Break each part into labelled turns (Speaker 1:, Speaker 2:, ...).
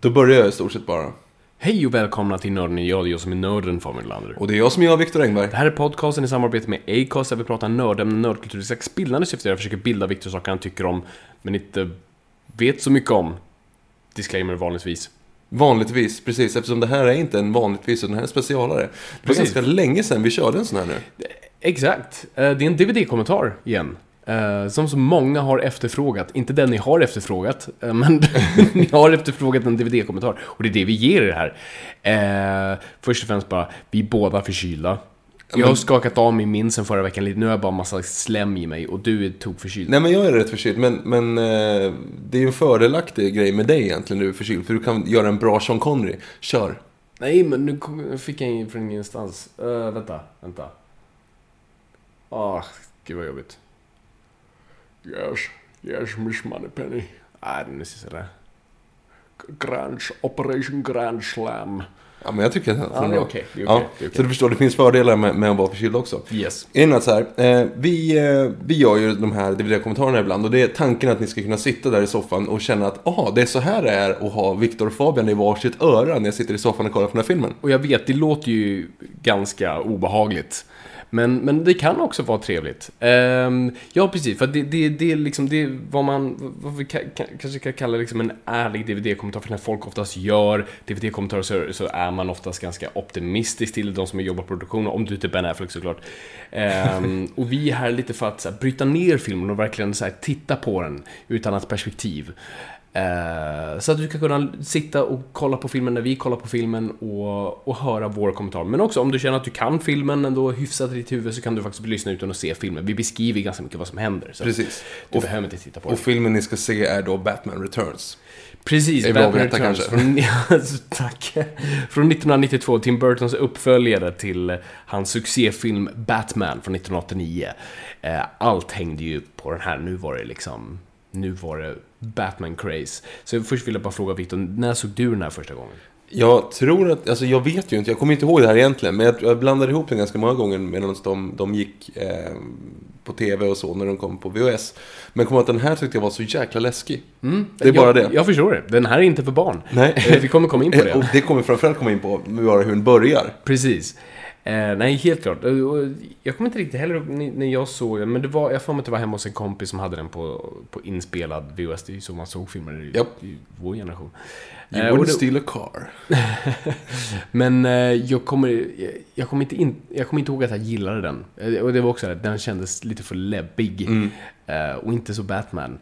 Speaker 1: Då börjar jag i stort sett bara.
Speaker 2: Hej och välkomna till Nörden är jag, det är jag som är nörden Fabian Lander.
Speaker 1: Och det är jag som är jag, Viktor Engberg.
Speaker 2: Det här är podcasten i samarbete med Acast där vi pratar nördämnen, nördkultur i slags bildande syfte. Jag försöker bilda Viktor saker han tycker om, men inte vet så mycket om. Disclaimer vanligtvis.
Speaker 1: Vanligtvis, precis. Eftersom det här är inte en vanligtvis, utan det här är en specialare. Det var
Speaker 2: Precis.
Speaker 1: ganska länge sedan vi körde en sån här nu.
Speaker 2: Exakt. Eh, Det är en DVD-kommentar igen. Eh, Som så många har efterfrågat. Inte den ni har efterfrågat, eh, men ni har efterfrågat en DVD-kommentar. Och det är det vi ger er här. Eh, Först och främst bara, vi är båda förkylda. Jag har skakat av mig min sen förra veckan, nu har jag bara massa slem i mig och du är tokförkyld.
Speaker 1: Nej men jag är rätt förkyld, men, men eh, det är ju en fördelaktig grej med dig egentligen när du är förkyld. För du kan göra en bra Sean Connery. Kör!
Speaker 2: Nej, men nu kom- nu fick jag ingen från ingenstans. Eh, vänta, vänta. Ah, gud vad jobbigt. Yes, yes, Miss Moneypenny. Nej, den är sådär. Grand, Operation Grand Slam.
Speaker 1: Ja men jag tycker att
Speaker 2: Ja, det är
Speaker 1: bra.
Speaker 2: okej, det är
Speaker 1: ja,
Speaker 2: okej, det är okej.
Speaker 1: Så du förstår, det finns fördelar med, med att vara förkyld också.
Speaker 2: Yes.
Speaker 1: Grejen är att så här, eh, vi, eh, vi gör ju de här DVD-kommentarerna ibland och det är tanken att ni ska kunna sitta där i soffan och känna att ah, det är så här det är att ha Viktor och Fabian i varsitt öra när jag sitter i soffan och kollar på den här filmen.
Speaker 2: Och jag vet, det låter ju ganska obehagligt. Men, men det kan också vara trevligt. Ehm, ja, precis. För det, det, det är liksom det är vad man vad vi ka, ka, kanske kan kalla liksom en ärlig DVD-kommentar. För när folk oftast gör DVD-kommentarer så, så är man oftast ganska optimistisk till de som jobbar på produktionen. Om du inte är Ben Affleck såklart. Ehm, och vi är här lite för att så här, bryta ner filmen och verkligen så här, titta på den ur ett annat perspektiv. Eh, Så att du ska kunna sitta och kolla på filmen när vi kollar på filmen och, och höra vår kommentar. Men också om du känner att du kan filmen ändå hyfsat i ditt huvud så kan du faktiskt lyssna utan att se filmen. Vi beskriver ganska mycket vad som händer. Så
Speaker 1: Precis.
Speaker 2: Du
Speaker 1: Och-
Speaker 2: behöver inte titta på
Speaker 1: Och
Speaker 2: den.
Speaker 1: filmen ni ska se är då Batman Returns.
Speaker 2: Precis,
Speaker 1: det är bra att
Speaker 2: Batman
Speaker 1: veta
Speaker 2: Returns
Speaker 1: kanske.
Speaker 2: Från, Ja, alltså, tack. Från 1992, Tim Burtons uppföljare till eh, hans succéfilm Batman från 1989. Eh, Allt hängde ju på den här, nu var det liksom, nu var det Batman-craze. Så först vill jag bara fråga Victor, när såg du den här första gången?
Speaker 1: Jag tror att, alltså jag vet ju inte, jag kommer inte ihåg det här egentligen, men jag, jag blandade ihop den ganska många gånger medan de, de gick eh, på TV och så när de kom på VHS. Men jag kommer ihåg att den här tyckte jag var så jäkla läskig. Det är
Speaker 2: Mm. jag,
Speaker 1: bara det.
Speaker 2: Jag förstår det. Den här är inte för barn.
Speaker 1: Nej.
Speaker 2: Eh, Vi kommer komma in på
Speaker 1: Och
Speaker 2: det.
Speaker 1: det kommer framförallt komma in på bara hur den börjar.
Speaker 2: Precis. Eh, nej, helt klart. Eh, och Jag kommer inte riktigt heller ihåg ni- när jag såg den, men det var, jag har för mig att det var hemma hos en kompis som hade den på, på inspelad VHS. Det är ju så man såg filmer i,
Speaker 1: Japp.
Speaker 2: i vår generation.
Speaker 1: You
Speaker 2: Eh, och
Speaker 1: wouldn't
Speaker 2: det-
Speaker 1: steal a car.
Speaker 2: Men eh, jag kommer, jag, jag, kommer inte in, jag kommer inte ihåg att jag gillade den. Eh, Och det var också det, den kändes lite för läbbig.
Speaker 1: Mm.
Speaker 2: Eh, och inte så Batman.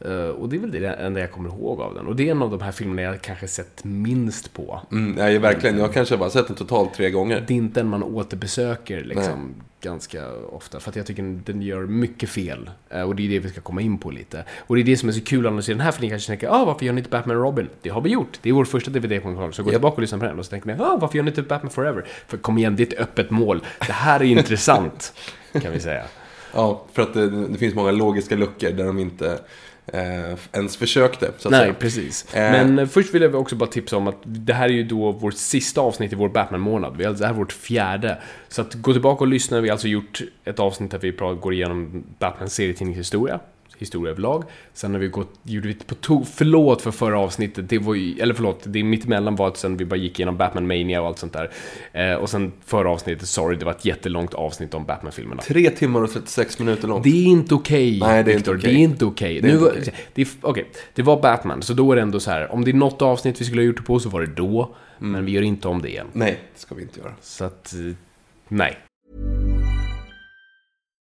Speaker 2: Eh, och det är väl det enda jag kommer ihåg av den. Och det är en av de här filmerna jag kanske sett minst på.
Speaker 1: Mm, nej, verkligen. Jag kanske bara sett den totalt tre gånger.
Speaker 2: Det är inte en man återbesöker liksom, ganska ofta. För att jag tycker den gör mycket fel. Eh, Och det är det vi ska komma in på lite. Och det är det som är så kul att analysera den här. För ni kanske tänker, ah, varför gör ni inte Batman och Robin? Det har vi gjort. Det är vår första DVD-kommentar. Så gå tillbaka och lyssna på den. Och så tänker ni, ah, varför gör ni inte Batman Forever? För kom igen, det är ett öppet mål. Det här är intressant, kan vi säga.
Speaker 1: Ja, för att det, det finns många logiska luckor där de inte eh, ens försökte. Så att
Speaker 2: Nej,
Speaker 1: säga.
Speaker 2: precis.
Speaker 1: Eh.
Speaker 2: Men eh, först vill jag också bara tipsa om att det här är ju då vårt sista avsnitt i vår Batman-månad. Vi har- Det här är vårt fjärde. Så att gå tillbaka och lyssna. Vi har alltså gjort ett avsnitt där vi pra- går igenom Batmans serietidningshistoria. Historia överlag. Sen har vi gått, gjorde vi på to- förlåt för förra avsnittet, det var ju, eller förlåt, det mittemellan var att sen vi bara gick igenom Batman Mania och allt sånt där. Eh, och sen förra avsnittet, sorry, det var ett jättelångt avsnitt om Batman-filmerna.
Speaker 1: Tre timmar och 36 minuter långt.
Speaker 2: Det är inte okej,
Speaker 1: Nej, det är
Speaker 2: Victor.
Speaker 1: inte
Speaker 2: Det är
Speaker 1: okej.
Speaker 2: inte okej.
Speaker 1: Det är
Speaker 2: Nu
Speaker 1: inte
Speaker 2: var-
Speaker 1: okej.
Speaker 2: det är- Okej, det var Batman, så då är det ändå så här. Om det är något avsnitt vi skulle ha gjort det på så var det då.
Speaker 1: Mm.
Speaker 2: Men vi gör inte om det igen.
Speaker 1: Nej, det ska vi inte göra.
Speaker 2: Så att, eh, nej.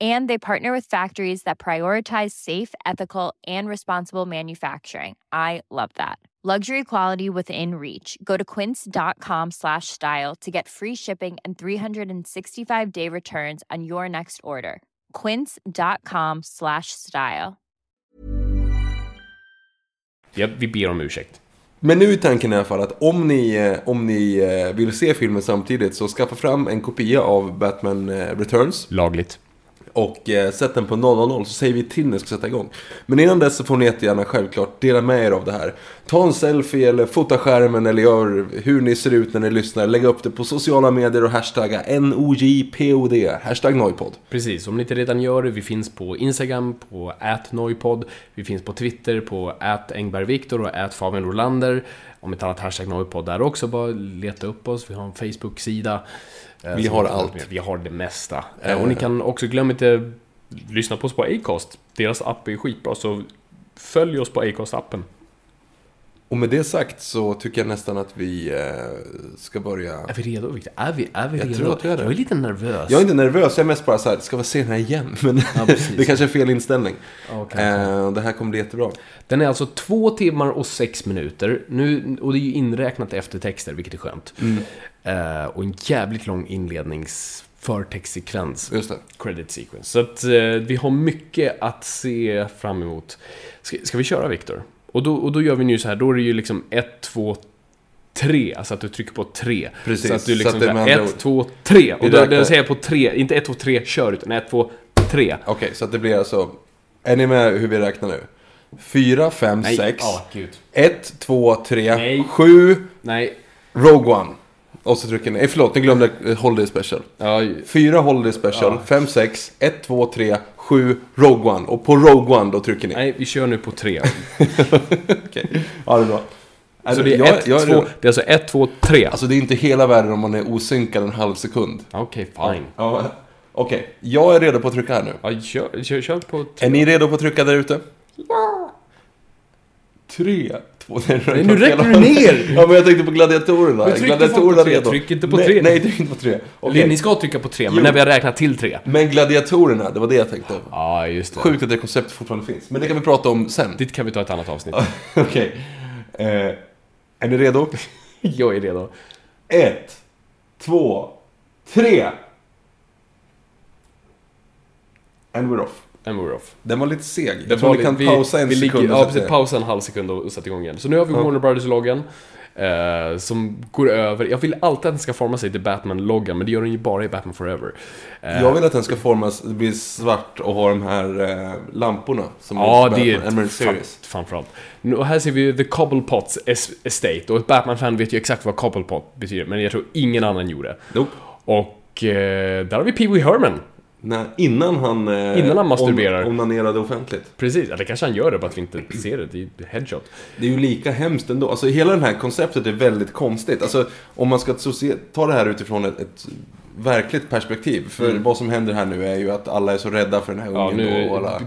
Speaker 3: And they partner with factories that prioritize safe, ethical, and responsible manufacturing. I love that. Luxury quality within reach. Go to quince.com slash style to get free shipping and 365 day returns on your next order. Quince.com slash style.
Speaker 2: Ja, vi ber om ursäkt.
Speaker 1: Men nu är tanken i alla fall att om ni, eh, om ni eh, vill se filmen samtidigt så skaffa fram en kopia av Batman eh, Returns.
Speaker 2: Lagligt.
Speaker 1: Och eh, sätt den på 000 så säger vi till när ni ska sätta igång. Men innan dess så får ni jättegärna självklart dela med er av det här. Ta en selfie eller fota skärmen eller gör hur ni ser ut när ni lyssnar. Lägg upp det på sociala medier och hashtagga NOJPOD. Hashtag Noipod.
Speaker 2: Precis, om ni inte redan gör det, vi finns på Instagram, på @noipod, vi finns på Twitter, på @engbergviktor och @fabianrolander. Om ett annat hashtag noipod där också, bara leta upp oss. Vi har en Facebook-sida. Eh,
Speaker 1: Vi
Speaker 2: som-
Speaker 1: har allt.
Speaker 2: Vi har det mesta. Eh, Och ni kan också, glöm inte, lyssna på oss på Acast. Deras app är skitbra, så följ oss på Acast-appen.
Speaker 1: Och med det sagt så tycker jag nästan att vi eh, ska börja...
Speaker 2: Är vi redo, Victor? Är vi, är vi
Speaker 1: Jag
Speaker 2: redo?
Speaker 1: tror att vi är det.
Speaker 2: jag är lite nervös.
Speaker 1: Jag är inte nervös, jag är mest bara så här, ska vi se den här igen? Men
Speaker 2: precis.
Speaker 1: det kanske är fel inställning.
Speaker 2: Ja, kanske.
Speaker 1: eh, det här kommer bli jättebra.
Speaker 2: Den är alltså två timmar och sex minuter. Nu, och det är ju inräknat eftertexter, vilket är skönt. Eh, och en jävligt lång inledningsförtextsekvens.
Speaker 1: Just det.
Speaker 2: Credit sequence. Så att eh, vi har mycket att se fram emot. Ska, ska vi köra, Viktor? Och då, och då gör vi nu så här, då är det ju liksom ett, två, tre. Alltså att du trycker på tre.
Speaker 1: Precis,
Speaker 2: Så att du
Speaker 1: så
Speaker 2: liksom
Speaker 1: att det är
Speaker 2: så
Speaker 1: med
Speaker 2: här,
Speaker 1: andra
Speaker 2: ett,
Speaker 1: ord.
Speaker 2: två, tre.
Speaker 1: Vi
Speaker 2: Och då,
Speaker 1: räknar.
Speaker 2: den säger på tre, inte ett, två, tre, kör, utan ett, två, tre.
Speaker 1: Okej, så att det blir alltså... Är ni med hur vi räknar nu? 4, 5, 6.
Speaker 2: Ja, gud.
Speaker 1: 1, 2, 3,
Speaker 2: Nej.
Speaker 1: 7,
Speaker 2: Nej.
Speaker 1: Rogue One. Och så trycker ni... Eh, förlåt, ni glömde eh, Holiday Special.
Speaker 2: Ja,
Speaker 1: 4 Holiday Special, 5, 6, 1, 2, 3, 7, Rogue One. Och på Rogue One då trycker ni.
Speaker 2: nej, vi kör nu på tre.
Speaker 1: Okej. Ja, det är bra. Alltså,
Speaker 2: Så det är,
Speaker 1: Jag-
Speaker 2: ett,
Speaker 1: jag
Speaker 2: två, det är alltså ett, två, tre.
Speaker 1: Alltså det är inte hela världen om man är osynkad en halv sekund.
Speaker 2: Okej, fine.
Speaker 1: Ja. Okej, jag är redo på att trycka här nu.
Speaker 2: Ja, kör, kör, kör på
Speaker 1: Är
Speaker 2: tre.
Speaker 1: ni redo på att trycka där ute? Tre, två, nej,
Speaker 2: Nej, nu räcker du ner!
Speaker 1: Ja, men jag tänkte på gladiatorerna.
Speaker 2: Men tryck
Speaker 1: gladiatorerna
Speaker 2: inte på tre,
Speaker 1: redo.
Speaker 2: tryck inte på
Speaker 1: nej,
Speaker 2: tre.
Speaker 1: Nej, tryck inte på tre. Okej.
Speaker 2: Eller Ni ska trycka på tre, men
Speaker 1: Jo.
Speaker 2: när vi har räknat till tre. Ja,
Speaker 1: Men gladiatorerna, det var det jag tänkte.
Speaker 2: just det.
Speaker 1: Sjukt att det konceptet fortfarande finns. Men det kan vi prata om sen.
Speaker 2: Dit kan vi ta ett annat avsnitt.
Speaker 1: Okej. Eh, är ni redo?
Speaker 2: Jag är redo.
Speaker 1: Ett, två, tre! And we're off.
Speaker 2: and we're off.
Speaker 1: Den var lite seg.
Speaker 2: Det
Speaker 1: Jag tror
Speaker 2: var
Speaker 1: vi
Speaker 2: li-
Speaker 1: kan pausa en
Speaker 2: vi ligger-
Speaker 1: sekund. och
Speaker 2: Ja,
Speaker 1: sätta
Speaker 2: precis.
Speaker 1: det.
Speaker 2: Pausa en halv sekund och sätta igång igen. Så nu har vi Warner Brothers-loggan. Eh, som går över. Jag vill alltid att den ska forma sig till Batman-loggan, men det gör den ju bara i Batman Forever. Eh,
Speaker 1: Jag vill att den ska formas, bli svart och ha de här eh, lamporna. Som
Speaker 2: Ja, det
Speaker 1: Batman,
Speaker 2: är
Speaker 1: Emerald
Speaker 2: fan,
Speaker 1: Series.
Speaker 2: framförallt. Nu- Och här ser vi ju The Cobblepots Es- Estate. Och ett Batman-fan vet ju exakt vad Cobblepot betyder, men jag tror ingen annan gjorde.
Speaker 1: Nope.
Speaker 2: Och eh, där har vi Pee Wee Herman.
Speaker 1: Nej, innan han... Eh,
Speaker 2: Innan han masturberar.
Speaker 1: Om, onanerade offentligt.
Speaker 2: Precis, eller kanske han gör det bara att vi inte ser det. Det är ju headshot.
Speaker 1: Det är ju lika hemskt ändå. Alltså hela det här konceptet är väldigt konstigt. Alltså om man ska socie- ta det här utifrån ett, ett verkligt perspektiv. För vad som händer här nu är ju att alla är så rädda för den här
Speaker 2: Mm. Ja,
Speaker 1: ungen
Speaker 2: nu,
Speaker 1: då. Och alla...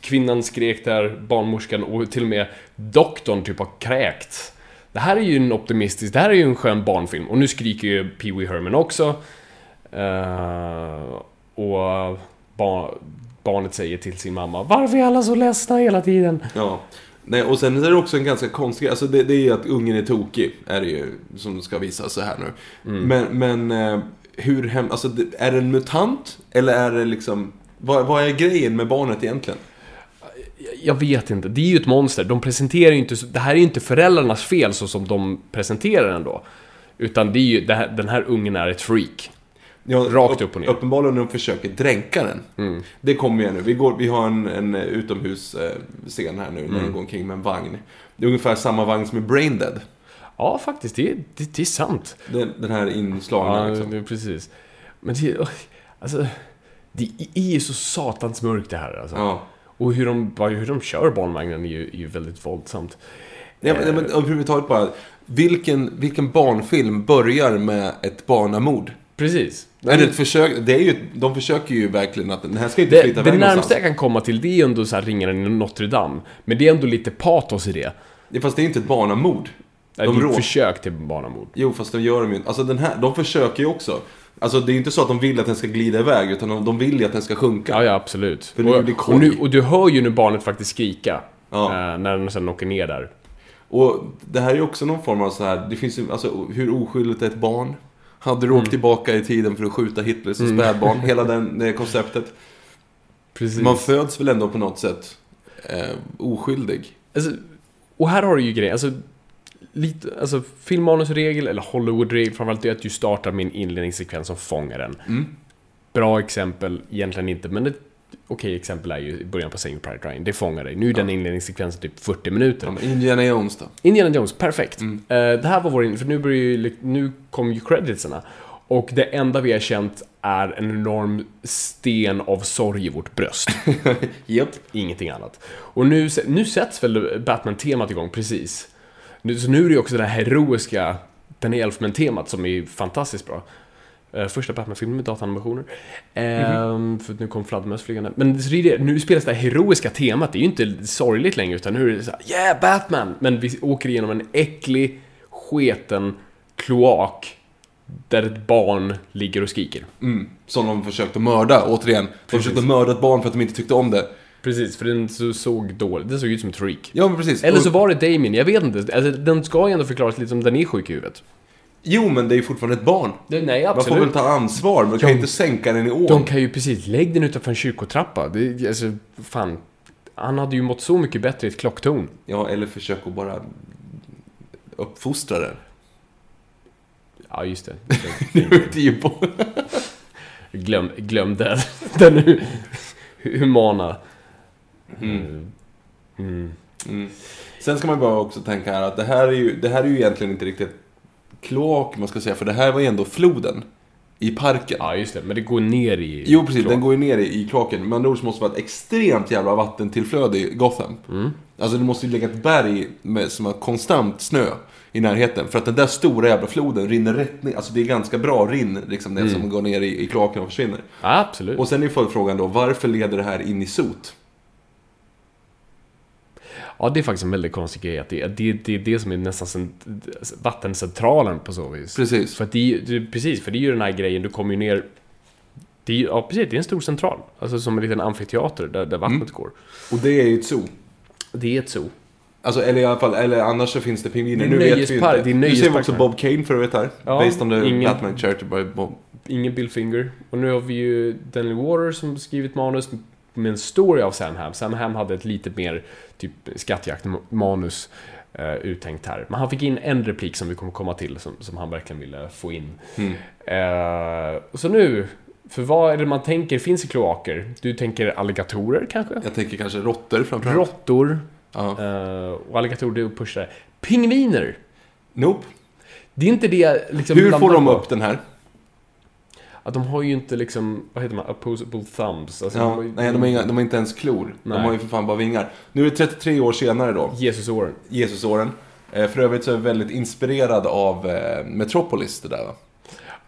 Speaker 2: kvinnan skrek där, barnmorskan och till och med doktorn typ har kräkt. Det här är ju en optimistisk, det här är ju en skön barnfilm. Och nu skriker ju Pee Wee Herman också. Eh, och bar, barnet säger till sin mamma Varför är alla så ledsna hela tiden?
Speaker 1: Ja. Nej, och sen är det också en ganska konstig Alltså det, det är ju att ungen är tokig. Är det ju som ska visas så här nu.
Speaker 2: Mm.
Speaker 1: Men, men eh, hur hem... Alltså det- är det en mutant? Eller är det liksom... Vad, vad är grejen med barnet egentligen?
Speaker 2: Jag vet inte, det är ju ett monster. De presenterar ju inte, så- det här är ju inte föräldrarnas fel så som de presenterar den då. Utan det är ju, det här, den här ungen är ett freak.
Speaker 1: Ja,
Speaker 2: Rakt
Speaker 1: upp-
Speaker 2: upp och ner. Mm.
Speaker 1: Uppenbarligen de försöker dränka den. Det kommer ju nu. Vi, går, vi har en, en eh, utomhusscen här nu när
Speaker 2: Mm.
Speaker 1: de går omkring med en vagn. Det är ungefär samma vagn som i Braindead.
Speaker 2: Ja, faktiskt, det, är- det, det är sant.
Speaker 1: Den, den här inslagna
Speaker 2: Ja,
Speaker 1: liksom.
Speaker 2: det, är precis. Men det, alltså, det är ju så satans mörkt det här alltså.
Speaker 1: Ja.
Speaker 2: Och hur de, bara hur de kör barnvagnen är ju, är ju väldigt våldsamt.
Speaker 1: Nej, men, nej, men överhuvudtaget bara. Vilken, vilken barnfilm börjar med ett barnamord?
Speaker 2: Precis.
Speaker 1: Eller ett försök, det är ju, de försöker ju verkligen att den här ska inte
Speaker 2: Det,
Speaker 1: flytta
Speaker 2: det
Speaker 1: iväg
Speaker 2: närmsta jag
Speaker 1: någonstans.
Speaker 2: kan komma till det är ju ändå så här ringaren i Notre Dame. Men det är ändå lite patos i det.
Speaker 1: Det- Fast det är inte ett barnamord.
Speaker 2: De
Speaker 1: De
Speaker 2: det är
Speaker 1: rå-
Speaker 2: ett försök till barnamord.
Speaker 1: Jo, fast de gör de ju inte. Alltså den här, de försöker ju också. Alltså det är ju inte så att de vill att den ska glida iväg, utan de, de vill ju att den ska sjunka.
Speaker 2: Ja, ja absolut.
Speaker 1: För nu
Speaker 2: och,
Speaker 1: är det korg.
Speaker 2: och, nu, och du hör ju nu barnet faktiskt skrika.
Speaker 1: Ja.
Speaker 2: eh, när den sen åker ner där.
Speaker 1: Och det här är ju också någon form av så här, det finns ju, alltså hur oskyldigt är ett barn? Hade
Speaker 2: Mm.
Speaker 1: du åkt tillbaka i tiden för att skjuta Hitler som spädbarn? Hela den, det konceptet.
Speaker 2: Precis.
Speaker 1: Man föds väl ändå på något sätt eh, oskyldig?
Speaker 2: Alltså, och här har du ju grejen, alltså, lite, alltså filmmanusregel eller Hollywoodregel framförallt det är att du startar min inledningssekvens som fångar den. Bra exempel, egentligen inte, men ett okej exempel är ju i början på Saving Private Ryan, det fångar dig. Nu är den inledningssekvensen typ 40 minuter.
Speaker 1: Ja, men Indiana Jones då?
Speaker 2: Indiana Jones, perfekt. Eh, det här var vår in- för nu, börjar ju, nu kom ju creditsarna. Och det enda vi har känt är en enorm sten av sorg i vårt bröst.
Speaker 1: Japp.
Speaker 2: Ingenting annat. Och nu, se- nu sätts väl Batman-temat igång precis. Nu, så nu är det ju också det här heroiska Danny Elfman-temat som är fantastiskt bra. Eh, första Batman-filmen med datanimationer. Ehm, För att nu kom fladdermöss flygande. Men så det är det, nu spelas det här heroiska temat. Det är ju inte sorgligt längre utan nu är det så här, Yeah, Batman! Men vi åker igenom en äcklig, sketen kloak där ett barn ligger och skriker.
Speaker 1: Mm. Som de försökte mörda, återigen. De försökte mörda ett barn för att de inte tyckte om det.
Speaker 2: Precis, för den så, såg dålig. Den såg ut som ett freak.
Speaker 1: Ja, men precis.
Speaker 2: Eller så
Speaker 1: Och-
Speaker 2: var det Damien, jag vet inte. Alltså, den ska ju ändå förklaras lite som den är sjuk i huvudet.
Speaker 1: Jo, men det är ju fortfarande ett barn.
Speaker 2: nej,
Speaker 1: Man får väl ta ansvar, men du kan ju inte sänka den i ån.
Speaker 2: De kan ju precis, lägg den utanför en kyrkotrappa. Det, alltså, fan. Han hade ju mått så mycket bättre i ett klocktorn.
Speaker 1: Ja, eller försök att bara uppfostra den.
Speaker 2: Ja, just det.
Speaker 1: Det är ju bara...
Speaker 2: Glöm, glöm den. den hu- humana.
Speaker 1: Sen ska man bara också tänka här att det här är ju, det här är ju egentligen inte riktigt kloak, man ska säga, för det här var ju ändå floden i parken.
Speaker 2: Ja, just det. Men det går ner i...
Speaker 1: Jo, precis. Den
Speaker 2: kloak.
Speaker 1: går ju ner i, i kloaken. Med andra ord så måste det vara ett extremt jävla vattentillflöde i Gotham.
Speaker 2: Mm.
Speaker 1: Alltså, det måste ju ligga ett berg med, som har konstant snö i närheten. För att den där stora jävla floden rinner rätt ner. Alltså, det är ganska bra rinn, liksom, det
Speaker 2: Mm.
Speaker 1: som går ner i, i kloaken och försvinner.
Speaker 2: Ja, absolut.
Speaker 1: Och sen är följdfrågan då, varför leder det här in i sot?
Speaker 2: Ja, det är faktiskt en väldigt konstig grej. Att det, att det, det är det som är nästan cent- vattencentralen på så vis.
Speaker 1: Precis.
Speaker 2: För att det är, ju- det, precis, för det är ju den här grejen, du kommer ju ner... Det är, ju- ja, precis, det är en stor central. Alltså som en liten amfiteater där, där vattnet går.
Speaker 1: Och det är ju ett zoo.
Speaker 2: Det är ett zoo.
Speaker 1: Alltså, eller i alla fall, eller annars så finns det pingviner.
Speaker 2: Det
Speaker 1: Nu
Speaker 2: är
Speaker 1: vet vi ju
Speaker 2: nöjespark-
Speaker 1: inte.
Speaker 2: det är
Speaker 1: nu ser vi
Speaker 2: nöjespark
Speaker 1: också
Speaker 2: här.
Speaker 1: Bob Kane för övrigt här.
Speaker 2: Ja,
Speaker 1: Based on the
Speaker 2: ingen-
Speaker 1: Batman charity by Bob.
Speaker 2: Ingen Bill Finger. Och nu har vi ju Daniel Water som skrivit manus. med en story av Sam Ham. Sam Ham hade ett lite mer typ skattjakt-manus eh, uttänkt här. Men han fick in en replik som vi kommer komma till som, som han verkligen ville få in. Eh, och så nu, för vad är det man tänker finns i kloaker? Du tänker alligatorer kanske?
Speaker 1: Jag tänker kanske råttor framförallt.
Speaker 2: Råttor.
Speaker 1: Ja.
Speaker 2: Eh, och alligatorer, det är uppushare. Pingviner!
Speaker 1: Nope.
Speaker 2: Det är inte det liksom...
Speaker 1: Hur får
Speaker 2: landar
Speaker 1: de
Speaker 2: på.
Speaker 1: upp den här?
Speaker 2: Att de har ju inte liksom, vad heter man, opposable thumbs. Alltså,
Speaker 1: Ja,
Speaker 2: de har ju-
Speaker 1: nej, de har, inga, de har inte ens klor.
Speaker 2: Nej.
Speaker 1: De har ju för fan bara vingar. Nu är det 33 år senare då,
Speaker 2: Jesusåren.
Speaker 1: Jesusåren. Eh, För övrigt så är jag väldigt inspirerad av eh, Metropolis, det där va?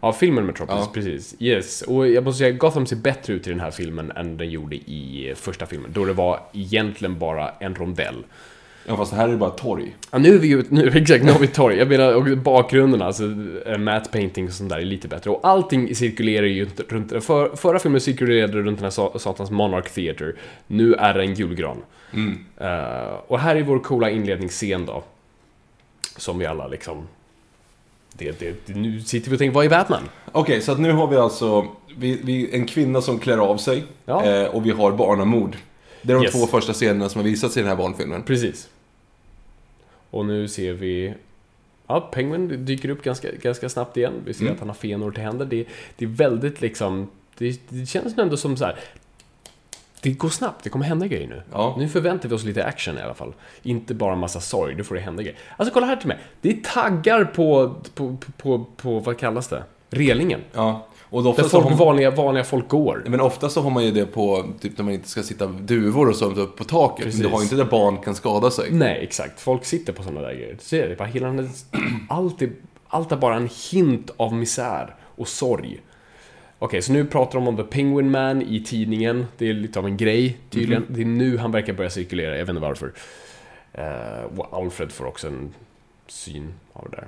Speaker 2: Ja, filmen Metropolis,
Speaker 1: Ja.
Speaker 2: precis. Yes. Och jag måste säga, Gotham ser bättre ut i den här filmen än den gjorde i första filmen. Då det var egentligen bara en rondell.
Speaker 1: Ja, fast det här är bara torg.
Speaker 2: Ja, nu är vi ju, nu, exakt, nu har vi torg. Jag menar, och bakgrunden alltså, eh, matte painting och sånt där är lite bättre. Och allting cirkulerar ju inte runt, för, förra filmen cirkulerade runt den här sa- satans Monarch Theater. Nu är det en julgran. Eh, och här är vår coola inledningsscen då. Som vi alla liksom... Det, det, nu sitter vi och tänker, vad är Batman?
Speaker 1: Okej, så att nu har vi alltså vi, vi, en kvinna som klär av sig
Speaker 2: Ja.
Speaker 1: eh, och vi har barnamord. Det är de
Speaker 2: Yes.
Speaker 1: två första scenerna som har visats i den här barnfilmen.
Speaker 2: Precis. Och nu ser vi... Ja, Penguin dyker upp ganska, ganska snabbt igen. Vi ser
Speaker 1: Mm.
Speaker 2: att han har fenor till händer. Det, det är väldigt liksom... Det, det känns ändå som så här. Det går snabbt, det kommer hända grejer nu.
Speaker 1: Ja.
Speaker 2: Nu förväntar vi oss lite action i alla fall. Inte bara massa sorg, då får det hända grejer. Alltså kolla här till mig. Det är taggar på, på, på, på, på vad kallas det? Relingen.
Speaker 1: Ja. Och
Speaker 2: Där
Speaker 1: ofta så,
Speaker 2: folk,
Speaker 1: har man,
Speaker 2: vanliga, vanliga folk går.
Speaker 1: men ofta så har man ju det på, typ när man inte ska sitta duvor och sånt upp på taket. Men
Speaker 2: Precis.
Speaker 1: du har ju inte där barn kan skada sig.
Speaker 2: Nej, exakt. Folk sitter på sådana där grejer. Så är det bara hela den, allt, är, allt är bara en hint av misär och sorg. Okej, så nu pratar de om The Penguin Man i tidningen. Det är lite av en grej, tydligen. Det är nu han verkar börja cirkulera, jag vet inte varför. Eh, och Alfred får också en syn av det där.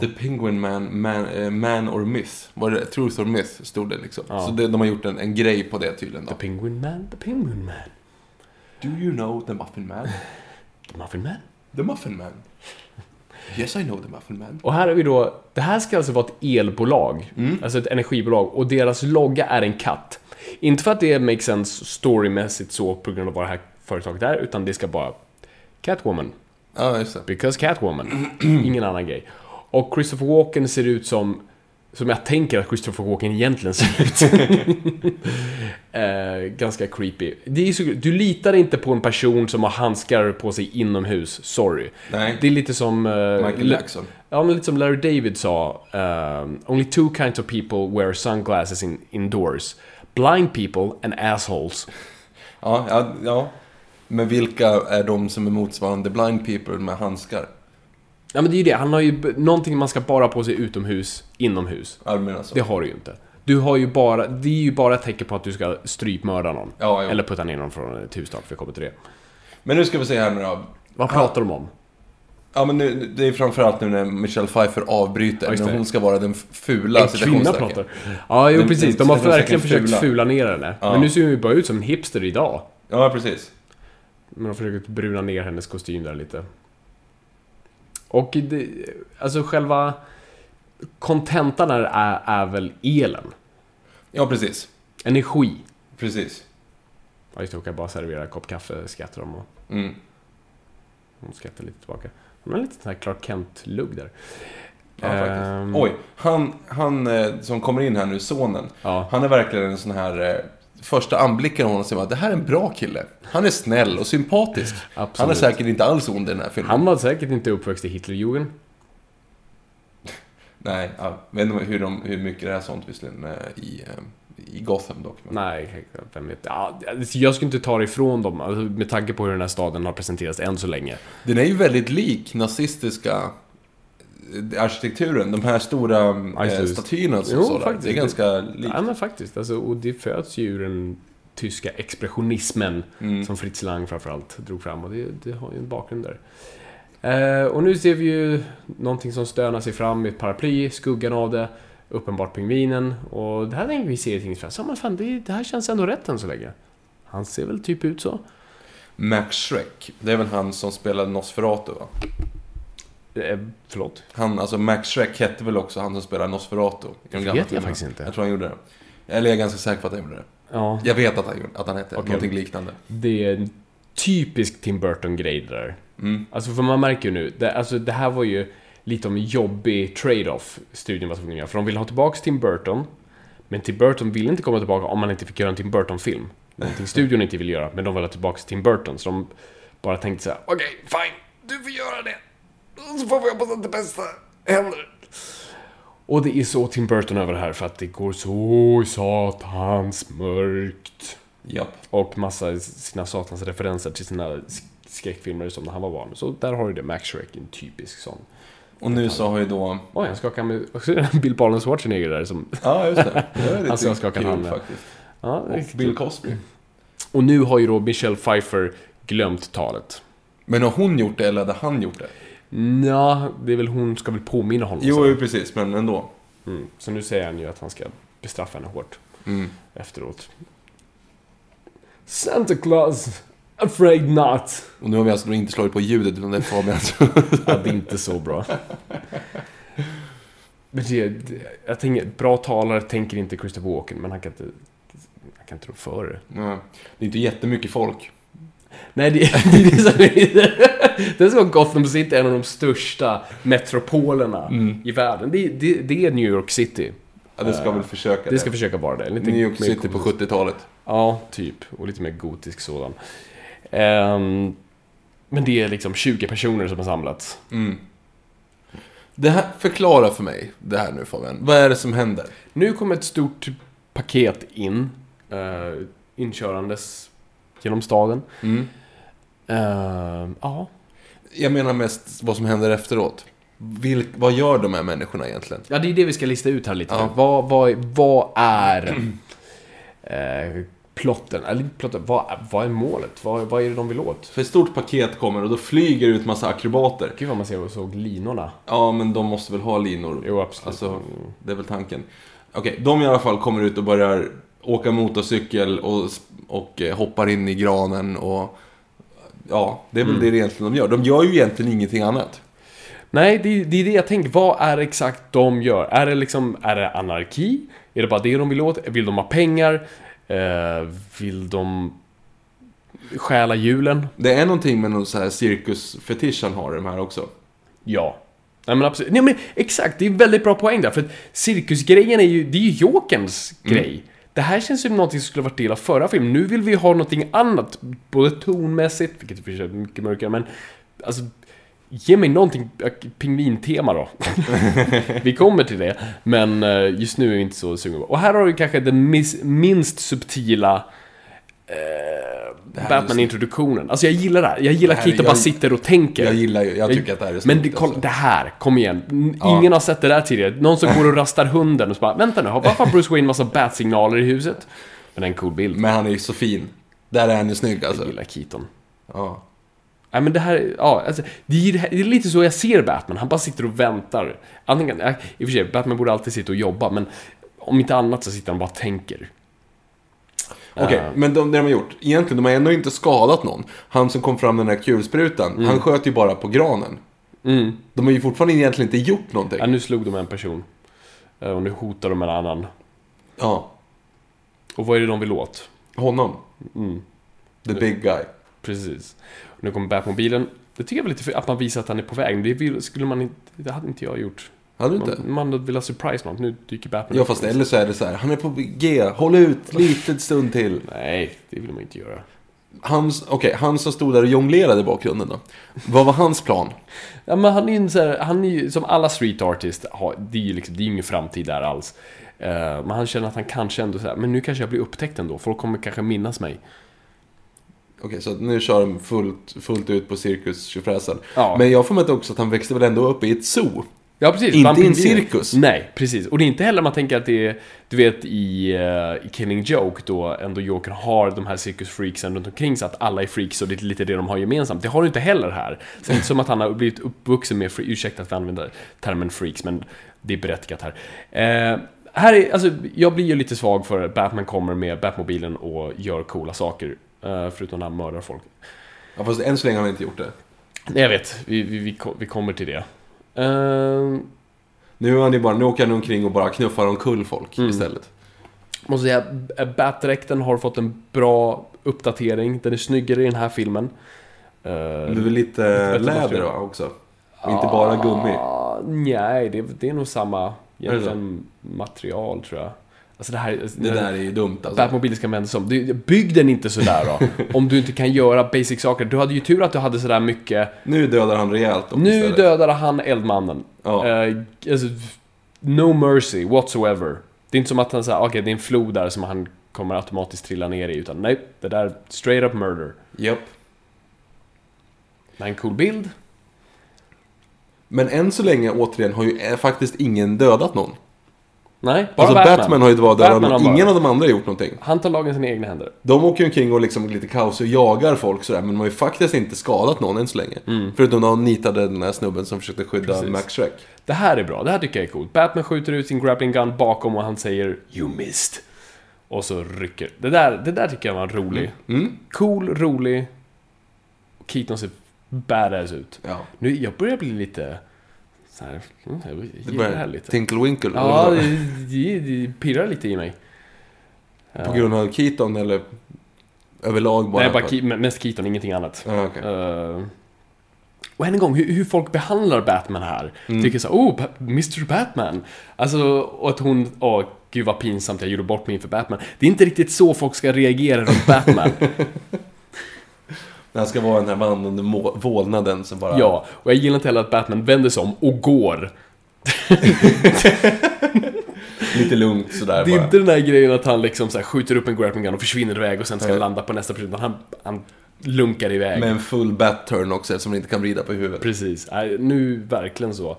Speaker 1: The Penguin Man, Man, eh, man or Myth. Var det Truth or Myth stod det liksom. Så det, de har gjort en, en grej på det tydligen. Då.
Speaker 2: The Penguin Man, The Penguin Man,
Speaker 1: Do you know the Muffin Man?
Speaker 2: The Muffin Man.
Speaker 1: The Muffin Man? Yes I know the Muffin Man.
Speaker 2: Och här är vi då, det här ska alltså vara ett elbolag, alltså ett energibolag, och deras logga är en katt. Inte för att det makes sense storymässigt så på grund av vad det här företaget är, utan det ska bara Catwoman,
Speaker 1: Ja, just det.
Speaker 2: because Catwoman, ingen annan grej. Och Christopher Walken ser ut som, som jag tänker att Christopher Walken egentligen ser ut. eh, ganska creepy. Det är ju så, du litar inte på en person som har handskar på sig inomhus, sorry.
Speaker 1: Nej.
Speaker 2: Det är lite som... eh,
Speaker 1: Michael
Speaker 2: Le-
Speaker 1: Jackson.
Speaker 2: Ja, men lite som Larry David sa. ehm, Only two kinds of people wear sunglasses in, indoors. Blind people and assholes.
Speaker 1: Ja, ja, ja. Men vilka är de som är motsvarande blind people med handskar?
Speaker 2: Ja, men det är ju det. Han har ju b- någonting man ska bara ha på sig utomhus, inomhus.
Speaker 1: Ja, du menar så.
Speaker 2: Det har du ju inte. Du har ju bara, det är ju bara ett tecken på att du ska strypmörda någon.
Speaker 1: Ja, jo.
Speaker 2: Eller putta ner någon från ett hus tak, för jag kommer till det.
Speaker 1: Men nu ska vi se här nu då.
Speaker 2: Vad pratar de om?
Speaker 1: Ja, men nu, det är framförallt nu när Michelle Pfeiffer avbryter.
Speaker 2: Ja, just
Speaker 1: när
Speaker 2: det.
Speaker 1: hon ska vara den fula
Speaker 2: en kvinna
Speaker 1: citationstecken.
Speaker 2: pratar. Ja, jo
Speaker 1: Den-
Speaker 2: precis.
Speaker 1: den-
Speaker 2: De har
Speaker 1: den-
Speaker 2: verkligen
Speaker 1: den-
Speaker 2: försökt
Speaker 1: fula.
Speaker 2: fula, ner henne. Men nu ser hon ju bara ut som en hipster idag.
Speaker 1: Ja, precis.
Speaker 2: Men de försöker bruna ner hennes kostym där lite. Och det, alltså själva kontentan är, är, är väl elen.
Speaker 1: Ja, precis.
Speaker 2: Energi.
Speaker 1: Precis.
Speaker 2: Ja just det, hon kan bara servera en kopp kaffe skrattar de och
Speaker 1: Mm.
Speaker 2: hon skrattar lite tillbaka. Hon har lite sån här Clark Kent-lugg där.
Speaker 1: Ja,
Speaker 2: Ehm.
Speaker 1: faktiskt. Oj, han, han eh, som kommer in här nu, sonen.
Speaker 2: Ja.
Speaker 1: Han är verkligen en sån här... eh, Första anblicken av honom ser man att det här är en bra kille. Han är snäll och sympatisk.
Speaker 2: Absolut.
Speaker 1: Han är säkert inte alls ond i den här filmen.
Speaker 2: Han var säkert inte uppväxt i Hitlerjugend.
Speaker 1: Nej, jag vet inte hur, de, hur mycket det är sånt visserligen eh, i, eh, i Gotham dock. Men...
Speaker 2: Nej, vem vet. Ja, alltså, jag skulle inte ta det ifrån dem alltså, med tanke på hur den här staden har presenterats än så länge.
Speaker 1: Den är ju väldigt lik nazistiska eh, arkitekturen. De här stora
Speaker 2: Ja, just
Speaker 1: eh,
Speaker 2: det.
Speaker 1: statyerna och
Speaker 2: Jo,
Speaker 1: sådär.
Speaker 2: faktiskt.
Speaker 1: Det är ganska likt.
Speaker 2: Ja men faktiskt, alltså, och det föds ju ur den tyska expressionismen
Speaker 1: Mm.
Speaker 2: som Fritz Lang framförallt drog fram och det, det har ju en bakgrund där. Eh, och nu ser vi ju någonting som stönar sig fram i ett paraply, skuggan av det, uppenbart pingvinen och det här tänker vi se i tingsrätten. Så men fan, det, det här känns ändå rätt än så länge. Han ser väl typ ut så.
Speaker 1: Max Schreck. Det är väl han som spelade Nosferatu va?
Speaker 2: Eh, förlåt?
Speaker 1: Han, alltså Max Schreck hette väl också han som spelade Nosferatu? i de
Speaker 2: Det
Speaker 1: gamla
Speaker 2: vet jag
Speaker 1: filmerna.
Speaker 2: faktiskt inte.
Speaker 1: Jag tror han gjorde det. Eller jag är ganska säker på att han gjorde det.
Speaker 2: Ja,
Speaker 1: Jag vet att han, gjorde- att han hette
Speaker 2: Okej.
Speaker 1: någonting liknande.
Speaker 2: det är en typisk Tim Burton-grej det där. Alltså för man märker ju nu, det, alltså det här var ju lite om en jobbig trade-off studion var tvungen att göra. För de ville ha tillbaka Tim Burton, men Tim Burton ville inte komma tillbaka om man inte fick göra en Tim Burton-film. Någonting studion inte ville göra, men de ville ha tillbaka Tim Burton. Så de bara tänkte så här: okej, fine, du får göra det. Och Så får vi hoppas att det bästa händer. Och det är så Tim Burton över det här, för att det går så satans mörkt
Speaker 1: Japp.
Speaker 2: och massa sina satans referenser till sina sk- skräckfilmer som när han var barn. Så där har du det, Max Shrek, en typisk sån.
Speaker 1: Och nu så har ju då...
Speaker 2: Oj, han skakar med... Och så är det Bill Balens Schwarzenegger där som...
Speaker 1: Ja, just det. Det är lite
Speaker 2: Alltså, jag skakar
Speaker 1: kul
Speaker 2: hand med.
Speaker 1: faktiskt.
Speaker 2: Ja,
Speaker 1: Och
Speaker 2: riktigt
Speaker 1: Bill
Speaker 2: kul.
Speaker 1: Cosby.
Speaker 2: och nu har ju då Michelle Pfeiffer glömt talet.
Speaker 1: Men har hon gjort det eller hade han gjort
Speaker 2: Mm.
Speaker 1: det?
Speaker 2: Nja, det är väl hon ska väl påminna honom.
Speaker 1: Jo,
Speaker 2: så.
Speaker 1: jo, precis, men ändå.
Speaker 2: Mm. Så nu säger han ju att han ska bestraffa henne hårt
Speaker 1: Mm.
Speaker 2: efteråt. Santa Claus, afraid not.
Speaker 1: Och nu har vi alltså då inte slagit på ljudet, utan det är Fabian som...
Speaker 2: Ja, det är inte så bra. Men det, det, jag tänker, bra talare tänker inte Christopher Walken, men han kan inte, han kan inte rå för det.
Speaker 1: Ja. Det är inte jättemycket folk.
Speaker 2: Nej, det, det är det som är... Det är som att Gotham City är en av de största metropolerna i världen. Det, det, det är New York City.
Speaker 1: Mm. Ja, det ska väl försöka
Speaker 2: Det ska försöka vara det. Lite
Speaker 1: New York
Speaker 2: mer
Speaker 1: City på
Speaker 2: gotisk-
Speaker 1: 70-talet.
Speaker 2: Ja, typ. Och lite mer gotisk sådan. Ehm, men det är liksom 20 personer som har samlats.
Speaker 1: Det här, förklara för mig det här nu Fabian. Vad är det som händer?
Speaker 2: Nu kom ett stort typ paket in, eh, inkörandes genom staden. Eh, ja,
Speaker 1: Jag menar mest vad som händer efteråt. Vilk, vad gör de här människorna egentligen?
Speaker 2: ja, det är det vi ska lista ut här lite.
Speaker 1: Ja.
Speaker 2: Vad, vad, vad är eh, plotten? Eller inte plotten, vad, vad är målet? Vad, vad är det de vill åt?
Speaker 1: För ett stort paket kommer och då flyger ut massa akrobater.
Speaker 2: Gud vad man ser och såg linorna.
Speaker 1: Ja, men de måste väl ha linor?
Speaker 2: Jo, absolut.
Speaker 1: Alltså, det är väl tanken. Okej, de i alla fall kommer ut och börjar åka motorcykel och, och eh, hoppar in i granen och... Ja, det är väl
Speaker 2: Mm.
Speaker 1: det egentligen de gör. De gör ju egentligen ingenting annat.
Speaker 2: Nej, det, det är det jag tänker. Vad är det exakt de gör? Är det liksom, är det anarki? Är det bara det de vill åt? Vill de ha pengar? Eh, vill de stjäla hjulen?
Speaker 1: Det är någonting med någon så här cirkusfetisch han har i de här också.
Speaker 2: Ja. Nej men absolut. Nej men exakt, det är en väldigt bra poäng där. För att cirkusgrejen är ju, det är ju Jokerns
Speaker 1: Mm.
Speaker 2: grej. Det här känns ju som någonting som skulle varit del av förra filmen. Nu vill vi ha någonting annat. Både tonmässigt, vilket i och för sig är mycket mörkare, men alltså Ge mig någonting äh, pingvintema då. vi kommer till det. Men eh, just nu är vi inte så sugna på. Och här har vi kanske den mis- minst subtila eh,
Speaker 1: här är
Speaker 2: Batman-introduktionen. Alltså jag gillar det här. Jag gillar
Speaker 1: Det
Speaker 2: att
Speaker 1: här är-
Speaker 2: Keaton bara
Speaker 1: jag-
Speaker 2: sitter och tänker.
Speaker 1: Jag gillar ju, jag tycker att det här är
Speaker 2: Men
Speaker 1: snyggt,
Speaker 2: det, kolla,
Speaker 1: alltså.
Speaker 2: det här, kom igen. N- Ingen har sett det där tidigare. Någon som går och rastar hunden och så bara, vänta nu, har- varför har Bruce Wayne massa bat-signaler i huset? Men det är en cool bild.
Speaker 1: Men han är ju så fin. Där är han ju snygg
Speaker 2: Jag
Speaker 1: alltså.
Speaker 2: gillar Keaton.
Speaker 1: Ja.
Speaker 2: Nej men det här, ja, alltså, det, är, ju det här- det är lite så jag ser Batman, han bara sitter och väntar. Antingen, ja, i och för sig, Batman borde alltid sitta och jobba, men om inte annat så sitter han och bara tänker.
Speaker 1: Okej, men de, det de har gjort. Egentligen, de har ändå inte skadat någon. Han som kom fram med den här kulsprutan,
Speaker 2: Mm.
Speaker 1: han sköt ju bara på granen. De har ju fortfarande egentligen inte gjort någonting.
Speaker 2: Ja, nu slog de en person. Eh, Och nu hotar de en annan.
Speaker 1: Ja,
Speaker 2: Och vad är det de vill åt?
Speaker 1: honom.
Speaker 2: Mm.
Speaker 1: The big guy.
Speaker 2: Precis. Och nu kommer Batmobilen. Det tycker jag väl lite för att man visar att han är på väg. Det, vill, skulle man inte, det hade inte jag gjort.
Speaker 1: Hade du inte?
Speaker 2: Man, man vill ha surprise någon. Nu dyker Batman
Speaker 1: Ja,
Speaker 2: upp.
Speaker 1: fast eller så är det så här, han är på G, håll ut lite stund till.
Speaker 2: Nej, det vill man inte göra.
Speaker 1: Han, okay, han som stod där och jonglerade i bakgrunden då. Vad var hans plan?
Speaker 2: Ja, men han är ju en så här, han är ju, som alla street artists, har, det är ju liksom, det är ju ingen framtid där alls. Eh, men han känner att han kanske ändå så här, men nu kanske jag blir upptäckt ändå, folk kommer kanske minnas mig.
Speaker 1: Okej, så att nu kör de fullt, fullt ut på cirkus-tjofräsen.
Speaker 2: Ja.
Speaker 1: Men jag får med också att han växte väl ändå upp i ett zoo.
Speaker 2: Ja, precis.
Speaker 1: Inte
Speaker 2: Bambi
Speaker 1: i en
Speaker 2: Björn.
Speaker 1: cirkus.
Speaker 2: Nej, precis. Och det är inte heller man tänker att det är, du vet i, eh, i Killing Joke då ändå Joker har de här cirkusfreaksen runt omkring så att alla är freaks och det är lite det de har gemensamt. Det har du inte heller här. Så det är inte som att han har blivit uppvuxen med, fre- ursäkta att vi använder termen freaks, men det är berättigat här. Eh, här är, alltså, jag blir ju lite svag för att Batman kommer med Batmobilen och gör coola saker. eh, Förutom när han mördar folk.
Speaker 1: Ja, fast än så länge har han inte gjort det.
Speaker 2: Nej, jag vet. Vi, vi, vi, ko- vi kommer till det. Eh, Mm.
Speaker 1: Nu, är han ju bara, nu åker han omkring och bara knuffar omkull folk istället.
Speaker 2: Måste säga, eh, Bat-dräkten har fått en bra uppdatering. Den är snyggare i den här filmen. Eh,
Speaker 1: Det är väl lite
Speaker 2: bättre
Speaker 1: läder
Speaker 2: material.
Speaker 1: va, också? Och Inte bara gummi.
Speaker 2: Ah, nej, det, det är nog samma
Speaker 1: det
Speaker 2: egentligen material tror jag. Alltså det här...
Speaker 1: Det där är ju dumt alltså.
Speaker 2: Batmobil ska användas som. Du- Bygg den inte sådär då. om du inte kan göra basic saker. Du hade ju tur att du hade sådär mycket.
Speaker 1: Nu dödar han rejält dock
Speaker 2: Nu
Speaker 1: istället.
Speaker 2: dödade han eldmannen.
Speaker 1: Ja.
Speaker 2: Eh, alltså, no mercy whatsoever. Det är inte som att han säger "Ah, okej det är en flod där som han kommer automatiskt trilla ner i. Utan nej, det där är straight up murder.
Speaker 1: Japp.
Speaker 2: Men en cool bild.
Speaker 1: Men än så länge, återigen, har ju eh, faktiskt ingen dödat någon.
Speaker 2: Nej, bara
Speaker 1: Alltså Batman,
Speaker 2: Batman.
Speaker 1: har ju bara dödat
Speaker 2: Batman har
Speaker 1: någon.
Speaker 2: bara-
Speaker 1: Ingen av de andra har gjort någonting.
Speaker 2: Han tar lagen i sina egna händer.
Speaker 1: De åker ju omkring och liksom lite kaos och jagar folk sådär, men de har ju faktiskt inte skadat någon än så länge. Förutom när de nitade den där snubben som försökte skydda
Speaker 2: Mm. Precis.
Speaker 1: Max Shrek.
Speaker 2: Det här är bra, det här tycker jag är coolt. Batman skjuter ut sin grappling gun bakom och han säger “You missed” och så rycker. Det där, det där tycker jag var en rolig.
Speaker 1: Mm.
Speaker 2: Cool, rolig. Keaton ser badass ut.
Speaker 1: Ja.
Speaker 2: Nu, jag börjar bli lite... Så här, mm, jag
Speaker 1: Det
Speaker 2: gillar det här
Speaker 1: börjar
Speaker 2: lite.
Speaker 1: tinkle-winkle.
Speaker 2: Ja,
Speaker 1: eller vad det
Speaker 2: det, det, det pirrar lite i mig.
Speaker 1: var. På grund av Keaton eller överlag bara?
Speaker 2: Nej, bara Ke- mest Keaton, ingenting annat.
Speaker 1: Ja, okej.
Speaker 2: Eh, och än en gång, hur, hur folk behandlar Batman här. Tycker så här, oh, Ba- Mr Batman. Alltså, och att hon, åh, gud vad pinsamt, jag gjorde bort mig inför Batman. Det är inte riktigt så folk ska reagera runt Batman.
Speaker 1: Den ska vara den här vandrande må- vålnaden som bara...
Speaker 2: ja, och jag gillar inte heller att Batman vänder sig om och går.
Speaker 1: Lite lugnt sådär
Speaker 2: Det är
Speaker 1: bara.
Speaker 2: inte den här grejen att han liksom så här, skjuter upp en grappling gun och försvinner iväg och sen ska
Speaker 1: Nej.
Speaker 2: landa på nästa person. utan Han, han lunkar iväg.
Speaker 1: Med en full bat-turn också eftersom den inte kan vrida på huvudet.
Speaker 2: Precis, Nej, nu verkligen så.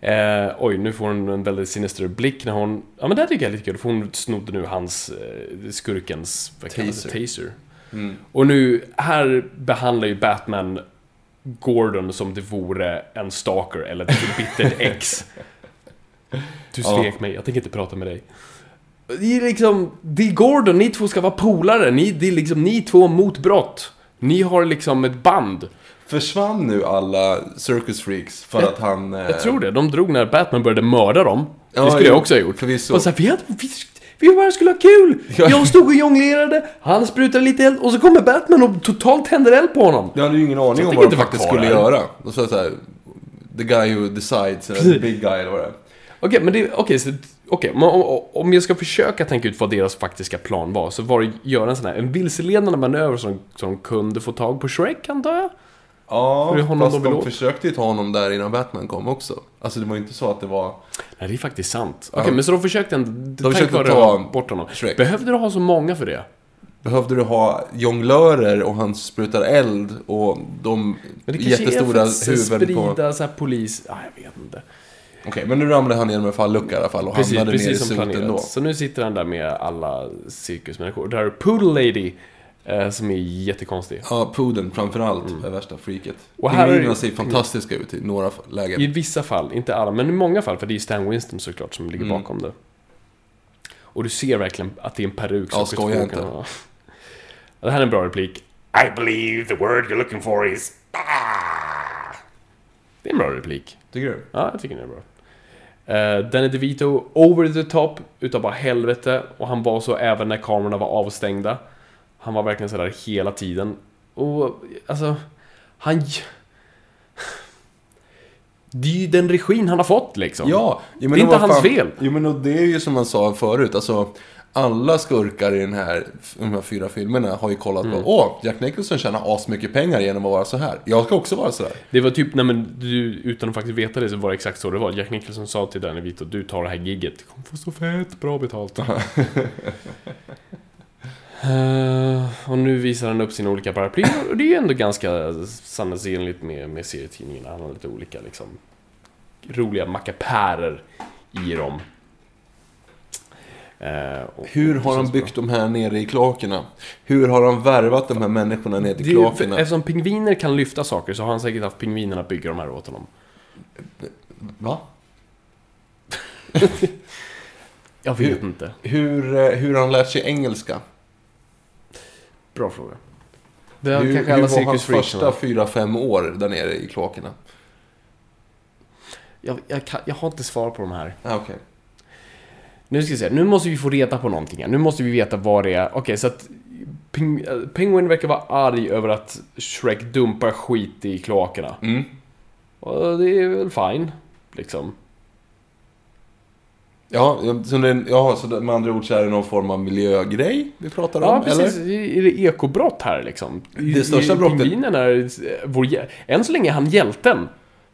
Speaker 2: Eh, oj, nu får hon en väldigt sinister blick när hon... Ja men det här tycker jag är lite kul, för hon snodde nu hans, eh, skurkens, vad kallas det?
Speaker 1: Taser. Mm.
Speaker 2: Taser. Och nu, här behandlar ju Batman Gordon som det vore en stalker eller ett bittert ex. Du
Speaker 1: Ja.
Speaker 2: svek mig, jag tänker inte prata med dig. Det är liksom, det är Gordon, ni två ska vara polare, ni, det är liksom ni två mot brott. Ni har liksom ett band.
Speaker 1: Försvann nu alla circus freaks för att han...
Speaker 2: Jag tror det. De drog när Batman började mörda dem.
Speaker 1: Eh. Ja,
Speaker 2: det skulle
Speaker 1: jo,
Speaker 2: jag också ha gjort.
Speaker 1: förvisso.
Speaker 2: Och så här, vi, hade, vi, vi bara skulle ha kul! Jag stod och jonglerade, han sprutade lite eld och så kommer Batman och totalt tänder eld på honom.
Speaker 1: Jag hade ju ingen aning
Speaker 2: Så
Speaker 1: om
Speaker 2: tänker
Speaker 1: vad de
Speaker 2: inte vara
Speaker 1: faktiskt
Speaker 2: kvar
Speaker 1: skulle
Speaker 2: här.
Speaker 1: göra. De sa såhär... The guy who decides, eller the big guy eller vad det är.
Speaker 2: Okej, men det, okej, så, okej, men om, om jag ska försöka tänka ut vad deras faktiska plan var så var det att göra en sån här, en vilseledande manöver som, som kunde få tag på Shrek antar jag?
Speaker 1: Ja,
Speaker 2: För det är honom
Speaker 1: fast
Speaker 2: de vill
Speaker 1: de
Speaker 2: åt.
Speaker 1: försökte ju ta honom där innan Batman kom också. Alltså det var ju inte så att det var...
Speaker 2: Nej, det är faktiskt sant. Okej, men så de försökte ändå... De
Speaker 1: försökte ta
Speaker 2: bort honom.
Speaker 1: Shrek.
Speaker 2: Behövde du ha så många för det?
Speaker 1: Behövde du ha jonglörer och han sprutar eld och de
Speaker 2: Men det kanske
Speaker 1: jättestora
Speaker 2: är för att
Speaker 1: huvuden på...
Speaker 2: sprida så här polis... Ah, jag vet inte.
Speaker 1: Okej, men nu ramlade han genom en fallucka i alla fall och
Speaker 2: Precis,
Speaker 1: hamnade ner i
Speaker 2: precis som
Speaker 1: soten
Speaker 2: planerat.
Speaker 1: då.
Speaker 2: Så nu sitter han där med alla cirkusmänniskor. Där är Poodle Lady, eh, som är jättekonstig.
Speaker 1: Ja, pudeln framförallt är värsta freaket.
Speaker 2: Mm. Och här är det-
Speaker 1: Pingvinerna ser fantastiska ut i några lägen.
Speaker 2: I vissa fall, inte alla, men i många fall, för det är Stan Winston såklart som ligger
Speaker 1: Mm.
Speaker 2: bakom det. Och du ser verkligen att det är en peruk som
Speaker 1: Ja, skoja
Speaker 2: skjuter
Speaker 1: inte.
Speaker 2: fåglarna. Ja, Det här är en bra replik.
Speaker 4: I believe the word you're looking for is.
Speaker 2: Det är en bra replik.
Speaker 1: Tycker du?
Speaker 2: Ja, jag tycker den är bra. Uh, Danny DeVito, over the top, utav bara helvete. Och han var så även när kamerorna var avstängda. Han var verkligen sådär hela tiden. Och alltså, han... Det är ju den regin han har fått liksom.
Speaker 1: Ja! jo,
Speaker 2: det är inte
Speaker 1: vad
Speaker 2: hans fel.
Speaker 1: Jo, men och det är ju som man sa förut, alltså alla skurkar i den här, de här fyra filmerna har ju kollat
Speaker 2: Mm.
Speaker 1: på Åh, Jack Nicholson tjänar asmycket pengar genom att vara så här. Jag ska också vara så här.
Speaker 2: Det var typ, nej men du, utan att faktiskt veta det så var det exakt så det var. Jack Nicholson sa till Danny DeVito, du tar det här gigget. Du kommer få så fett bra betalt. Eh, och nu visar han upp sina olika paraplyer och det är ju ändå ganska sanningsenligt med, med serietidningarna. Han har lite olika liksom roliga mackapärer i dem. Eh, och-
Speaker 1: Hur har han
Speaker 2: känns bra.
Speaker 1: byggt de här nere i kloakerna? Hur har han värvat de här människorna ner till
Speaker 2: Det är ju, för-
Speaker 1: kloakerna?
Speaker 2: eftersom pingviner kan lyfta saker så har han säkert haft pingvinerna bygga de här åt honom.
Speaker 1: Va?
Speaker 2: Jag vet
Speaker 1: Hur-
Speaker 2: inte.
Speaker 1: Hur, eh, hur har han lärt sig engelska?
Speaker 2: Bra fråga. Det
Speaker 1: Hur,
Speaker 2: har
Speaker 1: hur
Speaker 2: kanske alla
Speaker 1: var hans första
Speaker 2: cirkusfreakerna.
Speaker 1: fyra, fem år där nere i kloakerna?
Speaker 2: Jag, jag, kan, jag har inte svar på de här.
Speaker 1: Ah, okej.
Speaker 2: Nu ska vi se, nu måste vi få reda på någonting här. Nu måste vi veta vad det är. Okej, så att Ping, eh, Penguin verkar vara arg över att Shrek dumpar skit i kloakerna.
Speaker 1: Mm.
Speaker 2: Och det är väl fine, liksom.
Speaker 1: Ja, så, det, ja, så det- med andra ord så är det någon form av miljögrej vi pratar om,
Speaker 2: Ja, precis.
Speaker 1: eller?
Speaker 2: Är är det ekobrott här liksom?
Speaker 1: Det största brottet-
Speaker 2: Pingvinen är eh, vår... hjä- Än så länge är han hjälten.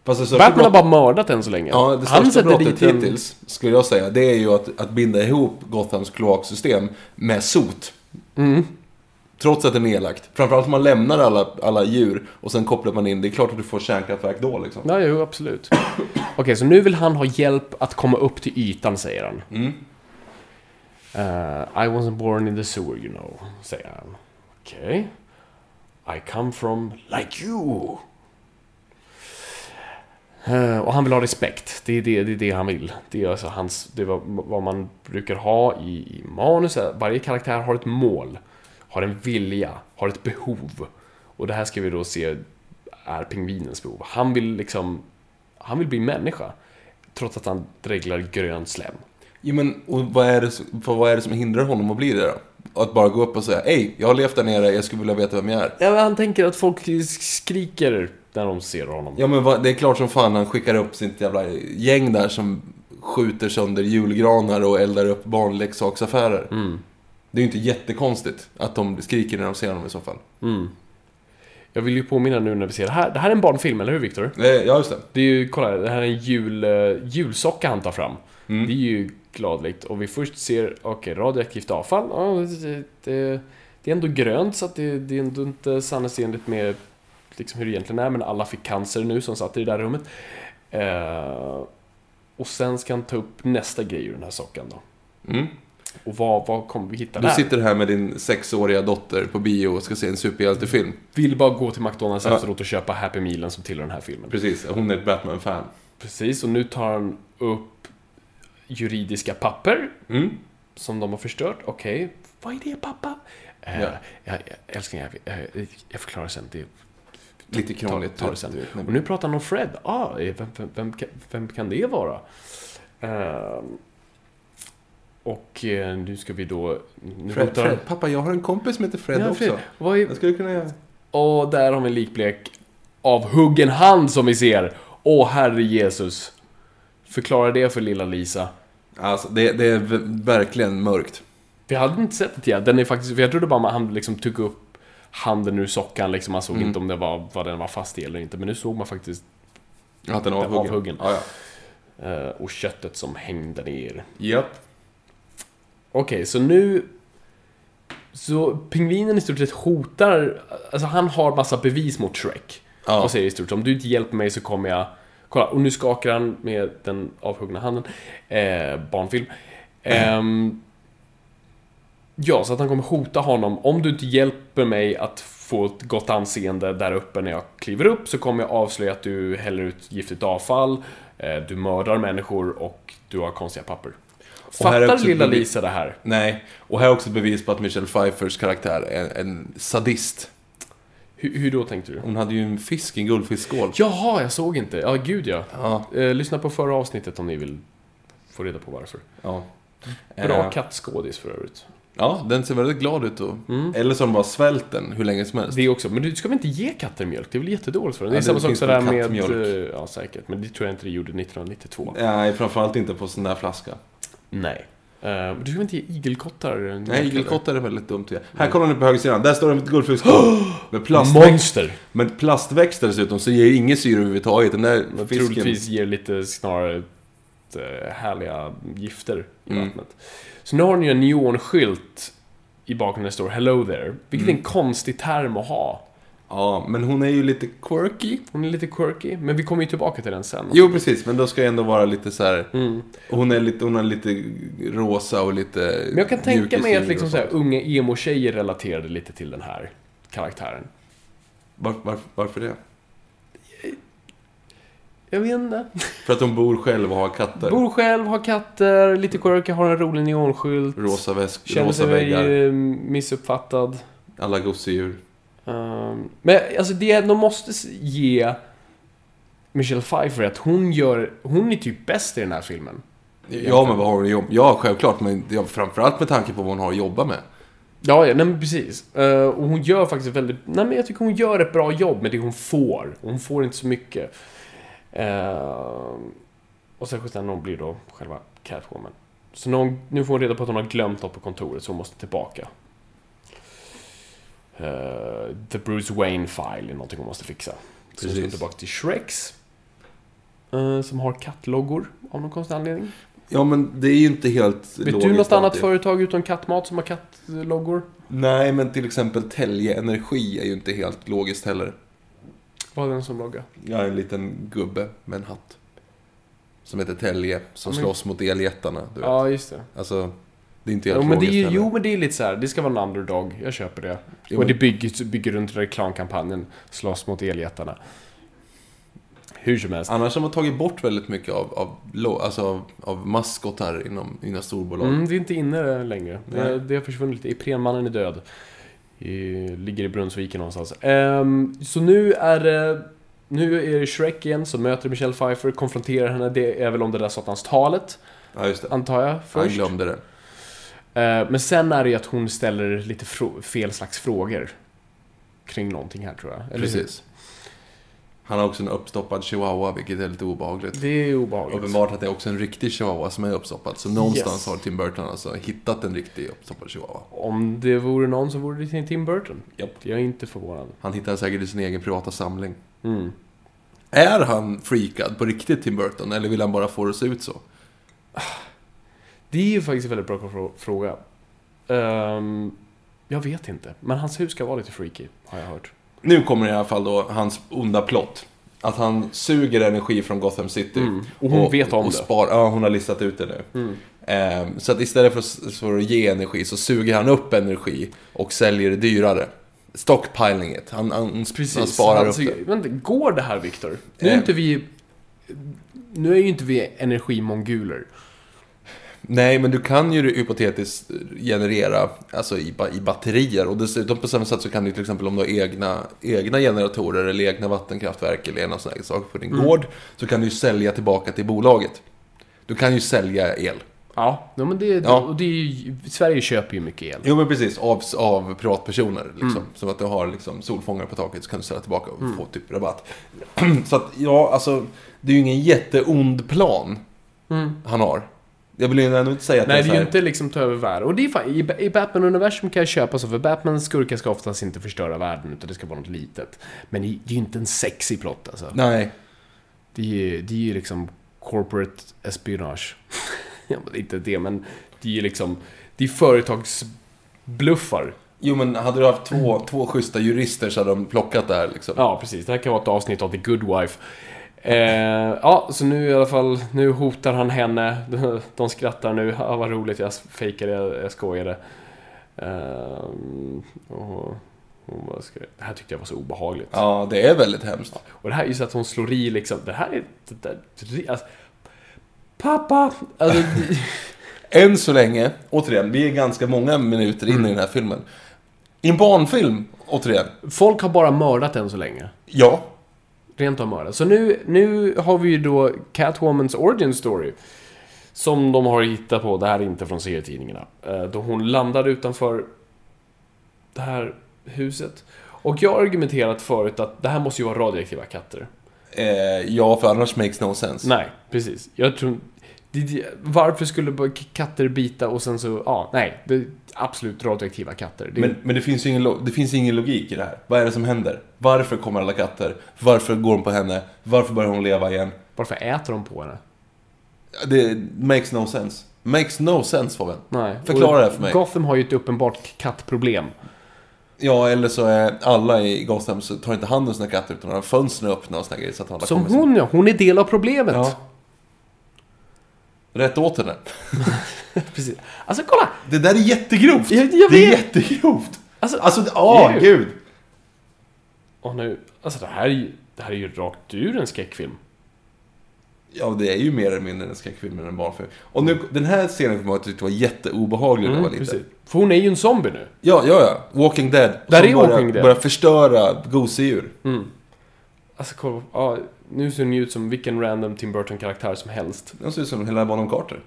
Speaker 1: Fast det största
Speaker 2: Batman har
Speaker 1: brott-
Speaker 2: bara mördat än så länge.
Speaker 1: Ja, det
Speaker 2: han
Speaker 1: största
Speaker 2: sätter
Speaker 1: brottet
Speaker 2: dit en-
Speaker 1: hittills, skulle jag säga, det är ju att, att binda ihop Gothams kloaksystem med sot.
Speaker 2: Mm.
Speaker 1: Trots att det är nedlagt. Framförallt om man lämnar alla, alla djur och sen kopplar man in. Det är klart att du får kärnkraftverk då liksom.
Speaker 2: Ja, jo, absolut. Okej, så nu vill han ha hjälp att komma upp till ytan, säger han. Eh, I wasn't born in the sewer, you know, säger han. Okej. I come from like you. Eh, och han vill ha respekt. Det är det, det, är det han vill. Det är alltså hans, det var vad man brukar ha i, i manus. är att Varje karaktär har ett mål, har en vilja, har ett behov. Och det här ska vi då se är pingvinens behov. Han vill liksom, han vill bli människa. Trots att han dreglar grön slem.
Speaker 1: Ja, men och vad, är det, som- för vad är det som hindrar honom att bli det då? Att bara gå upp och säga, hej, jag har levt där nere, jag skulle vilja veta vem jag är.
Speaker 2: Ja, men han tänker att folk skriker när de ser honom.
Speaker 1: Ja men vad, det är klart som fan han skickar upp sitt jävla gäng där som skjuter sönder julgranar och eldar upp barnleksaksaffärer.
Speaker 2: Mm.
Speaker 1: Det är ju inte jättekonstigt att de skriker när de ser honom i så fall.
Speaker 2: Mm. Jag vill ju påminna nu när vi ser det här. Det här är en barnfilm, eller hur Viktor?
Speaker 1: Eh, Ja, just det.
Speaker 2: Det är ju, kolla här, det här är en jul, eh, julsocka han tar fram.
Speaker 1: Mm.
Speaker 2: Det är ju gladligt. Och vi först ser, okej, radioaktivt avfall. Ja, det, det, det är ändå grönt, så att det, det är ändå inte sanningsenligt med liksom hur det egentligen är. Men alla fick cancer nu som satt i det där rummet. Eh, och sen ska han ta upp nästa grej ur den här sockan då.
Speaker 1: Mm.
Speaker 2: Och vad, vad kommer vi hitta
Speaker 1: Du
Speaker 2: där?
Speaker 1: sitter här med din sexåriga dotter på bio och ska se en superhjältefilm.
Speaker 2: Vill bara gå till McDonalds
Speaker 1: Ja.
Speaker 2: efteråt och köpa Happy Mealen som tillhör den här filmen.
Speaker 1: Precis, hon är ett Batman-fan.
Speaker 2: Precis, och nu tar han upp juridiska papper
Speaker 1: Mm.
Speaker 2: som de har förstört. Okej, vad är det pappa? Eh,
Speaker 1: Ja.
Speaker 2: jag, jag, älskling, jag, jag, jag förklarar sen. Det,
Speaker 1: Lite krångligt.
Speaker 2: Ta, ta det sen. Och nu pratar han om Fred. Ah, eh, vem, vem, vem, kan- vem kan det vara? Ehm, och eh, nu ska vi då... Nu
Speaker 1: Fred,
Speaker 2: rotar-
Speaker 1: Fred, pappa, jag har en kompis som heter Fred
Speaker 2: Ja,
Speaker 1: också.
Speaker 2: Fred. Vad är,
Speaker 1: Jag skulle kunna göra...
Speaker 2: och där har vi en likblek av huggen hand som vi ser. Åh, herre Jesus. Förklara det för lilla Lisa.
Speaker 1: Alltså, det, det är v- verkligen mörkt.
Speaker 2: Vi hade inte sett det tidigare. Den är faktiskt, för jag trodde bara han liksom tog upp handen ur sockan liksom. Man såg inte om det var, vad den var fast i eller inte. Men nu såg man faktiskt
Speaker 1: Att den är avhuggen.
Speaker 2: avhuggen.
Speaker 1: Ja, ja.
Speaker 2: eh, och köttet som hängde ner.
Speaker 1: Japp.
Speaker 2: Okej, så nu... Så pingvinen i stort sett hotar... Alltså han har massa bevis mot Shrek.
Speaker 1: Ja.
Speaker 2: Och säger i stort sett om du inte hjälper mig så kommer jag... Kolla, och nu skakar han med den avhuggna handen. Eh, barnfilm. Ehm, ja, så att han kommer hota honom. Om du inte hjälper mig att få ett gott anseende där uppe när jag kliver upp så kommer jag avslöja att du häller ut giftigt avfall, eh, du mördar människor och du har konstiga papper.
Speaker 1: här är
Speaker 2: Fattar
Speaker 1: också
Speaker 2: lilla
Speaker 1: bevis-
Speaker 2: Lisa det här?
Speaker 1: Nej, och här är också bevis på att Michelle Pfeiffers karaktär är en sadist.
Speaker 2: Hur, hur då tänkte du?
Speaker 1: Hon hade ju en fisk i en guldfiskskål.
Speaker 2: Jaha, jag såg inte. Ja, gud ja.
Speaker 1: Ja.
Speaker 2: Eh, lyssna på förra avsnittet om ni vill få reda på varför.
Speaker 1: ja.
Speaker 2: Bra
Speaker 1: Eh,
Speaker 2: kattskådis för övrigt.
Speaker 1: Ja, den ser väldigt glad ut då. Eller som bara svälten hur länge som helst.
Speaker 2: Det också. Men du ska väl inte ge katter mjölk? Det är väl jättedåligt för dem? Det är
Speaker 1: Ja, det
Speaker 2: samma sak
Speaker 1: finns
Speaker 2: sådär
Speaker 1: väl
Speaker 2: med...
Speaker 1: kattmjölk.
Speaker 2: eh, Ja, säkert. Men det tror jag inte det gjorde 1992.
Speaker 1: Nej, framförallt inte på sån där flaska.
Speaker 2: Nej. Eh, men du ska väl inte ge igelkottar mjölk,
Speaker 1: Nej,
Speaker 2: eller?
Speaker 1: igelkottar är väldigt dumt. Ja. Här kollar ni på högersidan, där står det ett guldfiskskål. med, plastväxt,
Speaker 2: Monster!
Speaker 1: med plastväxt dessutom, så ger ju ingen syre överhuvudtaget. Den där
Speaker 2: Men
Speaker 1: fisken...
Speaker 2: troligtvis ger lite snarare eh, härliga gifter i
Speaker 1: Mm.
Speaker 2: vattnet. Så nu har ni ju en neonskylt i bakgrunden där det står “Hello there”, vilket
Speaker 1: Mm.
Speaker 2: är en konstig term att ha.
Speaker 1: Ja, men hon är ju lite quirky.
Speaker 2: Hon är lite quirky, men vi kommer ju tillbaka till den sen.
Speaker 1: Jo, precis, men då ska jag ändå vara lite så här...
Speaker 2: Mm.
Speaker 1: Hon är lite, hon är lite rosa och lite
Speaker 2: Men jag kan tänka
Speaker 1: mjukis
Speaker 2: mig
Speaker 1: i
Speaker 2: att liksom
Speaker 1: och
Speaker 2: så här, unga emo-tjejer relaterade lite till den här karaktären.
Speaker 1: Var, var, varför det?
Speaker 2: Jag vet inte.
Speaker 1: För att hon bor själv och har katter.
Speaker 2: Bor själv, har katter, lite quirky, har en rolig neonskylt.
Speaker 1: Rosa väsk,
Speaker 2: Känner
Speaker 1: rosa
Speaker 2: sig
Speaker 1: väggar,
Speaker 2: eh, missuppfattad.
Speaker 1: alla gosedjur.
Speaker 2: Ehm, men alltså det de måste s- ge Michelle Pfeiffer är att hon gör, hon är typ bäst i den här filmen.
Speaker 1: Ja, men vad har hon i jobb? Ja, självklart. Men ja, framförallt med tanke på vad hon har att jobba med.
Speaker 2: Ja, ja nej, men precis. Eh, och hon gör faktiskt väldigt... Nej, men jag tycker hon gör ett bra jobb med det hon får. Hon får inte så mycket. Eh, och särskilt när hon blir då själva Catwoman. Så när hon, nu får hon reda på att hon har glömt något på kontoret, så hon måste tillbaka. Eh, the Bruce Wayne-file är någonting hon måste fixa. Så hon ska
Speaker 1: Precis.
Speaker 2: tillbaka till Shreks. eh, som har kattloggor av någon konstig anledning.
Speaker 1: Ja, men det är ju inte helt
Speaker 2: Vet du
Speaker 1: logiskt
Speaker 2: något annat
Speaker 1: alltid.
Speaker 2: företag utom kattmat som har kattloggor?
Speaker 1: Nej, men till exempel Telge Energi är ju inte helt logiskt heller.
Speaker 2: Vad är den som loggar?
Speaker 1: Jag är en liten gubbe med en hatt. Som heter Telge, som
Speaker 2: Ja, men-
Speaker 1: slåss mot eljättarna. Du vet.
Speaker 2: Ja, just det.
Speaker 1: Alltså, det är inte helt
Speaker 2: Jo men, det
Speaker 1: logiskt
Speaker 2: är,
Speaker 1: heller.
Speaker 2: jo men det är lite så här. det ska vara en underdog, jag köper det.
Speaker 1: Jo,
Speaker 2: och det
Speaker 1: men-
Speaker 2: bygger, bygger runt reklamkampanjen, slåss mot eljättarna. Hur som helst.
Speaker 1: Annars har man tagit bort väldigt mycket av, av, lo- alltså av, av maskotar inom, inom storbolag.
Speaker 2: Mm, det är inte inne längre. Det,
Speaker 1: Nej.
Speaker 2: det har försvunnit lite. Iprenmannen är död. I, ligger i Brunnsviken någonstans. Ehm, så nu är det... Nu är det Shrek igen som möter Michelle Pfeiffer, konfronterar henne. Det är väl om det där satans talet,
Speaker 1: Ja, just det.
Speaker 2: antar jag.
Speaker 1: Han
Speaker 2: Först.
Speaker 1: glömde det.
Speaker 2: Eh, Men sen är det ju att hon ställer lite frå- fel slags frågor. Kring någonting här tror jag. Eller hur?
Speaker 1: Precis. Han har också en uppstoppad chihuahua, vilket är lite obehagligt.
Speaker 2: Det är obehagligt.
Speaker 1: Uppenbart att det är också en riktig chihuahua som är uppstoppad. Så någonstans
Speaker 2: Yes.
Speaker 1: har Tim Burton alltså hittat en riktig uppstoppad chihuahua.
Speaker 2: Om det vore någon så vore det Tim Burton.
Speaker 1: Japp.
Speaker 2: Jag är inte förvånad.
Speaker 1: Han hittar säkert i sin egen privata samling.
Speaker 2: Mm.
Speaker 1: Är han freakad på riktigt Tim Burton, eller vill han bara få det att se ut så?
Speaker 2: Det är ju faktiskt en väldigt bra frå- fråga. Ehm, jag vet inte. Men hans hus ska vara lite freaky, har jag hört.
Speaker 1: Nu kommer i alla fall då hans onda plott. Att han suger energi från Gotham City.
Speaker 2: Mm. Och hon vet om
Speaker 1: och
Speaker 2: det. Mm.
Speaker 1: Spar, ja, hon har listat ut det nu. Ehm, så att istället för, att- för att ge energi så suger han upp energi och säljer det dyrare. Stockpiling it. Han, han, han sparar
Speaker 2: Han
Speaker 1: upp
Speaker 2: tycker-
Speaker 1: det.
Speaker 2: Men går det här, Viktor? Nu är
Speaker 1: Eh.
Speaker 2: inte vi... Nu är ju inte vi energimonguler.
Speaker 1: Nej, men du kan ju hypotetiskt generera alltså i, ba- i batterier. Och dessutom på samma sätt så kan du till exempel om du har egna, egna generatorer eller egna vattenkraftverk eller ena sån här sak på din gård. Så kan du ju sälja tillbaka till bolaget. Du kan ju sälja el.
Speaker 2: Ja, ja men det,
Speaker 1: Ja.
Speaker 2: Och det är ju, Sverige köper ju mycket el.
Speaker 1: Jo men precis, av, av privatpersoner. Liksom. Som att du har liksom, solfångare på taket så kan du ställa tillbaka och få typ rabatt. så att ja, alltså det är ju ingen jätteond plan han har. Jag vill ju ändå inte säga att
Speaker 2: Nej,
Speaker 1: Mm. det är
Speaker 2: det är ju
Speaker 1: så här-
Speaker 2: inte liksom ta över världen. Och det är fan, i, Ba- i Batman-universum kan jag köpa så, för Batmans skurkar ska oftast inte förstöra världen, utan det ska vara något litet. Men det det är ju inte en sexy plot alltså.
Speaker 1: Nej,
Speaker 2: Det är ju det är ju liksom corporate espionage. ja, men det är inte det, men det är ju liksom, det är företagsbluffar.
Speaker 1: Jo men hade du haft två, två schyssta jurister så hade de plockat det här liksom.
Speaker 2: Ja, precis. Det här kan vara ett avsnitt av The Good Wife. Eh, ja, så nu i alla fall, nu hotar han henne. De skrattar nu. Ja, vad roligt, jag fejkade, jag, jag skojade. Eh, och hon bara skrek. Det här tyckte jag var så obehagligt.
Speaker 1: Ja, det är väldigt hemskt.
Speaker 2: Och det här är ju så att hon slår i liksom, det här är... Det där, alltså, pappa! Alltså, det-
Speaker 1: Än så länge, återigen, vi är ganska många minuter in
Speaker 2: Mm.
Speaker 1: i den här filmen. I en barnfilm, återigen.
Speaker 2: folk har bara mördat än så länge.
Speaker 1: Ja.
Speaker 2: Rent av mördad. Så nu, nu har vi ju då Catwomans origin story. Som de har hittat på, det här är inte från serietidningarna. Eh, Då hon landade utanför det här huset. Och jag har argumenterat förut att det här måste ju vara radioaktiva katter.
Speaker 1: Eh, ja, för annars makes no sense.
Speaker 2: Nej, precis. Jag tror... det- det- Varför skulle bara k- katter bita och sen så... Ja, nej. Det är absolut radioaktiva katter. Det är,
Speaker 1: Men, men det, finns ju ingen, lo- det finns ingen logik i det här. Vad är det som händer? Varför kommer alla katter? Varför går de på henne? Varför börjar hon leva igen?
Speaker 2: Varför äter de på henne?
Speaker 1: Det makes no sense. Makes no sense, Fabian.
Speaker 2: Nej.
Speaker 1: Förklara
Speaker 2: Och
Speaker 1: det här för mig.
Speaker 2: Gotham har ju ett uppenbart kattproblem.
Speaker 1: Ja, eller så är alla i Gotham så tar inte hand om sina katter utan har fönstren öppna och såna grejer så att alla
Speaker 2: Som
Speaker 1: kommer
Speaker 2: hon ja, hon är del av problemet.
Speaker 1: Ja. Rätt åt henne.
Speaker 2: Precis. Alltså kolla!
Speaker 1: Det där är jättegrovt!
Speaker 2: Jag- jag
Speaker 1: det är
Speaker 2: vet.
Speaker 1: jättegrovt!
Speaker 2: Alltså,
Speaker 1: Alltså, åh
Speaker 2: Ew.
Speaker 1: gud!
Speaker 2: Åh, nu, alltså det här, är ju- det här är ju rakt ur en skräckfilm.
Speaker 1: Ja, det är ju mer eller mindre en skräckfilm än en barnfilm. Och nu, den här scenen kommer jag att tycka var jätteobehaglig när jag var liten.
Speaker 2: Mm, Precis. För hon är ju en zombie nu.
Speaker 1: Ja, ja, ja. Walking Dead.
Speaker 2: Där
Speaker 1: som
Speaker 2: är
Speaker 1: börjar,
Speaker 2: Walking Dead.
Speaker 1: börjar förstöra gosedjur.
Speaker 2: Alltså kolla, ja, Nu ser hon ju ut som vilken random Tim Burton-karaktär som helst.
Speaker 1: Den ser ut som Helena Bonham Carter.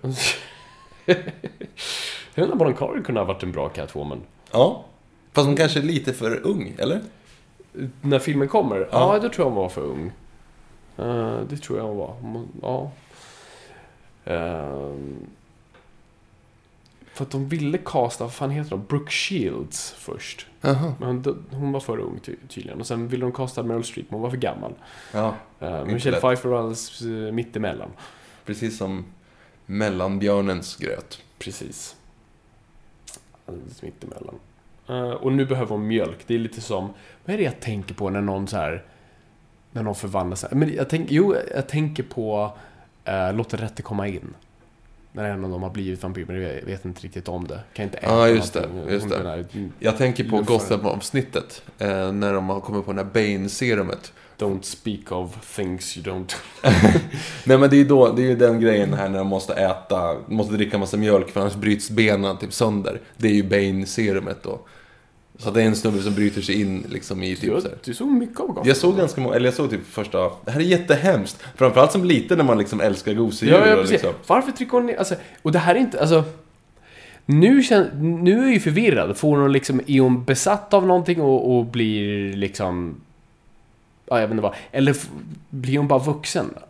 Speaker 2: Helena Bonham Carter kunde ha varit en bra Catwoman.
Speaker 1: Ja. Fast hon kanske är lite för ung, eller?
Speaker 2: När filmen kommer? Ja, då tror jag hon var för ung. Eh, det tror jag hon var. Hon må- Ja. Ehm, för att de ville casta, vad fan heter de? Brooke Shields först.
Speaker 1: Jaha.
Speaker 2: Men då- hon var för ung ty- tydligen. Och sen ville de casta Meryl Streep, men hon var för gammal.
Speaker 1: Ja,
Speaker 2: Uh,
Speaker 1: Inte
Speaker 2: Michelle
Speaker 1: lätt.
Speaker 2: Pfeiffer var alldeles eh, mittemellan.
Speaker 1: precis som mellanbjörnens gröt.
Speaker 2: Precis. Alldeles mittemellan. Eh, och nu behöver hon mjölk. Det är lite som, vad är det jag tänker på när någon så här när någon förvandlas? så här? Men jag tänk, jo, jag tänker på eh, Låt den rätte komma in. När en av dem har blivit vampyr, men jag vet inte riktigt om det. Kan inte äta
Speaker 1: Ja, just
Speaker 2: någonting.
Speaker 1: det,
Speaker 2: Hon
Speaker 1: just det.
Speaker 2: menar, "Mm,
Speaker 1: Jag tänker på
Speaker 2: Luffare.
Speaker 1: Gotham-avsnittet. Eh, när de har kommit på det här Bane-serumet.
Speaker 2: Don't speak of things you don't...
Speaker 1: Nej men det är ju då, det är ju den grejen här när de måste äta, måste dricka massa mjölk för annars bryts benen typ sönder. Det är ju Bane-serumet då. Så att det är en snubbe som bryter sig in liksom i typ
Speaker 2: Du,
Speaker 1: så här.
Speaker 2: du såg mycket av Gotham.
Speaker 1: Jag såg ganska många, eller jag såg typ första, det här är jättehemskt. Framförallt som liten när man liksom älskar gosedjur.
Speaker 2: Ja, ja
Speaker 1: och
Speaker 2: precis.
Speaker 1: liksom.
Speaker 2: Varför trycker hon ner... Alltså, och det här är inte... Alltså, nu, kän, nu är jag ju förvirrad. Får hon liksom, är hon besatt av någonting och, och blir liksom... Ja, jag vet inte vad. Eller f- blir hon bara vuxen?
Speaker 1: Ja,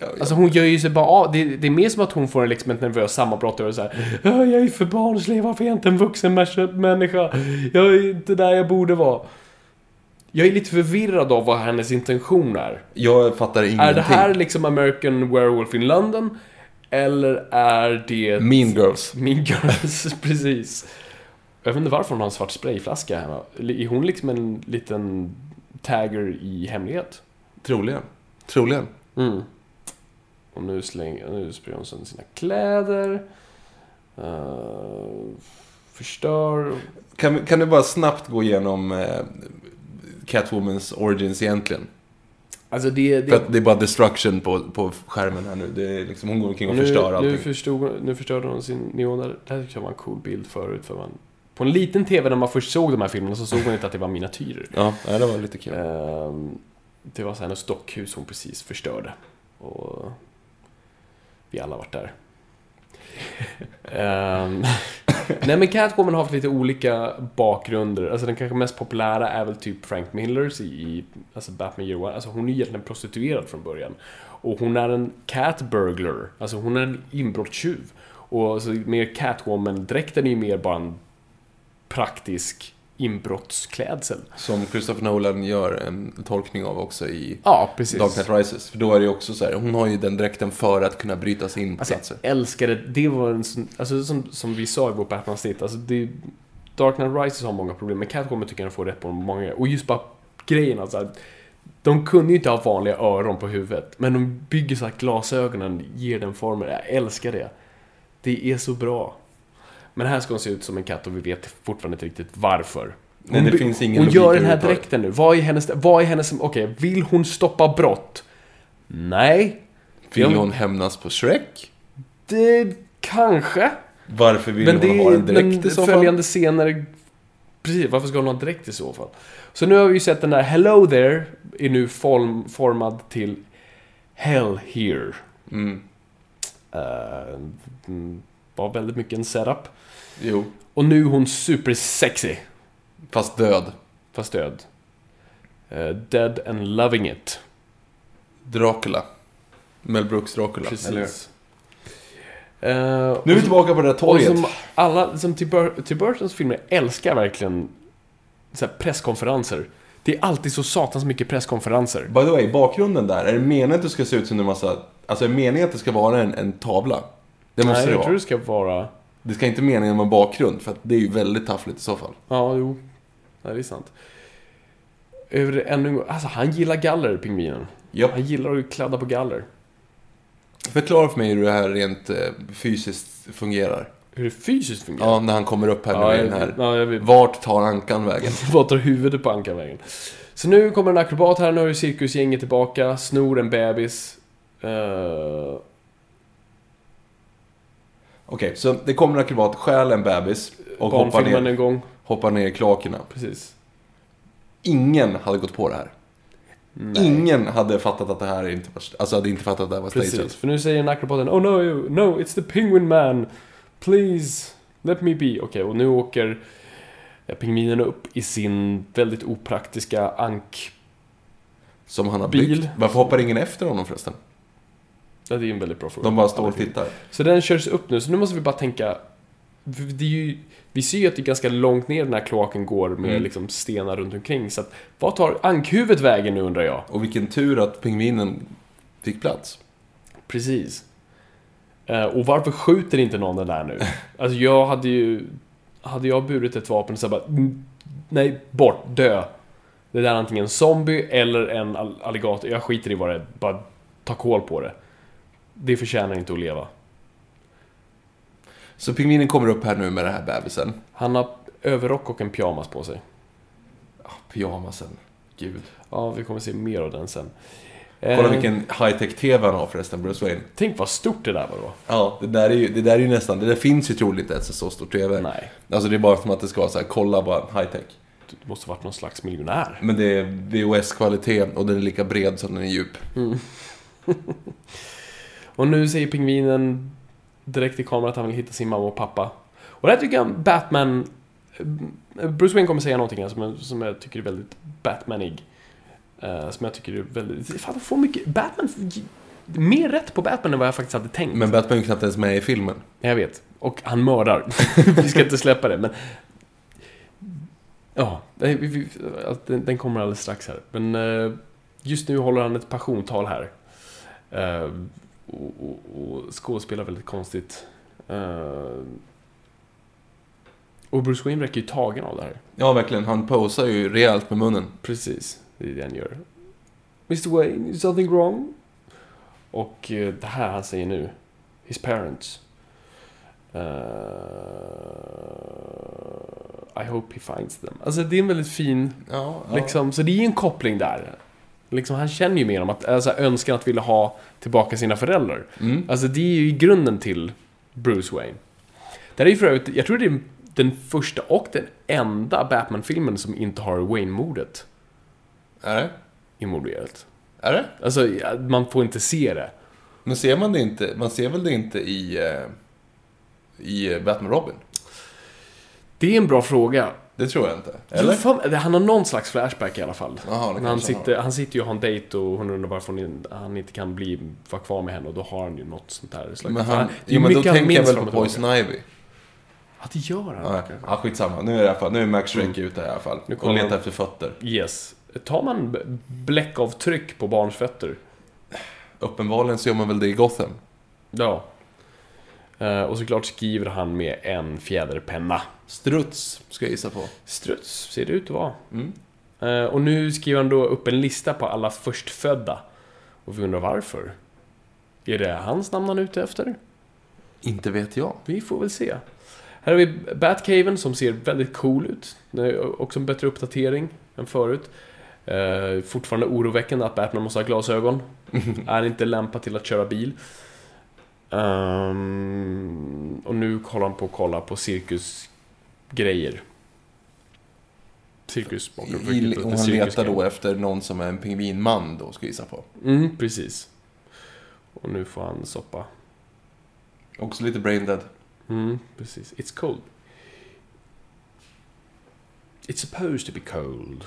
Speaker 1: ja.
Speaker 2: Alltså hon gör ju sig bara av. Det, det är mer som att hon får liksom ett nervöst sammanbrott och är så här. "Ja, Jag är för barnslig, varför är jag inte en vuxen människa- människa? Jag är inte där jag borde vara. Jag är lite förvirrad av vad hennes intention är.
Speaker 1: jag fattar ingenting.
Speaker 2: Är det här liksom American Werewolf in London? Eller är det
Speaker 1: Mean Girls.
Speaker 2: Mean Girls? Precis. Jag vet inte varför hon har en svart sprayflaska hemma. Eller Är hon liksom en liten tagger i hemlighet?
Speaker 1: Troligen. Troligen.
Speaker 2: Och nu slänger, nu sprider hon sönder sina kläder. Eh, förstör.
Speaker 1: Kan, vi- kan du bara snabbt gå igenom eh, Catwomans origins egentligen?
Speaker 2: Alltså det... det
Speaker 1: För att det är bara destruction på, på skärmen här nu. Det är liksom, hon går omkring och förstör
Speaker 2: nu,
Speaker 1: allting.
Speaker 2: nu, förstod, nu förstörde hon sin neoner. Det här tyckte jag var en cool bild förut. För man, på en liten TV när man först såg de här filmerna så såg man inte att det var miniatyrer.
Speaker 1: Ja, nej, det var lite kul.
Speaker 2: Ehm, Det var så här hennes dockhus hon precis förstörde. Och vi alla varit där. Ehm, Nej men Catwoman har haft lite olika bakgrunder. Alltså den kanske mest populära är väl typ Frank Millers i- i alltså Batman Year One. Alltså hon är ju egentligen prostituerad från början. Och hon är en cat burglar. Alltså hon är en inbrottstjuv. Och alltså, mer Catwoman-dräkten är ju mer bara en praktisk inbrottsklädsel.
Speaker 1: Som Christopher Nolan gör en tolkning av också i
Speaker 2: Ja, precis.
Speaker 1: Dark Knight Rises. För då är det ju också så här, hon har ju den dräkten för att kunna bryta sig in på
Speaker 2: Alltså,
Speaker 1: platser.
Speaker 2: jag älskade, det var en sån, alltså som, som vi sa i vårt Batman-snitt, alltså det, Dark Knight Rises har många problem, men Catwoman tycker jag den får rätt på många grejer. Och just bara grejen alltså, att de kunde ju inte ha vanliga öron på huvudet, men de bygger så att glasögonen ger den formen. Jag älskar det. Det är så bra. Men här ska hon se ut som en katt och vi vet fortfarande inte riktigt varför.
Speaker 1: Nej, det
Speaker 2: by-
Speaker 1: finns ingen
Speaker 2: hon
Speaker 1: logik
Speaker 2: gör den här
Speaker 1: överhuvudtaget.
Speaker 2: dräkten nu. Vad är hennes... Vad är hennes Okej, vill hon stoppa brott? Nej.
Speaker 1: Vill
Speaker 2: Jag-
Speaker 1: hon hämnas på Shrek?
Speaker 2: det kanske.
Speaker 1: Varför vill
Speaker 2: Men
Speaker 1: hon
Speaker 2: det
Speaker 1: ha
Speaker 2: är
Speaker 1: en dräkt i
Speaker 2: men
Speaker 1: så
Speaker 2: följande scener. Precis, varför ska hon ha en dräkt i så fall? Så nu har vi ju sett den där Hello there är nu form, formad till Hell here.
Speaker 1: fall? Mm.
Speaker 2: Eh, mm, var väldigt mycket en setup.
Speaker 1: Jo,
Speaker 2: Och nu är hon supersexy.
Speaker 1: fast död.
Speaker 2: Fast död. Eh, dead and loving it.
Speaker 1: Dracula. Mel Brooks Dracula. eller hur?
Speaker 2: Precis. Eh,
Speaker 1: Nu är vi tillbaka på det där
Speaker 2: Och
Speaker 1: torget.
Speaker 2: som alla, som Tim, Bur- Tim Burtons filmer älskar verkligen så här presskonferenser. Det är alltid så satans mycket presskonferenser.
Speaker 1: By the way, bakgrunden där. Är det meningen att det ska se ut som en massa... Alltså är det meningen att det ska vara en, en tavla? Det måste
Speaker 2: Nej,
Speaker 1: det
Speaker 2: jag
Speaker 1: vara.
Speaker 2: tror det ska vara...
Speaker 1: Det ska inte meningen vara bakgrund, för att det är ju väldigt taffligt i så fall.
Speaker 2: Ja, jo. Nej, det är sant. Över ännu en gång. Alltså, han gillar galler, pingvinen.
Speaker 1: Japp.
Speaker 2: Han gillar att kladda på galler.
Speaker 1: Förklara för mig hur det här rent eh, fysiskt fungerar.
Speaker 2: Hur det fysiskt fungerar.
Speaker 1: Ja, när han kommer upp här nu i den
Speaker 2: jag,
Speaker 1: här.
Speaker 2: ja, jag vet.
Speaker 1: Vart tar ankan vägen?
Speaker 2: Vad tar huvudet på ankarvägen? Så nu kommer en akrobat här, nu har ju cirkusgänget tillbaka, snor en bebis. Eh,
Speaker 1: Okej, så det kommer en akrobat, stjäl en bebis och hoppar
Speaker 2: barnfilmen en
Speaker 1: ner,
Speaker 2: gång.
Speaker 1: hoppar ner i kloakerna.
Speaker 2: Precis.
Speaker 1: Ingen hade gått på det här. Ingen hade fattat att det här inte var, alltså hade inte fattat att det här var stageat.
Speaker 2: Precis, för nu säger nakropoden Oh no, no, it's the penguin man. Please, let me be. Okej, och nu åker eh, pingvinen upp i sin väldigt opraktiska ank...
Speaker 1: Som han har
Speaker 2: Bil.
Speaker 1: byggt. Varför hoppar ingen efter honom förresten?
Speaker 2: Ja, det är en väldigt bra fråga.
Speaker 1: De bara står och tittar.
Speaker 2: Så den körs upp nu, så nu måste vi bara tänka... Det är ju, vi ser ju att det är ganska långt ner den här kloaken går med
Speaker 1: Mm.
Speaker 2: liksom stenar runt omkring. Så att, vad tar ankhuvudet vägen nu undrar jag?
Speaker 1: Och vilken tur att pingvinen fick plats.
Speaker 2: Precis. Eh, och varför skjuter inte någon den där nu? Alltså jag hade ju... Hade jag burit ett vapen så här bara... "Mm, Nej, bort, dö. Det där är antingen en zombie eller en all- alligator. Jag skiter i vad det är. Bara ta koll på det. Det förtjänar inte att leva.
Speaker 1: Så pingvinen kommer upp här nu med den här bebisen.
Speaker 2: Han har överrock och en pyjamas på sig.
Speaker 1: Pyjamasen. Gud.
Speaker 2: Ja, vi kommer se mer av den sen.
Speaker 1: Kolla
Speaker 2: Eh,
Speaker 1: vilken high-tech TV han har förresten, Bruce Wayne.
Speaker 2: Tänk vad stort det där var då.
Speaker 1: Ja, det där är ju, det där är ju nästan, det där finns ju troligt inte ens en så stor TV.
Speaker 2: Nej.
Speaker 1: Alltså det är bara som att det ska vara så här, kolla bara high-tech.
Speaker 2: Du måste ha varit någon slags miljonär.
Speaker 1: Men det är VHS-kvalitet och den är lika bred som den är djup.
Speaker 2: Och nu säger pingvinen direkt i kameran att han vill hitta sin mamma och pappa. Och där tycker jag Batman... eh, Bruce Wayne kommer säga någonting här som jag, som jag tycker är väldigt Batmanig. Eh, som jag tycker är väldigt... Fan, de får mycket... Batman... Mer rätt på Batman än vad jag faktiskt hade tänkt.
Speaker 1: Men Batman är ju knappt ens med i filmen.
Speaker 2: Jag vet. Och han mördar. vi ska inte släppa det, men... Ja, nej, vi- vi- att den, den kommer alldeles strax här. Men eh, just nu håller han ett passiontal här. Eh, och, och, och skådespelar väldigt konstigt. Eh, och Bruce Wayne räcker ju tagen av det här.
Speaker 1: Ja, verkligen. Han posar ju rejält med munnen.
Speaker 2: Precis, det är det han gör. Mr Wayne, is something wrong? Och eh, det här han säger nu. His parents. Eh, I hope he finds them. Alltså det är en väldigt fin,
Speaker 1: Ja,
Speaker 2: liksom, så det är ju en koppling där. Liksom, han känner ju mer om att, alltså önskan att vilja ha tillbaka sina föräldrar.
Speaker 1: Mm.
Speaker 2: Alltså det är ju grunden till Bruce Wayne. Det här är ju för övrigt, jag tror det är den första och den enda Batman-filmen som inte har Wayne-mordet
Speaker 1: Är det?
Speaker 2: involverat.
Speaker 1: Är det?
Speaker 2: Alltså, ja, man får inte se det.
Speaker 1: Men ser man det inte, man ser väl det inte i, eh, i eh, Batman Robin?
Speaker 2: Det är en bra fråga.
Speaker 1: Det tror jag inte.
Speaker 2: Eller?
Speaker 1: Eller?
Speaker 2: Fan, han har någon slags flashback i alla fall.
Speaker 1: Jaha, det
Speaker 2: När han,
Speaker 1: kanske han
Speaker 2: sitter, han sitter ju och har en dejt och hon undrar varför hon- han inte kan bli, vara kvar med henne och då har han ju något sånt där slags...
Speaker 1: Men
Speaker 2: Det
Speaker 1: han,
Speaker 2: är ju
Speaker 1: jo, men då
Speaker 2: mycket han
Speaker 1: tänker jag
Speaker 2: minns
Speaker 1: väl
Speaker 2: fram
Speaker 1: på
Speaker 2: och
Speaker 1: Poison
Speaker 2: tillbaka.
Speaker 1: Ivy.
Speaker 2: Ja, det gör han.
Speaker 1: Ja, ah, skitsamma. Nu är, det i alla fall, nu är Max Shrek ute i alla fall.
Speaker 2: Nu
Speaker 1: och
Speaker 2: kollar
Speaker 1: letar
Speaker 2: han.
Speaker 1: efter fötter.
Speaker 2: Yes. Tar man b- bläckavtryck på barns fötter?
Speaker 1: Uppenbarligen så gör man väl det i Gotham.
Speaker 2: Ja. Eh, och såklart skriver han med en fjäderpenna.
Speaker 1: Struts, ska jag gissa på.
Speaker 2: Struts ser det ut att vara. Eh, och nu skriver han då upp en lista på alla förstfödda. Och vi undrar varför. Är det hans namn han är ute efter?
Speaker 1: Inte vet jag.
Speaker 2: Vi får väl se. Här har vi Batcaven som ser väldigt cool ut. Det är Också en bättre uppdatering än förut. Eh, fortfarande oroväckande att Batman måste ha glasögon. är inte lämpad till att köra bil. Ehm, och nu kollar han på kolla på cirkusgrejer. Cirkusbakgrund.
Speaker 1: I, i, och han letar då efter någon som är en pingvinman då, ska jag gissa på.
Speaker 2: Mm, precis. Och nu får han soppa.
Speaker 1: Också lite braindead.
Speaker 2: Mm, precis. It's cold. It's supposed to be cold.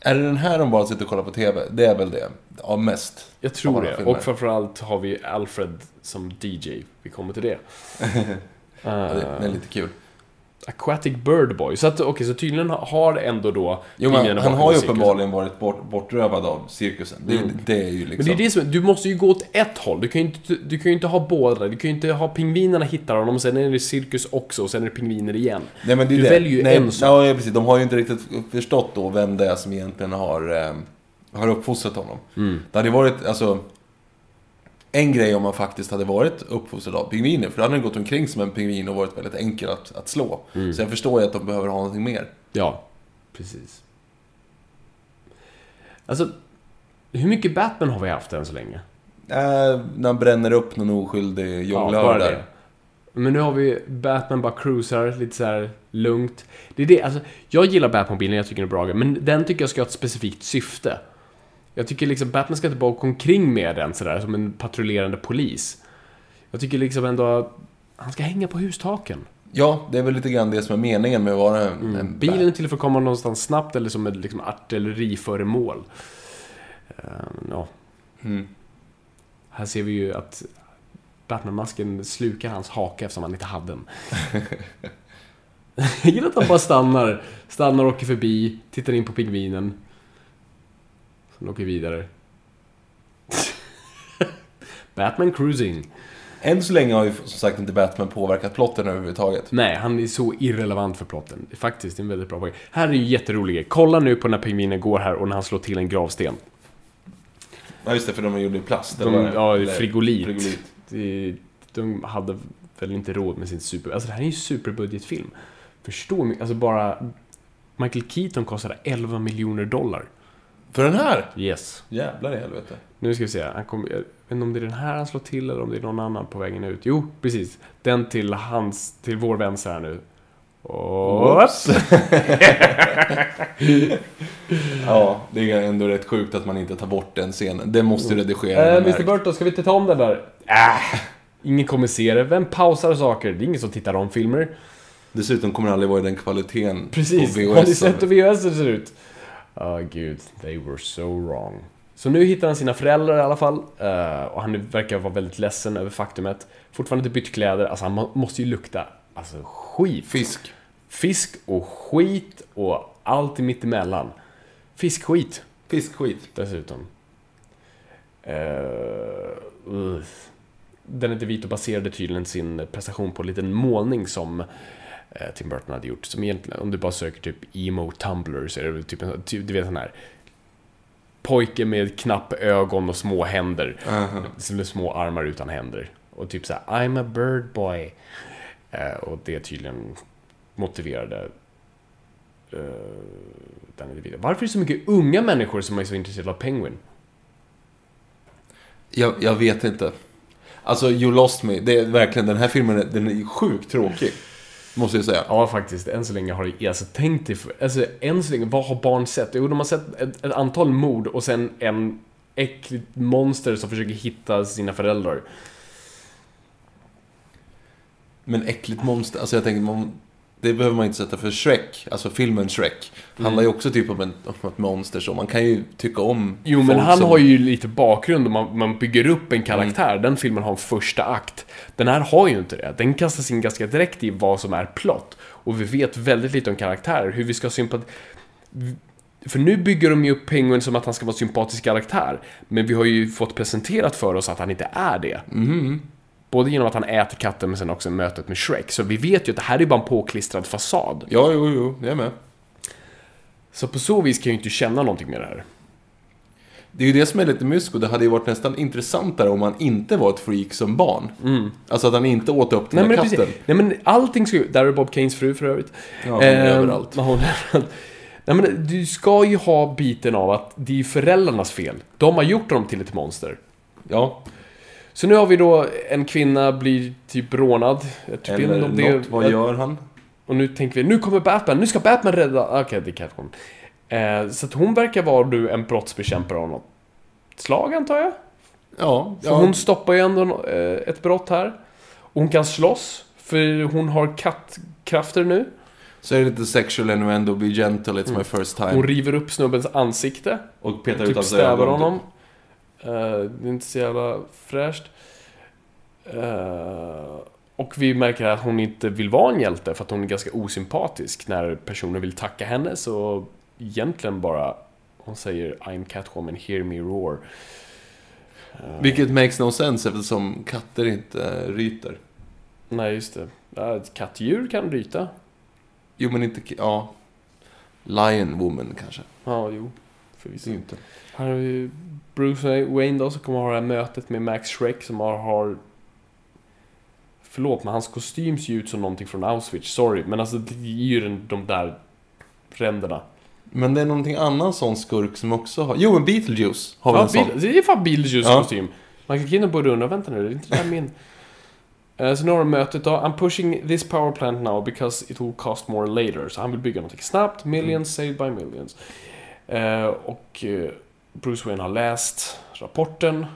Speaker 1: Är det den här de bara sitter och kollar på TV? Det är väl det? Ja, mest.
Speaker 2: Jag
Speaker 1: Av
Speaker 2: tror
Speaker 1: alla
Speaker 2: det.
Speaker 1: filmer.
Speaker 2: Och framförallt har vi Alfred som DJ. Vi kommer till det.
Speaker 1: Ja, det, det är
Speaker 2: Eh,
Speaker 1: lite kul.
Speaker 2: Aquatic Bird Boy. Så, att, okej, så tydligen har ändå då...
Speaker 1: Jo, men
Speaker 2: pingvinen
Speaker 1: han
Speaker 2: bakom
Speaker 1: har ju
Speaker 2: cirkusen.
Speaker 1: uppenbarligen varit bort, bortrövad av cirkusen. Det, det är ju liksom...
Speaker 2: Mm. Men det är det som, du måste ju gå åt ett håll. Du kan ju inte, du kan ju inte ha båda. Du kan ju inte ha pingvinerna hittar honom, och sen är det cirkus också och sen är det pingviner igen.
Speaker 1: Nej, men det är
Speaker 2: du
Speaker 1: det.
Speaker 2: väljer ju
Speaker 1: Nej,
Speaker 2: en sak.
Speaker 1: Ja, ja, precis. De har ju inte riktigt förstått då vem det är som egentligen har, eh, har uppfostrat honom.
Speaker 2: Mm.
Speaker 1: Det hade ju varit, alltså... En grej om man faktiskt hade varit uppfostrad av pingviner, för då hade den gått omkring som en pingvin och varit väldigt enkel att, att slå.
Speaker 2: Mm.
Speaker 1: Så jag förstår ju att de behöver ha någonting mer.
Speaker 2: Ja, precis. Alltså, hur mycket Batman har vi haft än så länge?
Speaker 1: Eh, Äh, när han bränner upp någon oskyldig jonglör
Speaker 2: bara
Speaker 1: där.
Speaker 2: det. Men nu har vi Batman bara cruisar lite så här lugnt. Det är det, alltså, jag gillar Batmobilen, jag tycker den är bra, men den tycker jag ska ha ett specifikt syfte. Jag tycker liksom Batman ska inte bara åka omkring med den sådär som en patrullerande polis. Jag tycker liksom ändå han ska hänga på hustaken.
Speaker 1: Ja, det är väl lite grann det som är meningen med att vara en, en
Speaker 2: Mm. Bilen är till för att komma någonstans snabbt eller som ett liksom, artilleriföremål. Eh, ja. Här ser vi ju att Batman-masken slukar hans haka eftersom han inte hade den. Jag gillar att han bara stannar. Stannar, åker förbi, tittar in på pingvinen. Sen åker vidare. Batman cruising.
Speaker 1: Än så länge har ju som sagt inte Batman påverkat plotten överhuvudtaget.
Speaker 2: Nej, han är så irrelevant för plotten. Faktiskt, det är en väldigt bra poäng. Här är ju jätterolig. Kolla nu på när pingvinen går här och när han slår till en gravsten.
Speaker 1: Ja, just det, för de är gjorda i plast.
Speaker 2: De,
Speaker 1: eller vad det är.
Speaker 2: ja,
Speaker 1: Eller-
Speaker 2: frigolit.
Speaker 1: frigolit.
Speaker 2: Det- De hade väl inte råd med sin super... Alltså det här är ju en superbudgetfilm. Förstå hur mycket- alltså bara... Michael Keaton kostade 11 miljoner dollar.
Speaker 1: För den här?
Speaker 2: Yes.
Speaker 1: Jävlar i helvete.
Speaker 2: Nu ska vi se, han kom, jag vet inte om det är den här han slår till eller om det är någon annan på vägen ut. Jo, precis. Den till hans, till vår vän så här nu. Oops.
Speaker 1: Ja, det är ändå rätt sjukt att man inte tar bort den scenen. Det måste ju redigeras.
Speaker 2: Eh,
Speaker 1: märkt.
Speaker 2: Mr Burton, ska vi inte ta om den där? Äh. Ingen kommer se det. Vem pausar saker? Det är ingen som tittar om filmer.
Speaker 1: Dessutom kommer det aldrig vara i den kvaliteten
Speaker 2: Precis,
Speaker 1: på VHS.
Speaker 2: har ni sett hur VHS ser ut? Ah, gud, they were so wrong. Så nu hittar han sina föräldrar i alla fall eh, och han verkar vara väldigt ledsen över faktumet. Fortfarande inte bytt kläder, alltså han må- måste ju lukta alltså, skit.
Speaker 1: Fisk.
Speaker 2: Fisk och skit och allt i mittemellan. Fiskskit
Speaker 1: Fiskskit.
Speaker 2: dessutom. Eh, ugh. Danny DeVito baserade tydligen sin prestation på en liten målning som eh, Tim Burton hade gjort. Som egentligen, om du bara söker typ emo Tumblr så är det väl typ en, ty, du vet den här pojke med knappögon och små händer. Som är små armar utan händer. Och typ så här, I'm a bird boy. Eh, och det tydligen motiverade eh, Danny DeVito. Varför är det så mycket unga människor som är så intresserade av Penguin?
Speaker 1: Jag, jag vet inte. Alltså, You Lost Me. Det är verkligen, den här filmen är- den är sjukt tråkig. Måste jag säga.
Speaker 2: Ja, faktiskt. Än så länge har jag alltså, tänkt dig för. Alltså, än så länge, vad har barn sett? Jo, de har sett ett, ett antal mord och sen en äckligt monster som försöker hitta sina föräldrar.
Speaker 1: Men äckligt monster. Alltså jag tänker, mon- det behöver man inte sätta för Shrek. Alltså filmen Shrek.
Speaker 2: Mm.
Speaker 1: Handlar ju också typ om, en, om ett monster så. Man kan ju tycka om
Speaker 2: Jo, men
Speaker 1: folk
Speaker 2: han
Speaker 1: som- Mm.
Speaker 2: har ju lite bakgrund och man, man bygger upp en karaktär. Den filmen har en första akt. Den här har ju inte det. Den kastas in ganska direkt i vad som är plott. Och vi vet väldigt lite om karaktärer, hur vi ska sympati... För nu bygger de ju upp Penguin som att han ska vara en sympatisk karaktär. Men vi har ju fått presenterat för oss att han inte är det.
Speaker 1: Mm-hmm.
Speaker 2: Både genom att han äter katten men sen också mötet med Shrek. Så vi vet ju att det här är bara en påklistrad fasad.
Speaker 1: Ja, jo, jo, jag är med.
Speaker 2: Så på så vis kan jag ju inte känna någonting med det här.
Speaker 1: Det är ju det som är lite mysko. Det hade ju varit nästan intressantare om han inte var ett freak som barn. Alltså att han inte åt upp den
Speaker 2: Mm. Nej
Speaker 1: där
Speaker 2: men,
Speaker 1: katten.
Speaker 2: precis, nej men allting ska ju... Där är Bob Kanes fru för övrigt.
Speaker 1: Ja, hon är överallt.
Speaker 2: ja, hon är överallt. Nej men du ska ju ha biten av att det är ju föräldrarnas fel. De har gjort dem till ett monster.
Speaker 1: Ja,
Speaker 2: Så nu har vi då en kvinna blir typ rånad. Jag tycker
Speaker 1: eller
Speaker 2: inte om
Speaker 1: något.
Speaker 2: det-
Speaker 1: Vad gör han?
Speaker 2: Och nu tänker vi, nu kommer Batman, nu ska Batman rädda... Ah, Okej, det är Catwoman. Eh, så att hon verkar vara nu en brottsbekämpare av något slag antar jag.
Speaker 1: Ja,
Speaker 2: För
Speaker 1: ja.
Speaker 2: hon stoppar ju ändå eh, ett brott här. Och hon kan slåss, för hon har kattkrafter nu.
Speaker 1: Så är det lite sexual innuendo, be gentle, it's my first time.
Speaker 2: Hon river upp snubbens ansikte.
Speaker 1: och petar ut
Speaker 2: Mm. Typ
Speaker 1: hans
Speaker 2: stävar
Speaker 1: ögon, typ.
Speaker 2: honom. Eh, det är inte så jävla fräscht. Eh, och vi märker att hon inte vill vara en hjälte för att hon är ganska osympatisk när personer vill tacka henne så egentligen bara hon säger I'm Catwoman, hear me roar. Eh,
Speaker 1: Vilket makes no sense eftersom katter inte eh, ryter.
Speaker 2: Nej, just det. Ja, Ett kattdjur kan ryta.
Speaker 1: Jo, men inte... Ja. Lion Woman kanske.
Speaker 2: Ja, jo. Förvisso.
Speaker 1: inte.
Speaker 2: Här Mm. har vi Bruce Wayne då som kommer ha det här mötet med Max Schreck som har, har... Förlåt, men hans kostym ser ju ut som någonting från Auschwitz. Sorry, men alltså det är ju den, de där ränderna.
Speaker 1: Men det är någonting annan sån skurk som också har... Jo, men Beetlejuice har väl en sån.
Speaker 2: Bill, det är fan Beetlejuice
Speaker 1: Ja.
Speaker 2: kostym. Michael Keaton borde undra, vänta nu, det är inte det här min... Eh, Så nu har de mötet då. I'm pushing this power plant now because it will cost more later. Så han vill bygga någonting snabbt. Millions
Speaker 1: Mm.
Speaker 2: saved by millions. Eh, och eh, Bruce Wayne har läst rapporten.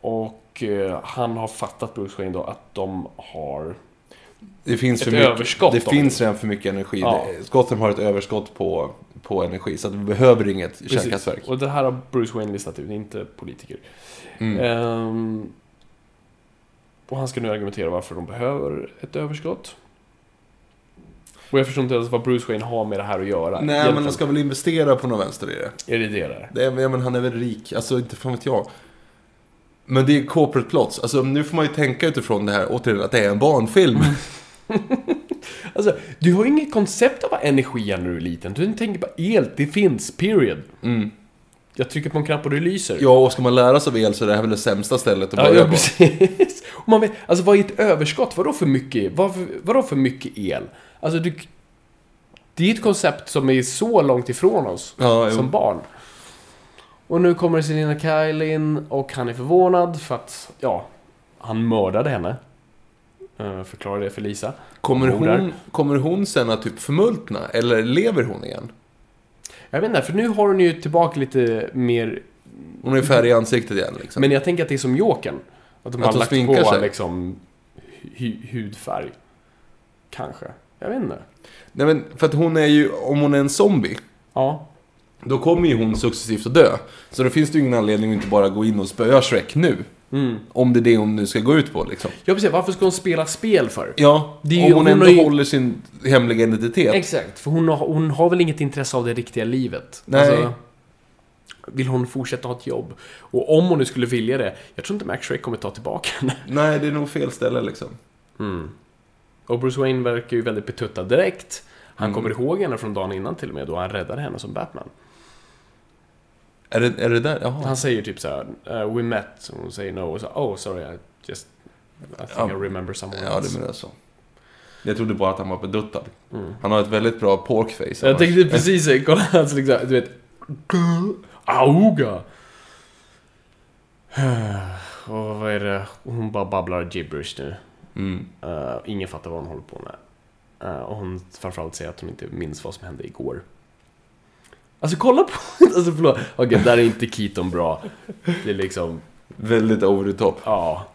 Speaker 2: Och eh, han har fattat Bruce Wayne då att de har...
Speaker 1: Det finns
Speaker 2: Ett
Speaker 1: för mycket,
Speaker 2: överskott
Speaker 1: Det
Speaker 2: då.
Speaker 1: finns redan för mycket energi.
Speaker 2: Ja.
Speaker 1: Det- Gotham har ett överskott på, på energi. Så att vi behöver inget kärnkraftverk.
Speaker 2: Och det här har Bruce Wayne listat ut, inte politiker.
Speaker 1: Mm.
Speaker 2: Ehm, och han ska nu argumentera varför de behöver ett överskott. Och jag förstår inte ens vad Bruce Wayne har med det här att göra.
Speaker 1: Nej, men
Speaker 2: Egentligen.
Speaker 1: de ska väl investera på någon vänster i det.
Speaker 2: Är det det där?
Speaker 1: det är, ja, men han är väl rik, alltså inte fan vet jag. Men det är corporate plots. Alltså nu får man ju tänka utifrån det här, återigen, att det är en barnfilm.
Speaker 2: Mm. Alltså, du har inget koncept av vad energi är när du är liten. Du tänker bara el, det finns, period. Jag trycker på en knapp och det lyser.
Speaker 1: Mm. ja, och ska man lära sig av el så är det här väl det sämsta stället att
Speaker 2: Ja,
Speaker 1: börja
Speaker 2: ja
Speaker 1: på.
Speaker 2: precis. Och man vet, alltså vad är ett överskott? Vadå för mycket, vad, vadå för mycket el? Alltså du, det är ett koncept som är så långt ifrån oss
Speaker 1: Ja, jo.
Speaker 2: som barn. Och nu kommer Selina Kyle in och han är förvånad för att, ja, han mördade henne. Eh, Förklara det för Lisa.
Speaker 1: Kommer
Speaker 2: Hon bor där.
Speaker 1: hon, kommer hon sen att typ förmultna? Eller lever hon igen?
Speaker 2: Jag vet inte, för nu har hon ju tillbaka lite mer
Speaker 1: Hon är färg i ansiktet igen liksom.
Speaker 2: Men jag tänker att det är som Jokern. Att de
Speaker 1: Att
Speaker 2: har
Speaker 1: de
Speaker 2: lagt
Speaker 1: sminkar
Speaker 2: på
Speaker 1: sig.
Speaker 2: liksom hu- hudfärg. Kanske. Jag vet inte.
Speaker 1: Nej men, för att hon är ju, om hon är en zombie,
Speaker 2: Ja.
Speaker 1: då kommer ju hon successivt att dö. Så då finns det ju ingen anledning att inte bara gå in och spöa Shrek nu.
Speaker 2: Mm.
Speaker 1: Om det är det hon nu ska gå ut på liksom.
Speaker 2: Jag vill säga, varför ska hon spela spel för?
Speaker 1: Ja,
Speaker 2: Det är
Speaker 1: om
Speaker 2: ju-
Speaker 1: hon,
Speaker 2: hon
Speaker 1: ändå
Speaker 2: har ju-
Speaker 1: håller sin hemliga identitet.
Speaker 2: Exakt, för hon har, hon har väl inget intresse av det riktiga livet? Alltså,
Speaker 1: Nej.
Speaker 2: vill hon fortsätta ha ett jobb? Och om hon nu skulle vilja det, jag tror inte Max Shrek kommer ta tillbaka henne.
Speaker 1: Nej, det är nog fel ställe liksom.
Speaker 2: Och Bruce Wayne verkar ju väldigt betuttad direkt.
Speaker 1: Mm.
Speaker 2: Han kommer ihåg henne från dagen innan till och med, då han räddade henne som Batman.
Speaker 1: Är det, är det där? Jaha.
Speaker 2: Han säger typ såhär, uh, we met, och hon säger no, och så, oh sorry, I just, I think
Speaker 1: Ja.
Speaker 2: I remember someone
Speaker 1: Ja,
Speaker 2: else.
Speaker 1: det menar jag så. Jag trodde bara att han var beduttad. Han har ett väldigt bra porkface.
Speaker 2: Mm. jag tänkte precis säga, kolla hans liksom, du vet, auga. Och vad är det, hon bara babblar gibberish nu.
Speaker 1: Mm.
Speaker 2: Eh, ingen fattar vad hon håller på med. Eh, och hon framförallt säger att hon inte minns vad som hände igår. Alltså kolla på, alltså förlåt, okej där är inte Keaton bra. Det är liksom,
Speaker 1: Väldigt over the top.
Speaker 2: Ja,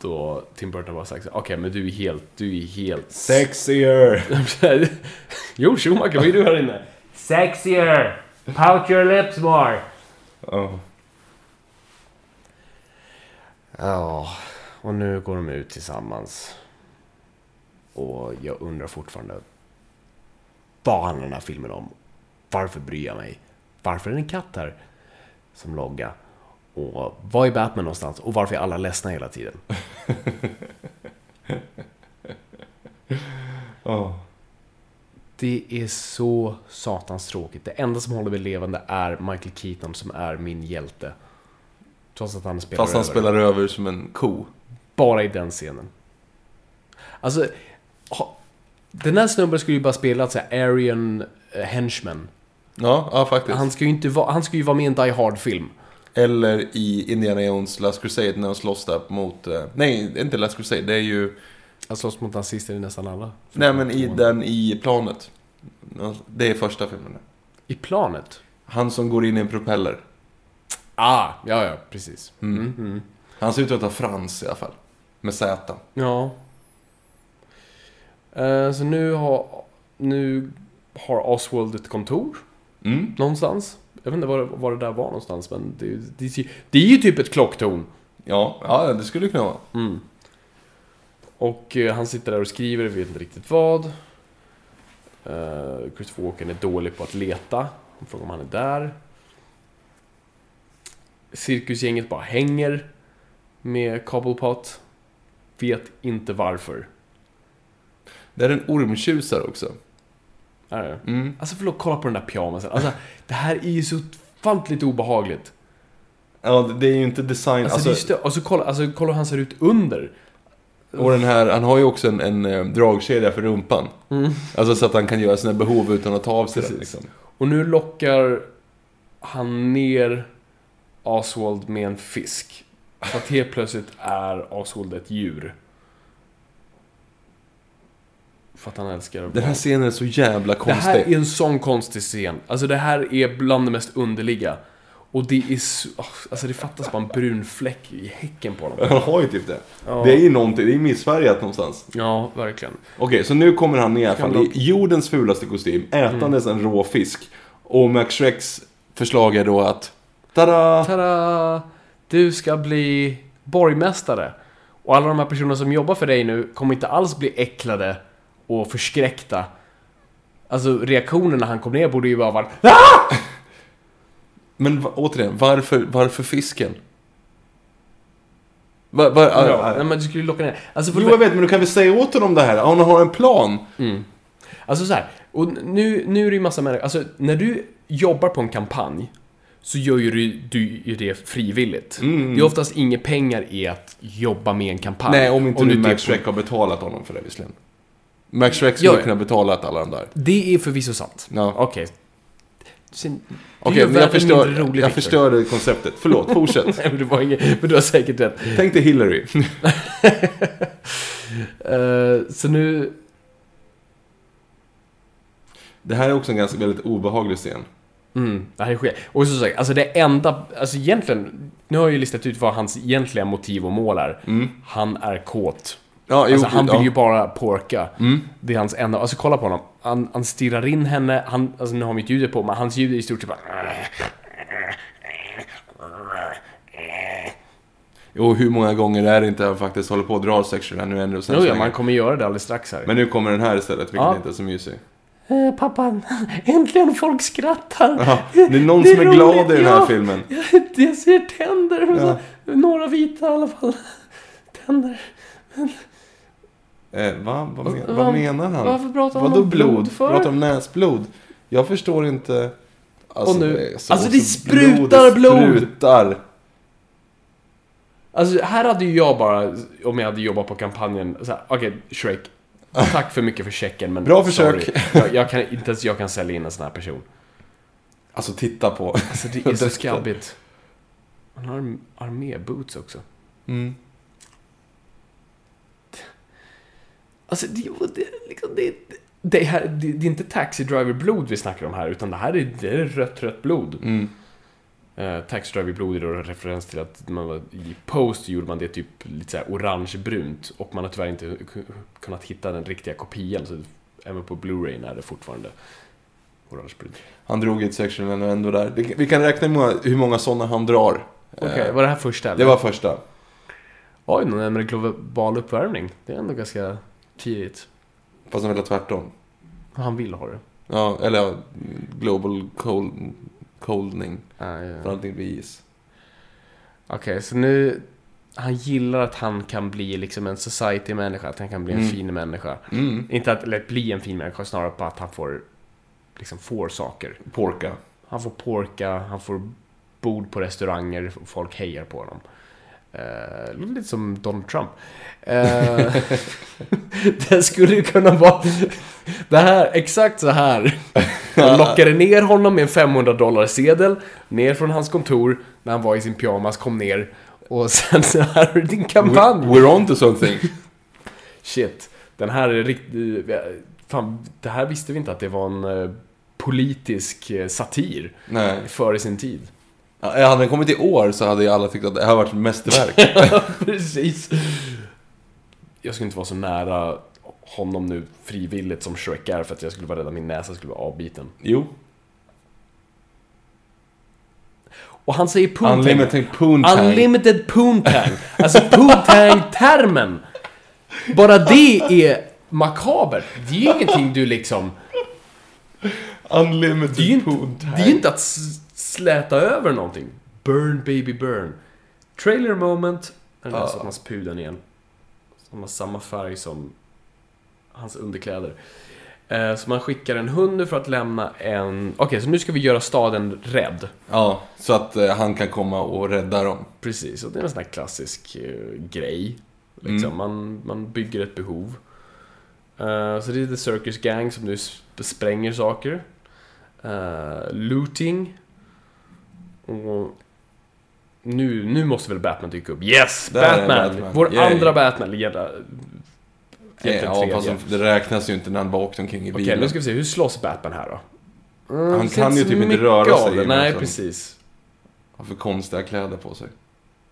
Speaker 2: då Tim Burton bara sagt så, okej men du är helt, du är helt...
Speaker 1: Sexier!
Speaker 2: jo, Schumacher, vad är du här inne?
Speaker 4: Sexier! Pout your lips more!
Speaker 1: Ja.
Speaker 2: Ja, och nu går de ut tillsammans. Och jag undrar fortfarande, vad handlar den här filmen om? Varför bryr jag mig? Varför är det en katt här som logga? Och var är Batman någonstans? Och varför är alla ledsna hela tiden?
Speaker 1: Ja.
Speaker 2: Det är så satans tråkigt. Det enda som håller mig levande är Michael Keaton som är min hjälte. Trots att han spelar
Speaker 1: Fast han
Speaker 2: över.
Speaker 1: spelar över som en ko.
Speaker 2: Bara i den scenen. Alltså, ha, den här snubben skulle ju bara spela så här Aryan eh, henchman.
Speaker 1: Ja, ja faktiskt.
Speaker 2: Han ska ju inte vara, han ska ju vara med i en Die Hard-film.
Speaker 1: Eller i Indiana Jones Last Crusade när de slåss där mot... eh, Nej, inte Last Crusade. Det är ju...
Speaker 2: Han slåss mot nazister i nästan alla.
Speaker 1: Nej, men i
Speaker 2: Mm.
Speaker 1: den i planet. Det är första filmen.
Speaker 2: I planet?
Speaker 1: Han som går in i en propeller.
Speaker 2: Ah, ja, ja, precis. Mm.
Speaker 1: Han ser ut att ha frans i alla fall. Med Z.
Speaker 2: Ja. Eh, så nu har, nu har Oswald ett kontor.
Speaker 1: Mm.
Speaker 2: Någonstans. Jag vet inte var, det- var det där var någonstans, men det, är ju- det, är ju- det är ju typ ett klocktorn.
Speaker 1: Ja, ja, det skulle kunna vara.
Speaker 2: Mm. Och eh, han sitter där och skriver, vet inte riktigt vad. Uh, Christopher Walken är dålig på att leta. Han frågar om han är där. Cirkusgänget bara hänger med Cobblepot. Vet inte varför.
Speaker 1: Det är en ormtjusare också. Mm.
Speaker 2: Är det? Alltså förlåt, kolla på den där pyjamasen. Alltså, det här är ju så ofantligt obehagligt.
Speaker 1: Ja, det- det är ju inte design.
Speaker 2: Alltså,
Speaker 1: Alltså,
Speaker 2: det är stö- och så kolla, alltså, kolla hur han ser ut under.
Speaker 1: och den här, han har ju också en, en eh, dragkedja för rumpan. Alltså så att han kan göra sina behov utan att ta av sig den.
Speaker 2: Mm. Precis.
Speaker 1: Liksom.
Speaker 2: Och nu lockar han ner Oswald med en fisk. Så att helt plötsligt är Ashold ett djur. För att han älskar att
Speaker 1: Den här scenen är så jävla
Speaker 2: Det här är
Speaker 1: konstig.
Speaker 2: en sån konstig scen. Alltså det här är bland det mest underliga. Och det är så, åh, Alltså det fattas bara en brun fläck i häcken på honom.
Speaker 1: Han har ju typ det. Det är ju någonting, det är missfärgat någonstans.
Speaker 2: Ja, verkligen.
Speaker 1: Okej, så nu kommer han ner i alla fall i jordens fulaste kostym, ätandes
Speaker 2: Mm.
Speaker 1: en rå fisk. Och Max Shreks förslag är då att... Tada!
Speaker 2: Tada! Du ska bli borgmästare. Och alla de här personerna som jobbar för dig nu kommer inte alls bli äcklade och förskräckta. Alltså reaktionen när han kom ner borde ju bara vara "Ah!"
Speaker 1: Men va- återigen, varför, varför fisken? Var, var,
Speaker 2: Ja, Nej men du skulle ju locka ner. Alltså, för-
Speaker 1: Jo, jag vet, men du kan väl säga åt honom det här? Hon har en plan.
Speaker 2: Alltså så här, och nu, nu är det ju massa människor, alltså när du jobbar på en kampanj så gör ju du, du ju det frivilligt. Det är oftast inga pengar i att jobba med en kampanj.
Speaker 1: Mm. Nej, om inte nu
Speaker 2: du typ
Speaker 1: Max
Speaker 2: det,
Speaker 1: Shrek har betalat honom för det visserligen. Max Shrek skulle
Speaker 2: Ja, ja.
Speaker 1: kunna betalat alla de där.
Speaker 2: det är förvisso sant.
Speaker 1: Ja.
Speaker 2: Okej. Sen- du
Speaker 1: Okej,
Speaker 2: gör
Speaker 1: men
Speaker 2: världen
Speaker 1: jag, förstör,
Speaker 2: mindre rolig,
Speaker 1: jag
Speaker 2: Victor.
Speaker 1: förstörde konceptet. Förlåt, fortsätt.
Speaker 2: Nej, men det var inget, men du har säkert rätt.
Speaker 1: Tänk dig Hillary.
Speaker 2: Eh, så nu,
Speaker 1: Det här är också en ganska väldigt obehaglig scen.
Speaker 2: Mm, det här är skit. Och så sagt, alltså det enda, alltså egentligen, nu har jag ju listat ut vad hans egentliga motiv och mål är. Han är kåt.
Speaker 1: Mm. Ja, jo,
Speaker 2: alltså, han
Speaker 1: ja. Mm.
Speaker 2: vill ju bara porka. Det är hans enda, alltså kolla på honom. Han, han stirrar in henne, han, alltså nu har mitt ljud på, men hans ljud är i stort sett bara...
Speaker 1: Och hur många gånger är det inte han faktiskt håller på och drar sexual nu och sen
Speaker 2: Jo,
Speaker 1: så
Speaker 2: ja,
Speaker 1: länge.
Speaker 2: man kommer göra det alldeles strax här.
Speaker 1: Men nu kommer den här istället, vilket
Speaker 2: Ja.
Speaker 1: inte är så mysig.
Speaker 2: Eh, pappan, äntligen folk skrattar.
Speaker 1: Ja, det är någon som är glad i den här filmen.
Speaker 2: Jag ser tänder. och så- Några vita i alla fall. Tänder.
Speaker 1: Eh, va? Vad, men,
Speaker 2: vad-
Speaker 1: vad menar han?
Speaker 2: varför pratar han
Speaker 1: Vadå
Speaker 2: om blod för?
Speaker 1: Pratar om näsblod? Jag förstår inte. Alltså,
Speaker 2: Och nu-
Speaker 1: det är
Speaker 2: alltså, det
Speaker 1: blodet
Speaker 2: sprutar blod!
Speaker 1: Sprutar.
Speaker 2: Alltså här hade ju jag bara, om jag hade jobbat på kampanjen, så här, okej Shrek. Tack för mycket för checken men
Speaker 1: Bra försök.
Speaker 2: sorry. Jag, jag kan, inte ens jag kan sälja in en sån här person.
Speaker 1: Alltså titta på.
Speaker 2: Alltså det är så skabbigt. Han har arm- arméboots också.
Speaker 1: Mm.
Speaker 2: Alltså det, och det, liksom, det, det, här, det, det är inte taxi driver blod vi snackar om här utan det här är, det är rött rött blod.
Speaker 1: Mm.
Speaker 2: Eh, taxi driver blod är då en referens till att man var, i Post gjorde man det typ lite såhär orangebrunt och man har tyvärr inte ku- kunnat hitta den riktiga kopian så även på Blu-ray är det fortfarande orangebrunt.
Speaker 1: Han drog i ett sexual men ändå där. Vi, vi kan räkna hur många, hur många sådana han drar.
Speaker 2: Okej,
Speaker 1: Eh,
Speaker 2: var det här första eller?
Speaker 1: det var första.
Speaker 2: Oj, någon närmare global uppvärmning. Det är ändå ganska tidigt.
Speaker 1: Fast han ville ha tvärtom.
Speaker 2: Han vill ha det.
Speaker 1: Ja, eller ja, global cold, coldning.
Speaker 2: Ah,
Speaker 1: För
Speaker 2: ja. Okej,
Speaker 1: allting blir is.
Speaker 2: så nu... Han gillar att han kan bli liksom en society-människa, att han kan bli en
Speaker 1: Mm.
Speaker 2: fin människa.
Speaker 1: Mm.
Speaker 2: Inte att eller, bli en fin människa, snarare på att han får, liksom, får saker.
Speaker 1: Porka.
Speaker 2: Han får porka, han får bord på restauranger, och folk hejar på honom. Eh, låter lite som Donald Trump. Eh, det skulle ju kunna vara... Det här, exakt så här. Jag lockade ner honom med en 500 dollar sedel ner från hans kontor när han var i sin pyjamas, kom ner och sen så här är din kampanj.
Speaker 1: We're, we're on to something.
Speaker 2: Shit, den här är riktigt... Fan, det här visste vi inte att det var en eh, politisk eh, satir
Speaker 1: Nej.
Speaker 2: före sin tid.
Speaker 1: Ja, eh, Hade den kommit i år så hade ju alla tyckt att det här var ett mästerverk.
Speaker 2: Precis. Jag skulle inte vara så nära honom nu frivilligt som Shrek är för att jag skulle vara rädd att min näsa skulle vara avbiten.
Speaker 1: jo.
Speaker 2: Och han säger poontang.
Speaker 1: Unlimited poontang.
Speaker 2: Unlimited poontang. Alltså poontang-termen. Bara det är makabert. Det är ju ingenting du liksom...
Speaker 1: Unlimited
Speaker 2: Det är ju inte,
Speaker 1: poontang.
Speaker 2: det är ju inte att s- släta över någonting. Burn baby burn. Trailer moment. Den där
Speaker 1: Ja.
Speaker 2: satans pudeln igen. Som har samma färg som hans underkläder. Eh, Så man skickar en hund nu för att lämna en... Okej, så nu ska vi göra staden rädd.
Speaker 1: Ja, så att eh, han kan komma och rädda dem.
Speaker 2: Precis, och det är en sån här klassisk eh, grej. Liksom.
Speaker 1: Mm.
Speaker 2: Man, man bygger ett behov. Eh, så det är The Circus Gang som nu sp- spränger saker. Eh, looting. Och nu, nu måste väl Batman dyka upp? Yes!
Speaker 1: Där är
Speaker 2: Batman!
Speaker 1: Batman.
Speaker 2: Vår
Speaker 1: Yay.
Speaker 2: andra Batman! Jävla... Jätte
Speaker 1: Eh, Ja,
Speaker 2: tredje.
Speaker 1: fast det räknas ju inte när han var åkt omkring i
Speaker 2: Okej,
Speaker 1: bilen.
Speaker 2: nu ska vi se. Hur slåss Batman här då?
Speaker 1: han
Speaker 2: ser
Speaker 1: kan ju
Speaker 2: så
Speaker 1: typ inte
Speaker 2: mycket
Speaker 1: röra
Speaker 2: av
Speaker 1: sig. i
Speaker 2: det.
Speaker 1: den
Speaker 2: Nej,
Speaker 1: här filmen.
Speaker 2: precis.
Speaker 1: Har för konstiga kläder på sig.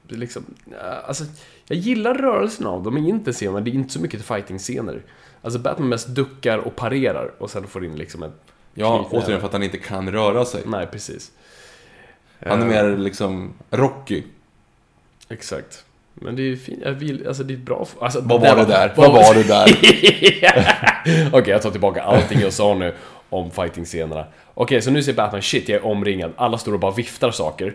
Speaker 2: Det är liksom, eh, alltså, jag gillar rörelsen av dem, men inte scenerna. Det är inte så mycket fighting-scener. Alltså Batman mest duckar och parerar och sen får in liksom ett...
Speaker 1: Ja,
Speaker 2: knytnäve.
Speaker 1: återigen för att han inte kan röra sig.
Speaker 2: Nej, precis.
Speaker 1: Han är
Speaker 2: Eh,
Speaker 1: mer liksom Rocky.
Speaker 2: Exakt. Men det är ju fint. Jag vill, alltså det är ett bra... Alltså,
Speaker 1: Vad var det där? Vad var det där?
Speaker 2: Okej, jag tar tillbaka allting jag sa nu om fighting-scenerna. Okej, så nu ser Batman, shit, jag är omringad. Alla står och bara viftar saker.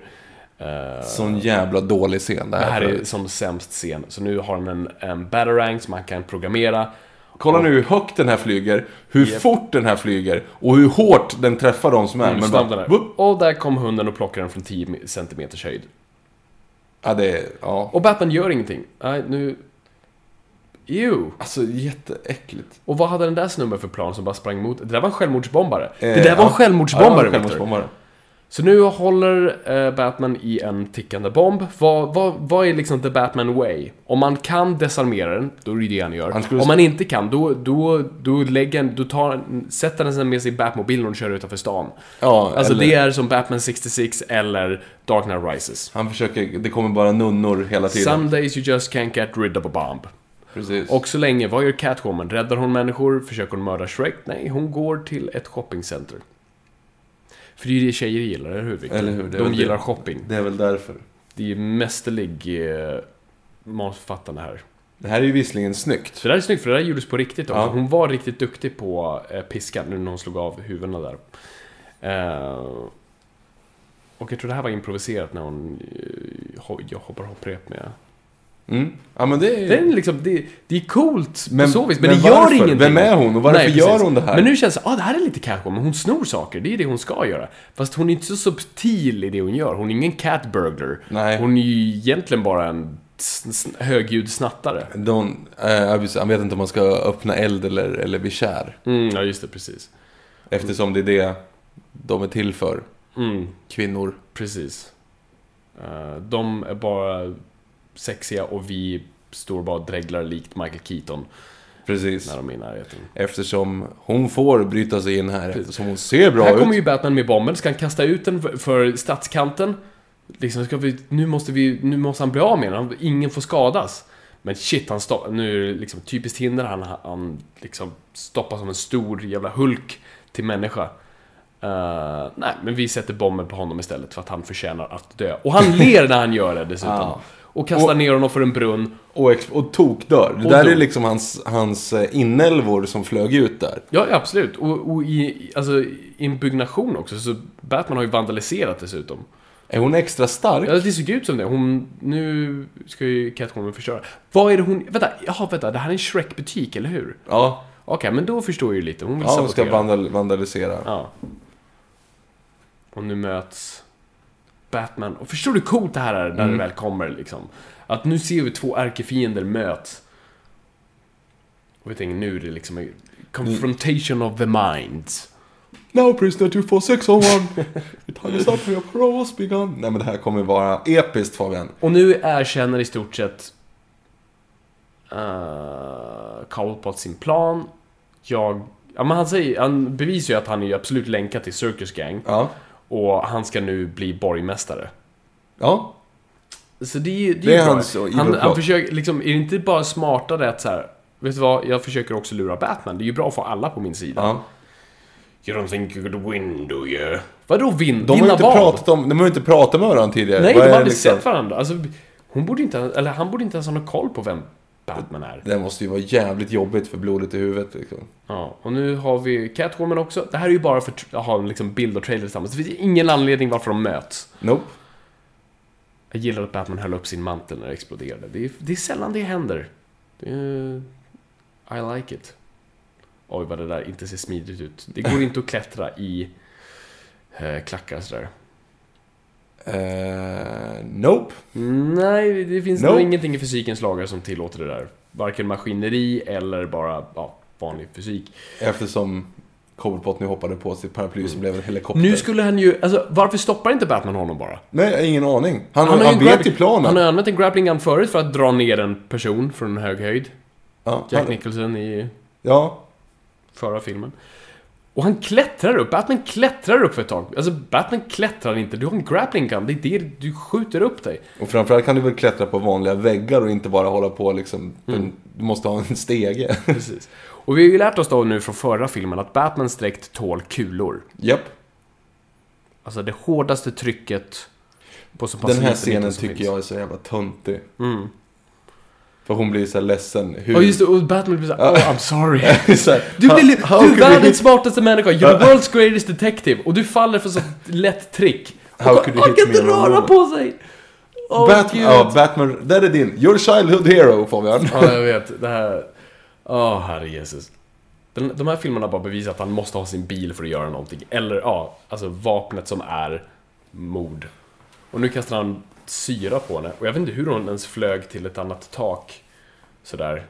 Speaker 2: Eh,
Speaker 1: Sån jävla dålig scen det
Speaker 2: det
Speaker 1: här.
Speaker 2: här är
Speaker 1: förut.
Speaker 2: som sämst scen. Så nu har han en, en batarang som han kan programmera.
Speaker 1: Kolla nu hur högt den här flyger, hur fort den här flyger och hur hårt den träffar de som är. Men bara,
Speaker 2: Snabbt där.
Speaker 1: Wupp!
Speaker 2: Och där kom hunden och plockade den från 10 cm höjd.
Speaker 1: ja, det är, ja.
Speaker 2: Och Batman gör ingenting. Nej, nu... Ew.
Speaker 1: Alltså jätteäckligt.
Speaker 2: Och vad hade den där snubben för plan som bara sprang emot? Det där var en självmordsbombare.
Speaker 1: Eh,
Speaker 2: det där var
Speaker 1: ja.
Speaker 2: en självmordsbombare,
Speaker 1: Ja, det var en
Speaker 2: Victor.
Speaker 1: självmordsbombare.
Speaker 2: Så nu håller eh, Batman i en tickande bomb. Vad, vad, vad är liksom the Batman way? Om man kan desarmera den, då är det det han gör.
Speaker 1: Han skulle-
Speaker 2: Om man inte kan, då, då, då, lägger, han- då tar, sätter han sig med sig i Batmobilen och kör utanför stan.
Speaker 1: Ja,
Speaker 2: alltså
Speaker 1: eller-
Speaker 2: det är som Batman 66 eller Dark Knight Rises.
Speaker 1: Han försöker, det kommer bara nunnor hela tiden.
Speaker 2: Some days you just can't get rid of a bomb.
Speaker 1: Precis.
Speaker 2: Och så länge, vad gör Catwoman? Räddar hon människor? Försöker hon mörda Shrek? Nej, hon går till ett shoppingcenter. För det är ju det tjejer gillar, eller hur Victor?
Speaker 1: Eller hur? Det är
Speaker 2: De
Speaker 1: väl det.
Speaker 2: gillar shopping.
Speaker 1: Det är väl därför.
Speaker 2: Det är ju mästerlig eh, manusförfattande här.
Speaker 1: Det här är ju visserligen snyggt.
Speaker 2: Så det där är snyggt, för det där gjordes på riktigt också.
Speaker 1: Ja.
Speaker 2: Hon var riktigt duktig på eh, piskan nu när hon slog av huvudena där. Eh, och jag tror det här var improviserat när hon eh, ho- jag hoppar hopprep med...
Speaker 1: Mm. Ja, men det är
Speaker 2: Det är, liksom, det, det är coolt
Speaker 1: Men-
Speaker 2: på så vis, men,
Speaker 1: men
Speaker 2: det gör
Speaker 1: varför?
Speaker 2: ingenting.
Speaker 1: Vem är hon och varför
Speaker 2: precis.
Speaker 1: gör hon det här?
Speaker 2: Men nu känns det, ah, det här är lite kanske, men hon snor saker, det är det hon ska göra. Fast hon är inte så subtil i det hon gör, hon är ingen cat burglar.
Speaker 1: Nej.
Speaker 2: Hon är ju egentligen bara en sn- sn- högljudd snattare.
Speaker 1: Don, eh, han vet inte om man ska öppna eld eller, eller bli kär.
Speaker 2: Mm, ja, just det, precis.
Speaker 1: Eftersom det är det de är till för.
Speaker 2: Mm,
Speaker 1: Kvinnor.
Speaker 2: precis. Eh, de är bara sexiga och vi står bara och dreglar likt Michael Keaton
Speaker 1: Precis.
Speaker 2: när de är i närheten.
Speaker 1: Eftersom hon får bryta sig in här eftersom hon ser bra
Speaker 2: här
Speaker 1: ut.
Speaker 2: kommer ju Batman med bomben, ska han kasta ut den för- för stadskanten? Liksom, ska vi, nu, måste vi, nu måste han bli av med den, Han- ingen får skadas. Men shit, han stopp, nu är det liksom typiskt hinder, han, han liksom stoppas som en stor jävla Hulk till människa. Eh, nej, men vi sätter bomben på honom istället för att han förtjänar att dö. Och han ler när han gör det dessutom.
Speaker 1: Ja.
Speaker 2: Och kastar
Speaker 1: Och-
Speaker 2: ner honom för en brunn.
Speaker 1: Och, ex- och tokdör. Det
Speaker 2: Och
Speaker 1: där
Speaker 2: dog.
Speaker 1: är liksom hans, hans eh, inälvor som flög ut där.
Speaker 2: Ja, ja, absolut. Och, och i alltså, inbyggnation också, så Batman har ju vandaliserat dessutom.
Speaker 1: Är hon extra stark?
Speaker 2: Ja, det såg ut som det. Hon, nu ska ju Catwoman förstöra. Vad är det hon... Vänta, jaha, vänta. Det här är en Shrek-butik, eller hur?
Speaker 1: Ja,
Speaker 2: Okej, men då förstår jag ju lite. Hon vill
Speaker 1: ja hon ska
Speaker 2: sabotera.
Speaker 1: vandal vandalisera.
Speaker 2: Ja. Och nu möts Batman. Och förstår du hur coolt det här är när
Speaker 1: Mm.
Speaker 2: det väl kommer, liksom? Att nu ser vi två ärkefiender möts. Och vi tänker, nu är det liksom...
Speaker 1: Mm.
Speaker 2: en Confrontation of the minds.
Speaker 1: Now prisoner 24601! It has up your cross begun! Nej men det här kommer vara episkt Fabian.
Speaker 2: Och nu erkänner i stort sett uh, Cobblepot sin plan. Jag... Ja, men han, säger, han bevisar ju att han är ju absolut länkad till Circus Gang.
Speaker 1: Ja.
Speaker 2: Och han ska nu bli borgmästare.
Speaker 1: Ja.
Speaker 2: Så det är ju det är
Speaker 1: Det är
Speaker 2: ju bra.
Speaker 1: hans och
Speaker 2: han,
Speaker 1: idolplan.
Speaker 2: han försöker, liksom, är det inte bara smartare att så här, Vet du vad, jag försöker också lura Batman. Det är ju bra att få alla på min sida.
Speaker 1: ja.
Speaker 2: You don't think you could win, do you? Vadå vin?
Speaker 1: De har
Speaker 2: vinna
Speaker 1: inte
Speaker 2: vad?
Speaker 1: pratat om, de har inte pratat med varandra tidigare.
Speaker 2: Nej, de
Speaker 1: Vad
Speaker 2: har
Speaker 1: är det
Speaker 2: aldrig
Speaker 1: liksom?
Speaker 2: sett varandra. Alltså, hon borde inte, eller han borde inte ens ha någon koll på vem Batman är.
Speaker 1: Det måste ju vara jävligt jobbigt för blodet i huvudet liksom.
Speaker 2: Ja, och nu har vi Catwoman också. Det här är ju bara för att ha en liksom bild och trailer tillsammans. Det finns ingen anledning varför de möts.
Speaker 1: Nope.
Speaker 2: Jag gillar att Batman höll upp sin mantel när det exploderade. Det är, det är sällan det händer. Det är, I like it. Oj, vad det där inte ser smidigt ut. Det går inte att klättra i eh, klackar sådär.
Speaker 1: Eh, nope.
Speaker 2: Nej, det finns
Speaker 1: Nope.
Speaker 2: nog ingenting i fysikens lagar som tillåter det där. Varken maskineri eller bara ja, vanlig fysik.
Speaker 1: Eftersom Cobblepot nu hoppade på sitt paraply som blev en helikopter.
Speaker 2: Mm. Nu skulle han ju... Alltså, varför stoppar inte Batman honom bara?
Speaker 1: Nej, jag har ingen aning. Han,
Speaker 2: har
Speaker 1: han,
Speaker 2: ju en
Speaker 1: vet
Speaker 2: grappling-
Speaker 1: ju planen.
Speaker 2: Han har använt en grappling gun förut för att dra ner en person från en hög höjd.
Speaker 1: ja,
Speaker 2: Jack
Speaker 1: han-
Speaker 2: Nicholson i
Speaker 1: ja,
Speaker 2: förra filmen. Och han klättrar upp. Batman klättrar upp för ett tag. Alltså, Batman klättrar inte. Du har en grappling gun. Det är det du skjuter upp dig.
Speaker 1: och framförallt kan du väl klättra på vanliga väggar och inte bara hålla på liksom...
Speaker 2: Mm.
Speaker 1: Du måste ha en stege.
Speaker 2: Precis. Och vi har ju lärt oss då nu från förra filmen att Batman sträckt tål kulor.
Speaker 1: Japp.
Speaker 2: Alltså det hårdaste trycket på så pass
Speaker 1: Den här
Speaker 2: liten
Speaker 1: scenen
Speaker 2: yta som
Speaker 1: tycker
Speaker 2: finns. Mm.
Speaker 1: jag är så jävla töntig. För hon blir så här ledsen. Hur...
Speaker 2: Ja just det, och Batman blir såhär oh, I'm sorry.
Speaker 1: så här,
Speaker 2: Du,
Speaker 1: "How-
Speaker 2: blir, li-
Speaker 1: how
Speaker 2: du är
Speaker 1: could we-
Speaker 2: världens smartaste människa, you're the world's greatest detective och du faller för så lätt trick.
Speaker 1: How
Speaker 2: och
Speaker 1: could you hit
Speaker 2: orkar inte
Speaker 1: me on the
Speaker 2: röra
Speaker 1: wall?
Speaker 2: på sig! Åh,
Speaker 1: Bat-
Speaker 2: oh, gud.
Speaker 1: ja, Batman, där är din. Your childhood hero Fabian.
Speaker 2: Ja, jag vet. Det här... Åh, herre Jesus. Den, de här filmerna har bara bevisat att han måste ha sin bil för att göra någonting. Eller, ja, alltså vapnet som är mord. Och nu kastar han syra på henne. Och jag vet inte hur hon ens flög till ett annat tak. Sådär.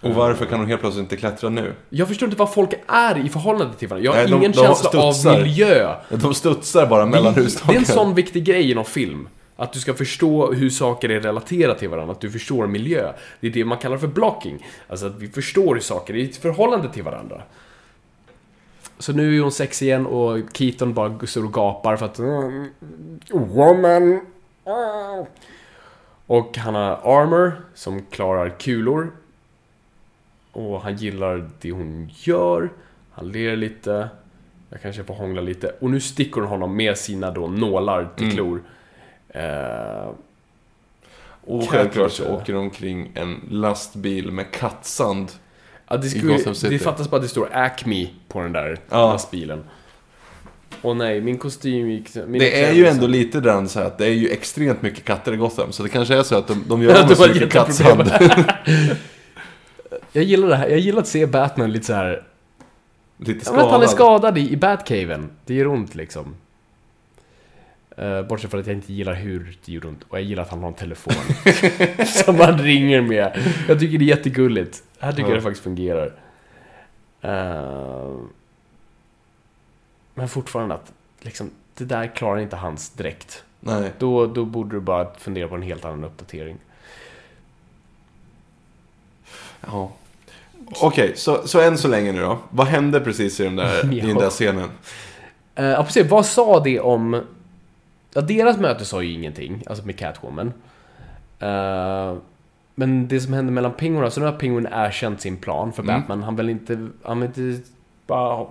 Speaker 1: Och varför kan hon helt plötsligt inte klättra nu?
Speaker 2: Jag förstår inte vad folk är i förhållande till varandra. Jag har
Speaker 1: Nej, de-
Speaker 2: ingen
Speaker 1: de
Speaker 2: känsla av
Speaker 1: studsar.
Speaker 2: miljö.
Speaker 1: De studsar bara
Speaker 2: Det
Speaker 1: mellan
Speaker 2: är,
Speaker 1: husdakarna.
Speaker 2: det är en sån viktig grej inom film. Att du ska förstå hur saker är relaterade till varandra, att du förstår miljö. Det är det man kallar för blocking. Alltså att vi förstår hur saker är i ett förhållande till varandra. Så nu är hon sex igen och Keaton bara står och gapar för att... "Mm, Woman! ah." Och han har armor som klarar kulor. Och han gillar det hon gör. Han ler lite. Jag kanske får hångla lite. Och nu sticker hon honom med sina då nålar till
Speaker 1: Mm.
Speaker 2: klor. Eh,
Speaker 1: Och självklart så åker de omkring en lastbil med kattsand.
Speaker 2: ja, det,
Speaker 1: I
Speaker 2: skulle,
Speaker 1: Gotham City.
Speaker 2: det fattas bara att det står Acme på den där
Speaker 1: Ja.
Speaker 2: lastbilen. Åh nej, min kostym gick... Min
Speaker 1: Det är ju
Speaker 2: liksom.
Speaker 1: ändå lite den så här att det är ju extremt mycket katter i Gotham. Så det kanske är så att de, de gör av
Speaker 2: De
Speaker 1: med så
Speaker 2: har
Speaker 1: mycket
Speaker 2: jätteproblem.
Speaker 1: kattsand.
Speaker 2: Jag gillar det här. Jag gillar att se Batman lite så här.
Speaker 1: Lite
Speaker 2: Jag vet att han är
Speaker 1: skadad.
Speaker 2: skadad i, i Batcaven. Det gör ont liksom. Eh, bortsett från att jag inte gillar hur det gör ont. Och jag gillar att han har en telefon. som han ringer med. Jag tycker det är jättegulligt. Här tycker jag det faktiskt fungerar. Eh, men fortfarande att liksom, det där klarar inte hans dräkt.
Speaker 1: Nej.
Speaker 2: Då, då borde du bara fundera på en helt annan uppdatering.
Speaker 1: Ja. Okej, så, så än så länge nu då. Vad hände precis i den där, i den
Speaker 2: Ja.
Speaker 1: där scenen?
Speaker 2: Eh, Ja, precis. Vad sa det om... Ja, deras möte sa ju ingenting, alltså med Catwoman. Eh, men det som hände mellan Penguin, alltså nu har Penguin erkänt sin plan för
Speaker 1: Mm.
Speaker 2: Batman. Han vill inte... Han vill inte bara...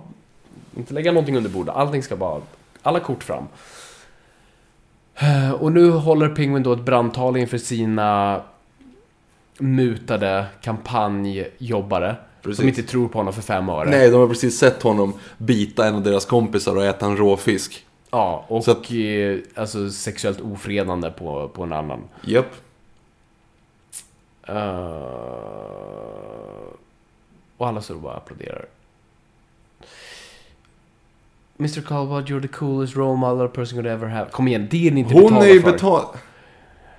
Speaker 2: Inte lägga någonting under bordet. Allting ska bara... Alla kort fram. Eh, Och nu håller Penguin då ett brandtal inför sina mutade kampanjjobbare.
Speaker 1: Precis.
Speaker 2: Som inte tror på honom för fem öre.
Speaker 1: Nej, de har precis sett honom bita en av deras kompisar och äta en råfisk.
Speaker 2: Ja, och
Speaker 1: Så att-
Speaker 2: eh, alltså sexuellt ofredande på, på en annan.
Speaker 1: Japp.
Speaker 2: Eh, och alla står och bara applåderar. Mr Calvard, you're the coolest role model a person could ever have. Kom igen, det är ni inte
Speaker 1: Hon
Speaker 2: betalda
Speaker 1: är ju
Speaker 2: för.
Speaker 1: betald...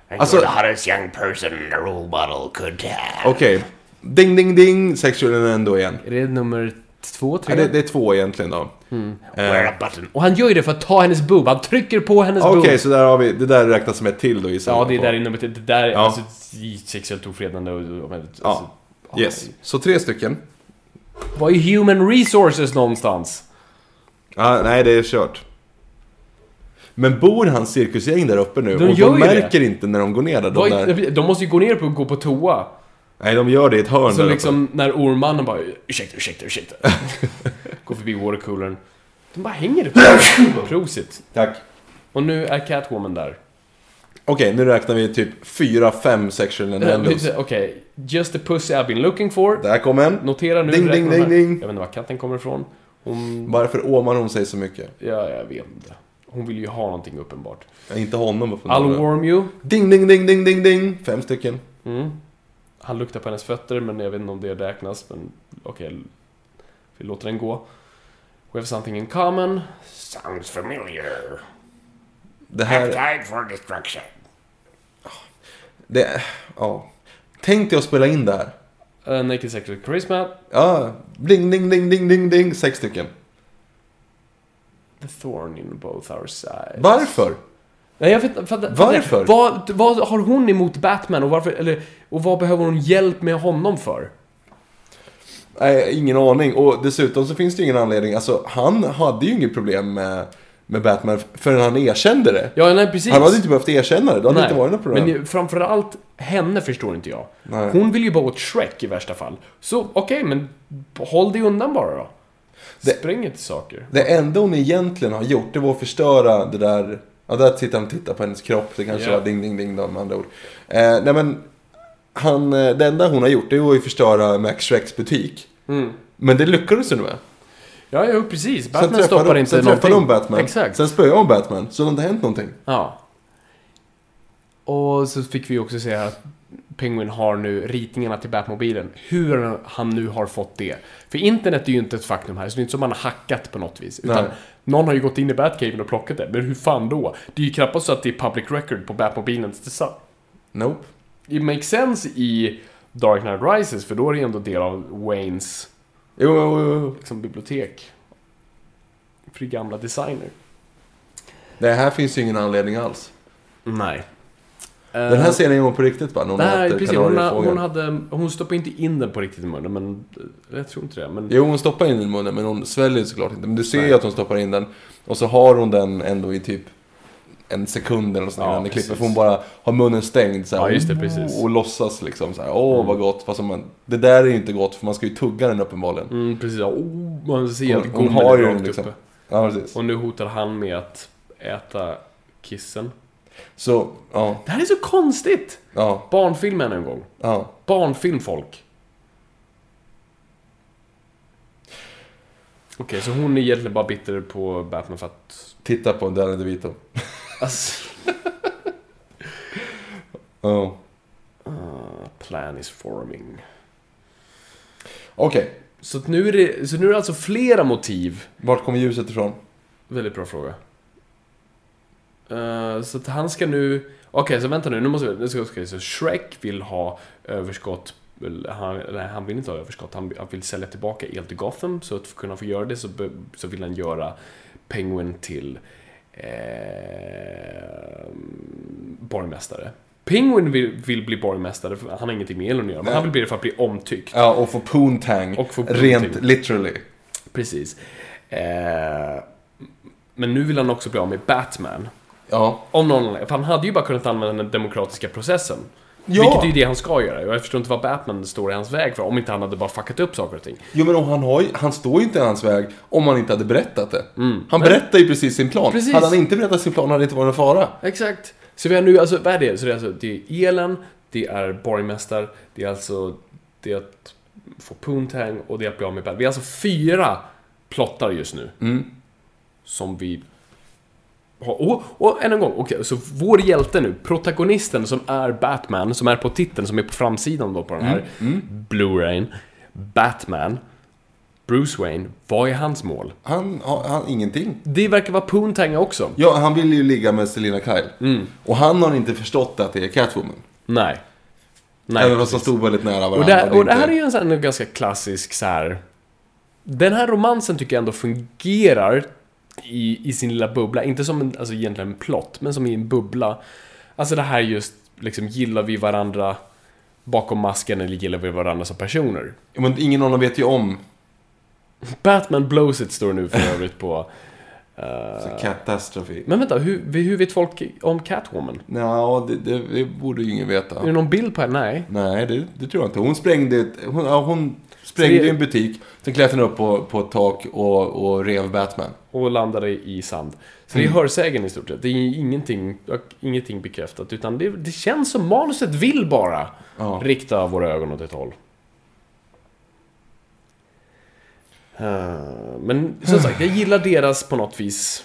Speaker 1: Alltså-
Speaker 5: You're the hottest young person the role model could have.
Speaker 1: Okej. Ding, ding, ding. Sexual ändå igen.
Speaker 2: Är det nummer två, tre?
Speaker 1: Nej, det, det är två egentligen då.
Speaker 2: Mm.
Speaker 1: Eh.
Speaker 5: Wear a button.
Speaker 2: Och han gör ju det för att ta hennes boob. Han trycker på hennes
Speaker 1: Ah, Okej,
Speaker 2: boob.
Speaker 1: så där har vi... Det där räknas som ett till då gissar
Speaker 2: Ja,
Speaker 1: jag
Speaker 2: det är
Speaker 1: på.
Speaker 2: där i nummer tre. Det där är
Speaker 1: Ja.
Speaker 2: alltså sexuellt ofredande och... och och- alltså,
Speaker 1: Ja. Yes. Så tre stycken.
Speaker 2: Var är human resources någonstans?
Speaker 1: Ja, Ah, nej, det är kört. Men bor hans cirkusgäng där uppe nu?
Speaker 2: De
Speaker 1: och
Speaker 2: gör
Speaker 1: de
Speaker 2: ju det.
Speaker 1: märker inte när de går ner där, de
Speaker 2: Vad-
Speaker 1: där.
Speaker 2: De måste ju gå ner på och gå på toa.
Speaker 1: Nej, de gör det i ett hörn
Speaker 2: Så
Speaker 1: där uppe.
Speaker 2: liksom när ormmannen bara ursäkta, ursäkta, ursäkta. går förbi watercoolern. De bara hänger upp. Prosit.
Speaker 1: Tack.
Speaker 2: Och nu är Catwoman där.
Speaker 1: Okej, nu räknar vi typ fyra, fem sexual innuendos.
Speaker 2: Okej, just the pussy I've been looking for.
Speaker 1: Där kom en.
Speaker 2: Notera nu.
Speaker 1: Ding,
Speaker 2: räkna
Speaker 1: ding,
Speaker 2: de här.
Speaker 1: ding, ding.
Speaker 2: Jag vet inte var katten kommer ifrån. Hon,
Speaker 1: Varför åmar hon sig så mycket?
Speaker 2: ja, jag vet inte. Hon vill ju ha någonting uppenbart.
Speaker 1: Ja, inte honom. varför hon
Speaker 2: I'll
Speaker 1: gör det.
Speaker 2: warm you.
Speaker 1: Ding, ding, ding, ding, ding, ding. Fem stycken.
Speaker 2: Mm. Han luktar på hennes fötter, men jag vet inte om det räknas. Men okej, vi låter den gå. We have something in common.
Speaker 5: Sounds familiar.
Speaker 1: Det
Speaker 2: Uh,
Speaker 1: här...
Speaker 5: Appetite for destruction.
Speaker 1: Det, ja. Tänk dig att spela in det här.
Speaker 2: Uh, Eh, naked sexual charisma.
Speaker 1: Ja, ding, ding, ding, ding, ding, ding. Sex stycken.
Speaker 2: a thorn in both our sides.
Speaker 1: Varför?
Speaker 2: Nej, jag vet för, för,
Speaker 1: Varför?
Speaker 2: Vad, vad har hon emot Batman och varför, eller, och vad behöver hon hjälp med honom för?
Speaker 1: Nej, ingen aning. Och dessutom så finns det ju ingen anledning. Alltså, han hade ju inget problem med, med Batman förrän han erkände det.
Speaker 2: Ja, nej precis.
Speaker 1: Han hade ju inte behövt erkänna det. Då hade det inte varit något problem.
Speaker 2: Men ju- framförallt henne förstår inte jag.
Speaker 1: Nej.
Speaker 2: Hon vill ju bara åt Shrek i värsta fall. Så okej, men håll dig undan bara då.
Speaker 1: Det-
Speaker 2: Spring inte saker.
Speaker 1: Det enda hon egentligen har gjort, det var att förstöra det där... Ja, där tittar han tittar på hennes kropp. Det kanske
Speaker 2: Ja.
Speaker 1: var ding, ding, ding då, med andra ord. Eh, nej, men... Han, eh, det enda hon har gjort, det var ju att förstöra Max Shreks butik.
Speaker 2: Mm.
Speaker 1: Men det lyckades hon med.
Speaker 2: Ja, ja precis.
Speaker 1: Sen
Speaker 2: Batman stoppar
Speaker 1: hon-
Speaker 2: inte
Speaker 1: sen
Speaker 2: någonting.
Speaker 1: träffade hon Batman.
Speaker 2: Exakt.
Speaker 1: Sen spöade hon Batman. Så det har inte hänt någonting.
Speaker 2: Ja. Och så fick vi också se att Penguin har nu ritningarna till Batmobilen. Hur han nu har fått det. För internet är ju inte ett faktum här, så det är inte som man har hackat på något vis. Utan
Speaker 1: Nej.
Speaker 2: någon har ju gått in i Batcaven och plockat det. Men hur fan då? Det är ju knappast så att det är public record på Batmobilens design.
Speaker 1: Nope.
Speaker 2: It makes sense i Dark Knight Rises, för då är det ju ändå del av Waynes
Speaker 1: Jo, jo, jo, jo.
Speaker 2: liksom, bibliotek. För det gamla designer.
Speaker 1: Det här finns ju ingen anledning alls.
Speaker 2: Nej.
Speaker 1: Den
Speaker 2: Eh,
Speaker 1: här scenen är hon på riktigt bara. när Hon
Speaker 2: Nej,
Speaker 1: äter
Speaker 2: precis. Hon, ha-
Speaker 1: kanariefågel.
Speaker 2: hon, hade, hon stoppade inte in den på riktigt i munnen, men eh, jag tror inte det. Men,
Speaker 1: Jo, hon stoppar in den i munnen, men hon sväljer såklart inte. Men du ser ju att hon stoppar in den. Och så har hon den ändå i typ en sekund eller nåt sånt
Speaker 2: Ja,
Speaker 1: innan det klipper.
Speaker 2: precis.
Speaker 1: För hon bara har munnen stängd så här,
Speaker 2: Ja, just det, precis. Mm.
Speaker 1: Och låtsas liksom så här, åh vad gott. Fast om man, det där är ju inte gott, för man ska ju tugga den uppenbarligen.
Speaker 2: mm, precis, ja, oh, man ser
Speaker 1: Hon,
Speaker 2: att
Speaker 1: hon
Speaker 2: gommen
Speaker 1: har
Speaker 2: är
Speaker 1: ju
Speaker 2: rakt
Speaker 1: den liksom.
Speaker 2: uppe.
Speaker 1: Ja, precis.
Speaker 2: Och nu hotar han med att äta kissen.
Speaker 1: Så, ja,
Speaker 2: Det här är så konstigt!
Speaker 1: ja,
Speaker 2: Barnfilm än en gång.
Speaker 1: ja.
Speaker 2: Barnfilm, folk. Okej, så hon är egentligen bara bitter på Batman för att...
Speaker 1: Titta på Danny DeVito.
Speaker 2: Alltså,
Speaker 1: Ja.
Speaker 2: a ah, plan is forming.
Speaker 1: Okej,
Speaker 2: Så, att nu är det, så nu är det alltså flera motiv
Speaker 1: vart kommer ljuset ifrån?
Speaker 2: Väldigt bra fråga. Eh, så att han ska nu... Okej, så vänta nu. Nu måste vi... Nu ska, ska, vi- så Shrek vill ha överskott. eller Han, nej, han vill inte ha överskott. Han, han vill sälja tillbaka el till Gotham. Så att för att kunna få göra det så, be, så vill han göra Penguin till eh, borgmästare. Penguin vill, vill bli borgmästare. För han har ingenting med elen att göra. Men han vill bli det för att bli omtyckt.
Speaker 1: Ja, och få poontang.
Speaker 2: Och få
Speaker 1: Rent
Speaker 2: poontang.
Speaker 1: literally.
Speaker 2: Precis. Eh, men nu vill han också bli av med Batman.
Speaker 1: Ja.
Speaker 2: Om någon anledning. För han hade ju bara kunnat använda den demokratiska processen.
Speaker 1: Ja.
Speaker 2: Vilket är ju det han ska göra. Jag förstår inte vad Batman står i hans väg för. Om inte han hade bara fuckat upp saker och ting.
Speaker 1: Jo men om han, har, ju- han står ju inte i hans väg om han inte hade berättat det. Han berättar ju precis sin plan.
Speaker 2: Mm. Precis.
Speaker 1: Hade han inte berättat sin plan hade det inte varit någon fara.
Speaker 2: Exakt. Så vi har nu, alltså vad är det? Så det är alltså, det är elen, det är borgmästare, det är alltså, det är att få poontang och det är att bli av med Batman. Vi har alltså fyra plottar just nu. Som vi har. Och, och än en gång, okej, så vår hjälte nu, protagonisten som är Batman, som är på titeln, som är på framsidan då på den här Blu-rayn, Batman, Bruce Wayne, vad är hans mål?
Speaker 1: Han har han, ingenting.
Speaker 2: Det verkar vara poontang också.
Speaker 1: Ja, han vill ju ligga med Selina Kyle.
Speaker 2: Mm.
Speaker 1: Och han har inte förstått att det är Catwoman.
Speaker 2: Nej. Nej.
Speaker 1: Även fast de stod väldigt nära varandra.
Speaker 2: Och det, här,
Speaker 1: det
Speaker 2: och det
Speaker 1: inte-
Speaker 2: här är ju en sån här ganska klassisk så här. Den här romansen tycker jag ändå fungerar i, i sin lilla bubbla. Inte som en, alltså egentligen en plott, men som i en bubbla. Alltså det här just, liksom gillar vi varandra bakom masken eller gillar vi varandra som personer?
Speaker 1: Ja, Men ingen av dem vet ju om
Speaker 2: Batman blows it står nu för övrigt på...
Speaker 1: uh... Catastrophe.
Speaker 2: Men vänta, hur, hur vet folk om Catwoman?
Speaker 1: Nja, det, det, det borde ju ingen veta.
Speaker 2: Är det någon bild på henne? Nej.
Speaker 1: Nej, det, det tror jag inte. Hon sprängde, ett- hon, ja, hon sprängde
Speaker 2: Så det-
Speaker 1: en butik, sen klättrade hon upp på, på ett tak och, och rev Batman.
Speaker 2: och landade i sand. Så det är hörsägen i stort sett. Det är ingenting, ingenting bekräftat, utan det, det känns som manuset vill bara
Speaker 1: Ja.
Speaker 2: rikta våra ögon åt ett håll. Eh, Men som sagt, jag gillar deras på något vis...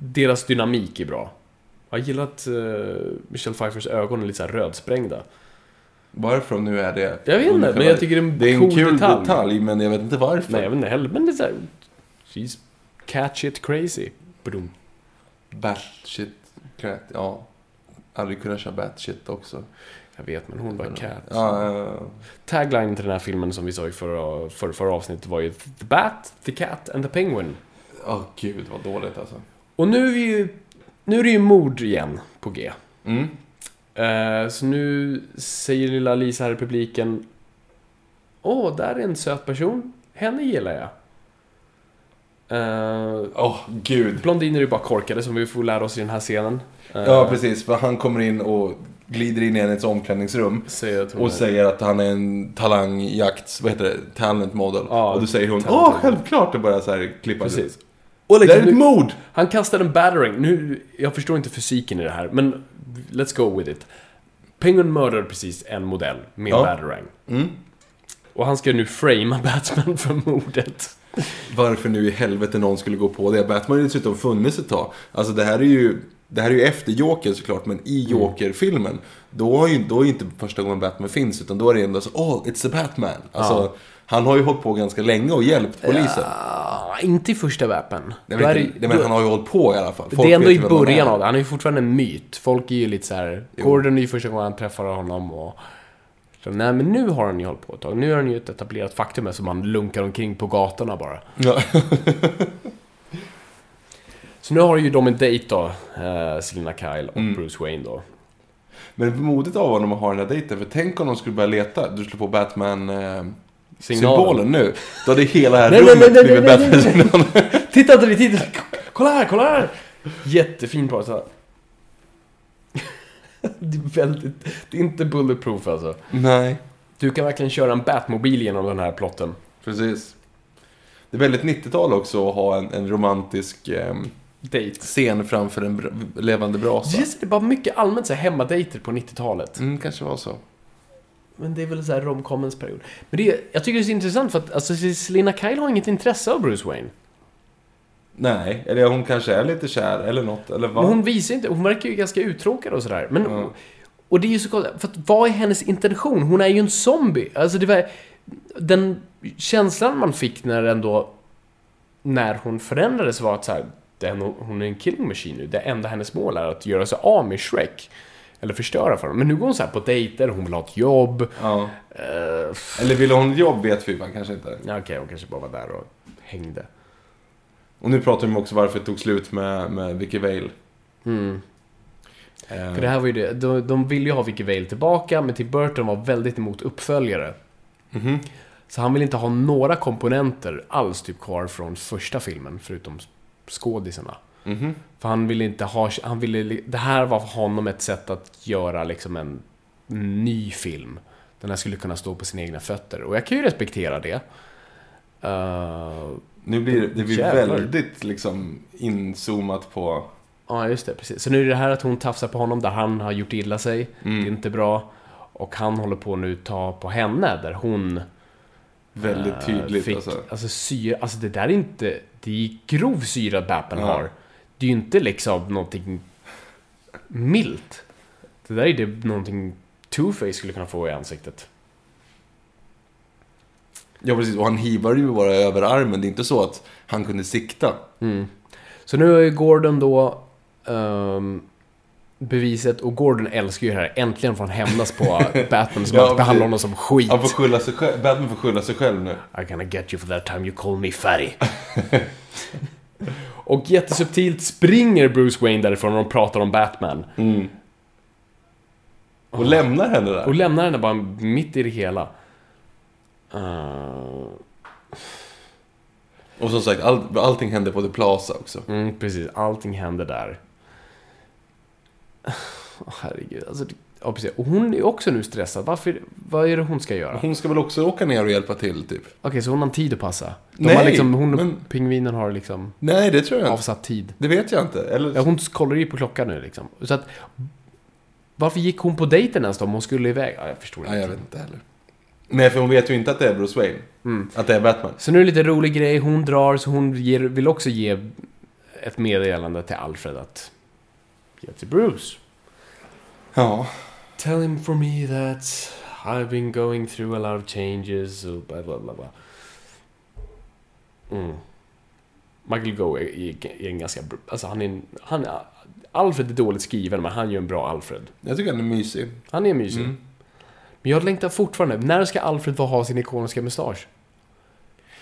Speaker 2: Deras dynamik är bra. Jag gillar att eh, Michelle Pfeiffers ögon är lite så här rödsprängda.
Speaker 1: Varför de nu är det?
Speaker 2: Jag vet inte, men jag tycker det är en
Speaker 1: det är en
Speaker 2: cool
Speaker 1: kul
Speaker 2: detalj.
Speaker 1: detalj. men jag vet inte varför.
Speaker 2: Nej, jag vet inte heller, men det är så här... She's catch it crazy. Badum.
Speaker 1: Batshit. crap, Ja. Hade ju kunnat köra batshit också.
Speaker 2: Jag vet, men hon var cat.
Speaker 1: Ja, ja, ja.
Speaker 2: Taglinen till den här filmen som vi sa i förra, förra, förra avsnittet var ju The Bat, The Cat and the Penguin.
Speaker 1: Åh gud vad dåligt alltså.
Speaker 2: Och nu är, vi ju, nu är det ju mord igen på G.
Speaker 1: Mm.
Speaker 2: Eh, så nu säger lilla Lisa här i publiken Åh, där är en söt person. Henne gillar jag. Eh,
Speaker 1: Åh gud.
Speaker 2: blondiner är bara korkade som vi får lära oss i den här scenen. Eh,
Speaker 1: Ja precis, för han kommer in och glider in i hennes omklädningsrum.
Speaker 2: säger att hon
Speaker 1: Och
Speaker 2: är-
Speaker 1: säger att han är en talangjakts... Vad heter det? Talent model.
Speaker 2: Ja,
Speaker 1: och då säger hon
Speaker 2: talent
Speaker 1: Åh,
Speaker 2: model."
Speaker 1: självklart! Och börjar så här klippa
Speaker 2: Precis.
Speaker 1: ut. Och
Speaker 2: liksom,
Speaker 1: det är ett
Speaker 2: nu-
Speaker 1: mord!
Speaker 2: Han kastar en battering. Nu, jag förstår inte fysiken i det här, men let's go with it. Penguin mördade precis en modell med
Speaker 1: Ja. Mm.
Speaker 2: batarang. Och han ska nu framea Batman för mordet.
Speaker 1: Varför nu i helvete någon skulle gå på det? Batman har ju dessutom funnits ett tag. Alltså det här är ju... Det här är ju efter Joker såklart, men i
Speaker 2: Mm.
Speaker 1: Joker-filmen då, har ju, då är ju inte första gången Batman finns, utan då är det ändå så Åh, it's the Batman! Alltså, han har ju hållit på ganska länge och hjälpt polisen.
Speaker 2: Ah, inte i första Batman.
Speaker 1: Det
Speaker 2: Då
Speaker 1: är väl
Speaker 2: är det-
Speaker 1: inte, det, men han har ju hållit på i alla fall. Folk
Speaker 2: det är ändå
Speaker 1: vet
Speaker 2: i
Speaker 1: ju vem han
Speaker 2: början
Speaker 1: är.
Speaker 2: av det. Han är ju fortfarande en myt. Folk är ju lite så här. Gordon är ju första gången han träffar honom och... Så, nej, men nu har han ju hållit på ett tag. Nu har han ju ett etablerat faktum här som han lunkar omkring på gatorna bara.
Speaker 1: Ja.
Speaker 2: Så nu har ju de en dejt då, eh, Selina Kyle och Bruce Wayne då.
Speaker 1: Men det är modigt av honom att ha den här dejten, för tänk om de skulle börja leta, du skulle få Batman-symbolen
Speaker 2: Signalen.
Speaker 1: eh, nu. Då hade hela det här
Speaker 2: Nej, nej,
Speaker 1: rummet
Speaker 2: nej, nej,
Speaker 1: blivit
Speaker 2: nej, nej, nej.
Speaker 1: Batman-signalen.
Speaker 2: Titta inte vi, titta! Kolla här, kolla här! Jättefin par så här. Det är väldigt... Det är inte bulletproof alltså.
Speaker 1: Nej,
Speaker 2: Du kan verkligen köra en Batmobil genom den här plotten.
Speaker 1: precis. Det är väldigt 90-tal också att ha en, en romantisk ehm,
Speaker 2: Date.
Speaker 1: scen framför en br- levande brasa.
Speaker 2: Just det, det var mycket allmänt så här hemmadejter på 90-talet.
Speaker 1: Mm, kanske var så.
Speaker 2: Men det är väl så här romcommens period. Men det är, jag tycker det är så intressant för att alltså, Selina Kyle har inget intresse av Bruce Wayne.
Speaker 1: Nej, eller hon kanske är lite kär eller något, eller vad?
Speaker 2: Men hon visar inte, hon verkar ju ganska uttråkad och sådär. Men,
Speaker 1: Ja.
Speaker 2: Och det är ju så konstigt, för att vad är hennes intention? Hon är ju en zombie. Alltså det var, den känslan man fick när ändå, när hon förändrades var att så här, den, hon är en killing machine nu. Det enda hennes mål är att göra sig av med Shrek. Eller förstöra för honom. Men nu går hon så här på dejter, hon vill ha ett jobb.
Speaker 1: Ja.
Speaker 2: Eh,
Speaker 1: Eller vill hon ett jobb vet vi, man kanske inte.
Speaker 2: Ja, Okej, hon kanske bara var där och hängde.
Speaker 1: Och nu pratar vi om också varför det tog slut med, med Vicky Vale. Eh,
Speaker 2: För det här var ju det, de, de ville ju ha Vicky Vale tillbaka, men Tim Burton var väldigt emot uppföljare. Så han vill inte ha några komponenter alls typ kvar från första filmen, förutom skådisarna. För han ville inte ha, han ville, li- det här var för honom ett sätt att göra liksom en ny film. Den här skulle kunna stå på sina egna fötter. Och jag kan ju respektera det. Eh,
Speaker 1: Nu blir det, det blir
Speaker 2: Jävlar.
Speaker 1: väldigt liksom inzoomat på...
Speaker 2: Ja, just det. Precis. Så nu är det här att hon tafsar på honom där han har gjort illa sig.
Speaker 1: Mm.
Speaker 2: Det är inte bra. Och han håller på nu att ta på henne där hon eh,
Speaker 1: Väldigt tydligt
Speaker 2: Äh, fick...
Speaker 1: alltså.
Speaker 2: Alltså syra... Alltså det där är inte... Det är grov syra Bappen
Speaker 1: Ja.
Speaker 2: har. Det är ju inte liksom någonting milt. Det där är det någonting Two-Face skulle kunna få i ansiktet.
Speaker 1: Ja precis, och han hivar ju bara över armen. Det är inte så att han kunde sikta.
Speaker 2: Så nu har ju Gordon då ehm, beviset och Gordon älskar ju det här. Äntligen får han hämnas på Batman som
Speaker 1: Ja,
Speaker 2: alltid behandlar
Speaker 1: precis.
Speaker 2: honom som skit.
Speaker 1: Han får skylla sig själv. Batman får skylla sig själv nu.
Speaker 2: I'm gonna get you for that time you call me fatty. och jättesubtilt springer Bruce Wayne därifrån när de pratar om Batman.
Speaker 1: Och lämnar henne
Speaker 2: Ah. Och
Speaker 1: där.
Speaker 2: lämnar henne bara mitt i det hela. Eh,
Speaker 1: Och som sagt, all, allting hände på The Plaza också.
Speaker 2: mm, precis, allting händer där. Åh, herregud, alltså. det- Ja, precis. Och hon är också nu stressad. Varför, vad är det hon ska göra? Okej,
Speaker 1: Hon ska väl också åka ner och hjälpa till typ?
Speaker 2: så hon har tid att passa. De har
Speaker 1: Nej,
Speaker 2: liksom, hon och
Speaker 1: men-
Speaker 2: pingvinen har liksom
Speaker 1: Nej, det tror jag inte.
Speaker 2: avsatt tid.
Speaker 1: Det vet jag inte. Eller...
Speaker 2: Ja, hon kollar ju på klockan nu liksom. Så att, varför gick hon på dejten ens då om hon skulle iväg? Ja, jag förstår inte.
Speaker 1: Nej, jag vet inte heller. Nej, för hon vet ju inte att det är Bruce Wayne.
Speaker 2: Mm.
Speaker 1: Att det är Batman.
Speaker 2: Så nu är det lite rolig grej. Hon drar, så hon ger, vill också ge ett meddelande till Alfred att ge till Bruce.
Speaker 1: Ja.
Speaker 2: Tell him for me that I've been going through a lot of changes och bla bla bla. bla. Mm. Michael Go är, är, är en ganska... br- Alltså han är en... Han är, Alfred är dåligt skriven, men han är ju en bra Alfred.
Speaker 1: Jag tycker han är mysig.
Speaker 2: Han är mysig.
Speaker 1: Mm.
Speaker 2: Men jag längtar fortfarande. När ska Alfred få ha sin ikoniska mustasch?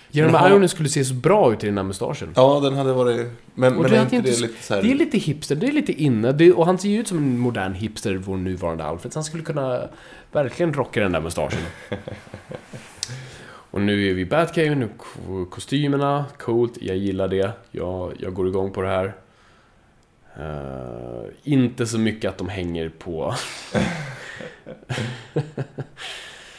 Speaker 2: Jeremy
Speaker 1: Men har-
Speaker 2: Irons skulle se så bra ut i den här mustaschen.
Speaker 1: Ja, den hade varit... Men,
Speaker 2: Och
Speaker 1: men
Speaker 2: det,
Speaker 1: är
Speaker 2: är
Speaker 1: inte
Speaker 2: inte,
Speaker 1: det lite så här...
Speaker 2: det är lite hipster, det är lite inne. Det, och han ser ju ut som en modern hipster, vår nuvarande Alfred. Så han skulle kunna verkligen rocka den där mustaschen. och nu är vi i Batcave, nu k- kostymerna, coolt, jag gillar det. Jag, jag går igång på det här. Eh, inte så mycket att de hänger på...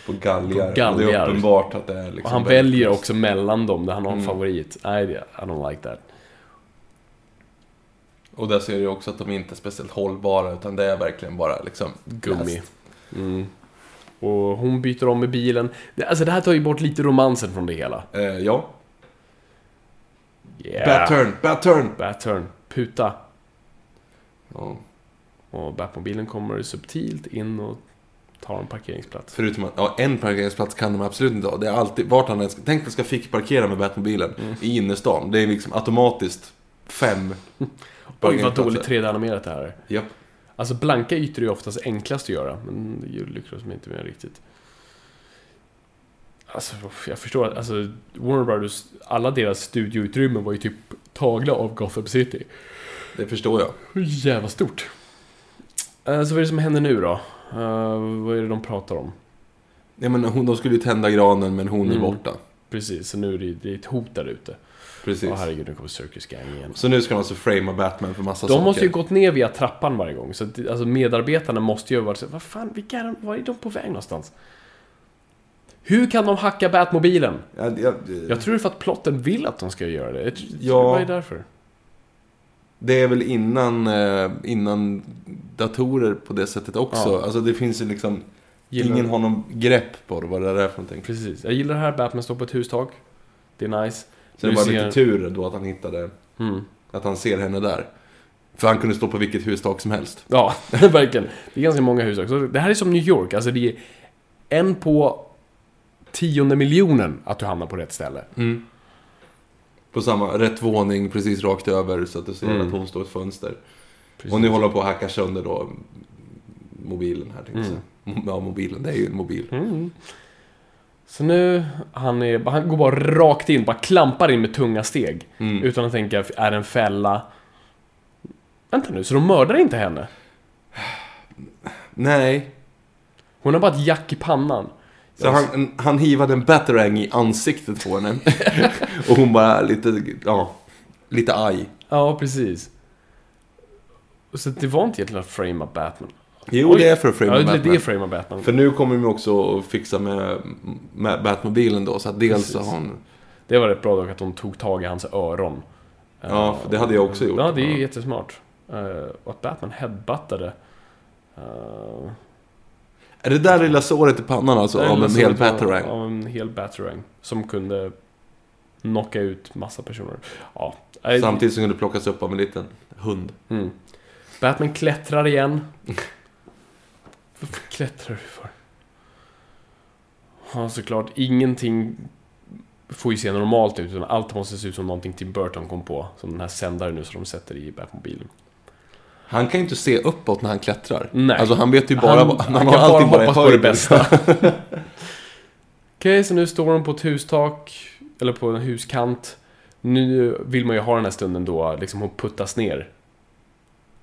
Speaker 1: På galgar.
Speaker 2: På galgar.
Speaker 1: Det är uppenbart att det är liksom...
Speaker 2: Och han
Speaker 1: väldigt-
Speaker 2: väljer också mellan dem där han har en favorit. Nej, det- I don't like that.
Speaker 1: Och där ser du också att de inte är speciellt hållbara, utan det är verkligen bara liksom...
Speaker 2: Gummi.
Speaker 1: plast.
Speaker 2: Mm. Och hon byter om i bilen. Det- Alltså det här tar ju bort lite romansen från det hela.
Speaker 1: Eh, ja.
Speaker 2: Yeah.
Speaker 1: Bad turn, bad turn!
Speaker 2: Batturn. Puta.
Speaker 1: Ja.
Speaker 2: Och Batmobilen kommer subtilt in och tar en parkeringsplats.
Speaker 1: Förutom att, ja, en parkeringsplats kan de absolut inte ha. Det är alltid, vart han än ska, tänk att ska fick parkera med Batmobilen
Speaker 2: Mm.
Speaker 1: i innerstan. Det är liksom automatiskt fem
Speaker 2: Oj vad dåligt 3D-animerat det här är.
Speaker 1: Japp.
Speaker 2: Alltså blanka ytor är oftast enklast att göra, men det lyckades man inte med riktigt. Alltså, uff, jag förstår att alltså, Warner Brothers, alla deras studioutrymmen var ju typ tagna av Gotham City.
Speaker 1: Det förstår jag.
Speaker 2: Hur jävla stort. Eh, Så vad är det som händer nu då? Eh, vad är det de pratar om?
Speaker 1: Ja, men hon, de skulle ju tända granen, men hon
Speaker 2: Mm.
Speaker 1: är borta.
Speaker 2: Precis, så nu är det, det är ett hot där ute.
Speaker 1: Precis.
Speaker 2: Åh herregud, nu kommer Circus Gang igen.
Speaker 1: så nu ska de alltså framea Batman för massa
Speaker 2: De
Speaker 1: saker.
Speaker 2: måste ju gått ner via trappan varje gång. Så att, alltså, medarbetarna måste ju ha varit så vad fan, vilka är de, var är de på väg någonstans? Hur kan de hacka Batmobilen?
Speaker 1: Ja, ja,
Speaker 2: Jag tror det är för att plotten vill att de ska göra det. Jag tror,
Speaker 1: Ja.
Speaker 2: Vad är det därför?
Speaker 1: Det är väl innan, eh, innan datorer på det sättet också.
Speaker 2: Ja.
Speaker 1: Alltså det finns ju liksom...
Speaker 2: Gillar-
Speaker 1: Ingen har någon grepp på det, vad det där är för någonting.
Speaker 2: Precis. Jag gillar det här, Batman står på ett hustak. Det är nice.
Speaker 1: Så det
Speaker 2: Nu
Speaker 1: var
Speaker 2: ser-
Speaker 1: lite tur då att han hittade...
Speaker 2: Mm.
Speaker 1: Att han ser henne där. För han kunde stå på vilket hustak som helst.
Speaker 2: Ja, verkligen. Det är ganska många hus också. Det här är som New York, alltså det är en på tionde miljonen att du hamnar på rätt ställe.
Speaker 1: På samma, rätt våning, precis rakt över. Så att du ser att hon står i ett fönster.
Speaker 2: Mm. Precis.
Speaker 1: Och nu håller hon på att hacka sönder då mobilen här
Speaker 2: Mm.
Speaker 1: tänkte jag säga. Ja, mobilen. Det är ju en mobil.
Speaker 2: Så nu, han, är, han går bara rakt in, bara klampar in med tunga steg. Utan att tänka, är det en fälla? Vänta nu, så de mördar inte henne?
Speaker 1: Nej.
Speaker 2: Hon har bara ett jack i pannan.
Speaker 1: Så han, han hivade en batarang i ansiktet på henne. och hon bara lite, ja, lite aj.
Speaker 2: Ja, precis. Så det var inte egentligen att framea Batman.
Speaker 1: Jo,
Speaker 2: Oj.
Speaker 1: det är för att framea
Speaker 2: ja,
Speaker 1: Batman.
Speaker 2: det är framea Batman.
Speaker 1: För nu kommer de också att fixa med, med Batmobilen då. Så att dels så har hon...
Speaker 2: Det var rätt bra dock att hon tog tag i hans öron.
Speaker 1: Ja, för det hade jag också gjort.
Speaker 2: Ja, det är ju jättesmart. Eh, Och att Batman headbuttade. eh,
Speaker 1: Är det där lilla såret i pannan alltså? Av en
Speaker 2: eller så
Speaker 1: hel
Speaker 2: att det var-
Speaker 1: batarang?
Speaker 2: Av en hel batarang. Som kunde knocka ut massa personer. Ja. eh,
Speaker 1: Samtidigt som kunde plockas upp av en liten hund.
Speaker 2: Mm. Batman klättrar igen. Varför klättrar du för? Ja, såklart. Ingenting får ju se normalt ut, utan allt måste se ut som någonting Tim Burton kom på. Som den här sändaren nu som de sätter i Batmobilen.
Speaker 1: Han kan ju inte se uppåt när han klättrar.
Speaker 2: Nej.
Speaker 1: Alltså han vet ju bara...
Speaker 2: han, han kan bara
Speaker 1: allting i
Speaker 2: hoppas på det
Speaker 1: höjden.
Speaker 2: bästa. Okej, så nu står de på ett hustak, eller på en huskant. Nu vill man ju ha den här stunden då liksom hon puttas ner.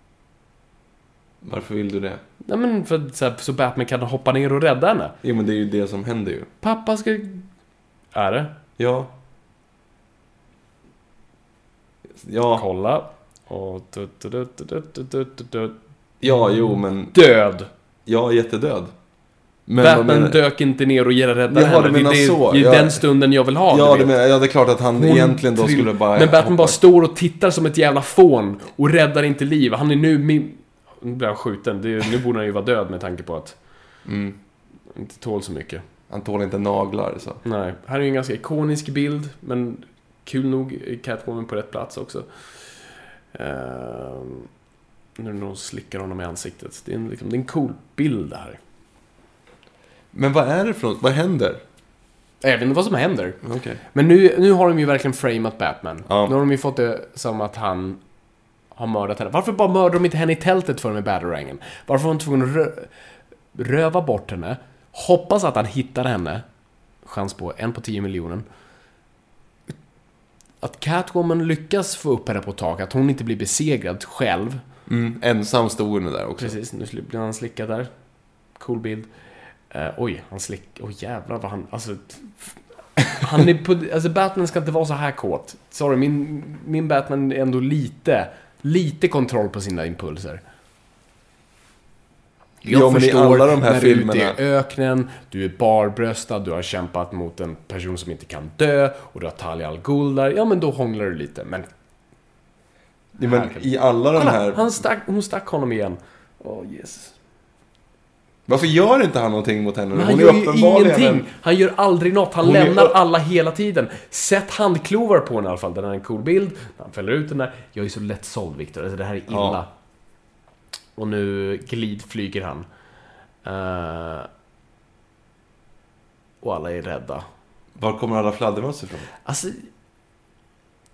Speaker 1: Varför vill du det?
Speaker 2: Nej men för att så, här, så Batman kan hoppa ner och rädda henne.
Speaker 1: Jo men det är ju det som händer ju.
Speaker 2: Pappa ska... Är det?
Speaker 1: Ja. Ja,
Speaker 2: Kolla. Och... du- du- du- du- du- du- du- du- du-
Speaker 1: ja jo men...
Speaker 2: Död!
Speaker 1: Jag är jättedöd. Men vad
Speaker 2: Batman
Speaker 1: menar-
Speaker 2: dök inte ner och räddade
Speaker 1: Jaha,
Speaker 2: henne.
Speaker 1: du
Speaker 2: Det är
Speaker 1: menar
Speaker 2: det-
Speaker 1: så.
Speaker 2: det är
Speaker 1: Ja.
Speaker 2: den stunden jag vill ha.
Speaker 1: Ja,
Speaker 2: du
Speaker 1: det
Speaker 2: vet.
Speaker 1: menar, ja, det är klart att han
Speaker 2: Hon
Speaker 1: egentligen då
Speaker 2: trill-
Speaker 1: skulle bara...
Speaker 2: Men Batman
Speaker 1: hoppa.
Speaker 2: bara står och tittar som ett jävla fån och räddar inte liv. Han är nu min... Nu blir han skjuten. Det, är- nu borde han ju vara död med tanke på att... han Inte tål så mycket.
Speaker 1: Mm. Han tål inte naglar så.
Speaker 2: Nej. Här är ju en ganska ikonisk bild, men kul nog är Catwoman på rätt plats också. Ehm, nu när hon slickar honom i ansiktet. Det är en, liksom, det är en cool bild det här.
Speaker 1: Men vad är det för något? Vad händer?
Speaker 2: Jag vet inte vad som händer.
Speaker 1: Okej.
Speaker 2: Men nu, nu har de ju verkligen framat Batman.
Speaker 1: Ja.
Speaker 2: Nu har de ju fått det som att han har mördat henne. Varför bara mördar de inte henne i tältet för med Batarangen? Varför var hon tvungen att rö röva bort henne? Hoppas att han hittar henne. Chans på en på tio miljoner. att Catwoman lyckas få upp henne på tak, att hon inte blir besegrad själv.
Speaker 1: Mm, ensam stod hon där också.
Speaker 2: Precis, nu sli- blir han slickad där. Cool bild. Eh, oj, han slick... Oj jävlar vad han... Alltså... f- Han är på... Alltså Batman ska inte vara så här kåt. Sorry, min, min Batman är ändå lite... Lite kontroll på sina impulser. Jag
Speaker 1: Ja, men i
Speaker 2: förstår
Speaker 1: alla de här
Speaker 2: när du är ute
Speaker 1: filmerna-
Speaker 2: i öknen, du är barbröstad, du har kämpat mot en person som inte kan dö och du har Talia al Ghul där. Ja, men då hånglar du lite. Men
Speaker 1: Ja, men I alla de
Speaker 2: kolla,
Speaker 1: här...
Speaker 2: han stack, hon stack honom igen. Åh, Jesus.
Speaker 1: Varför gör inte han någonting mot henne?
Speaker 2: Men han
Speaker 1: hon
Speaker 2: gör
Speaker 1: är
Speaker 2: ju
Speaker 1: uppenbarligen...
Speaker 2: ingenting.
Speaker 1: En...
Speaker 2: Han gör aldrig något. Han
Speaker 1: Hon är
Speaker 2: lämnar
Speaker 1: upp-
Speaker 2: alla hela tiden. Sätt handklovar på henne i alla fall. Den här är en cool bild. Han fäller ut den där. Jag är så lätt såld, Viktor. Alltså, det här är illa.
Speaker 1: Ja.
Speaker 2: Och nu glidflyger han. Eh, och alla är rädda.
Speaker 1: Var kommer alla fladdermöss ifrån?
Speaker 2: Alltså...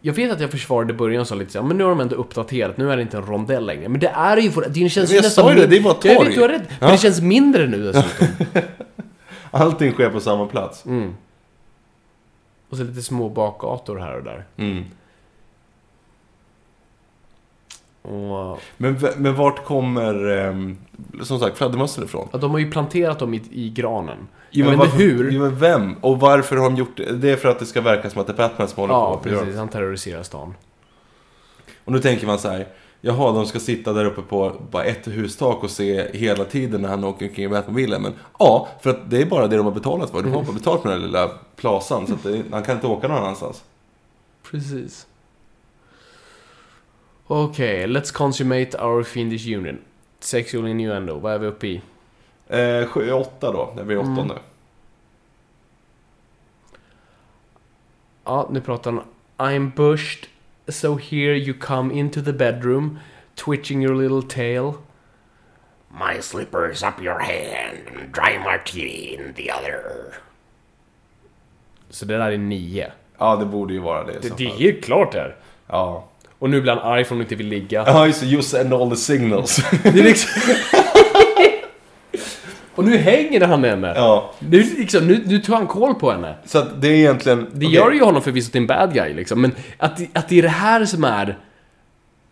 Speaker 2: Jag vet att jag försvarade i början och sa lite så här, men nu har de ändå uppdaterat, nu är det inte en rondell längre. Men det är ju for- det känns
Speaker 1: Men jag
Speaker 2: nästan...
Speaker 1: sa ju det,
Speaker 2: min-
Speaker 1: det var ett
Speaker 2: Jag
Speaker 1: torg.
Speaker 2: vet, du har rätt.
Speaker 1: Ja.
Speaker 2: Men det känns mindre nu dessutom.
Speaker 1: Allting sker på samma plats.
Speaker 2: Mm. Och så lite små bakgator här och där.
Speaker 1: Mm.
Speaker 2: Och,
Speaker 1: Men, v- men vart kommer, ehm, som sagt, fladdermössen ifrån?
Speaker 2: ja, de har ju planterat dem i, i granen.
Speaker 1: Jo,
Speaker 2: jag vet
Speaker 1: men
Speaker 2: inte
Speaker 1: varför,
Speaker 2: hur.
Speaker 1: Jo, men vem? Och varför har de gjort det? Det är för att det ska verka som att det är Batman som håller på
Speaker 2: ja,
Speaker 1: att göra
Speaker 2: precis. Han terroriserar stan.
Speaker 1: Och nu tänker man så här. Jaha, de ska sitta där uppe på bara ett hustak och se hela tiden när han åker omkring i Batmobilen. Men ja, för att det är bara det de har betalat för.
Speaker 2: Mm.
Speaker 1: De har bara betalat för den här lilla plasan. Så att det, han kan inte åka någon annanstans.
Speaker 2: Precis. Okej, let's consummate our fiendish union. Sexual innuendo, vad är vi uppe i?
Speaker 1: Eh, sju, åtta då, när vi är åttonde.
Speaker 2: Mm. Ja, nu pratar han I'm bushed, so here you come into the bedroom, twitching your little tail.
Speaker 5: My slippers up your hand and dry martini in the other.
Speaker 2: Så det där är nio.
Speaker 1: Ja, det borde ju vara det. i så
Speaker 2: Det är
Speaker 1: fall.
Speaker 2: ju klart här.
Speaker 1: Ja.
Speaker 2: Och nu blir han arg för att hon inte vill ligga.
Speaker 1: Ja, just det. You send all the signals.
Speaker 2: Det är liksom... Och nu hänger han med henne!
Speaker 1: ja.
Speaker 2: Nu, liksom, nu, nu tar han koll på henne.
Speaker 1: Så att det är egentligen...
Speaker 2: Det gör ju honom förvisso till en bad guy liksom, men att, det- att det är det här som är...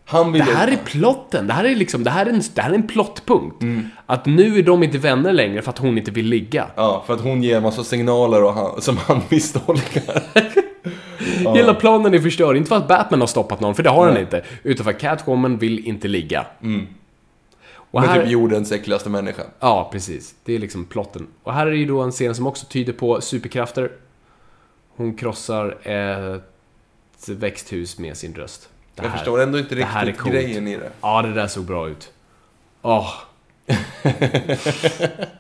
Speaker 1: Han vill
Speaker 2: Det här är plotten, det här är liksom, det här är en, det här är en plottpunkt.
Speaker 1: Mm.
Speaker 2: Att nu är de inte vänner längre för att hon inte vill ligga.
Speaker 1: Ja, för att hon ger en massa signaler och han, som han misstolkar.
Speaker 2: Hela planen är förstörd, inte för att Batman har stoppat någon, för det har han inte. Utan för att Catwoman vill inte ligga. Och
Speaker 1: Mm. Men
Speaker 2: här-
Speaker 1: typ jordens äckligaste människa.
Speaker 2: Ja, precis. Det är liksom plotten. Och här är ju då en scen som också tyder på superkrafter. Hon krossar ett växthus med sin röst. Det
Speaker 1: Jag
Speaker 2: här-
Speaker 1: förstår ändå inte
Speaker 2: det här är
Speaker 1: riktigt
Speaker 2: coolt.
Speaker 1: grejen i det.
Speaker 2: Ja, det där såg bra ut. Åh.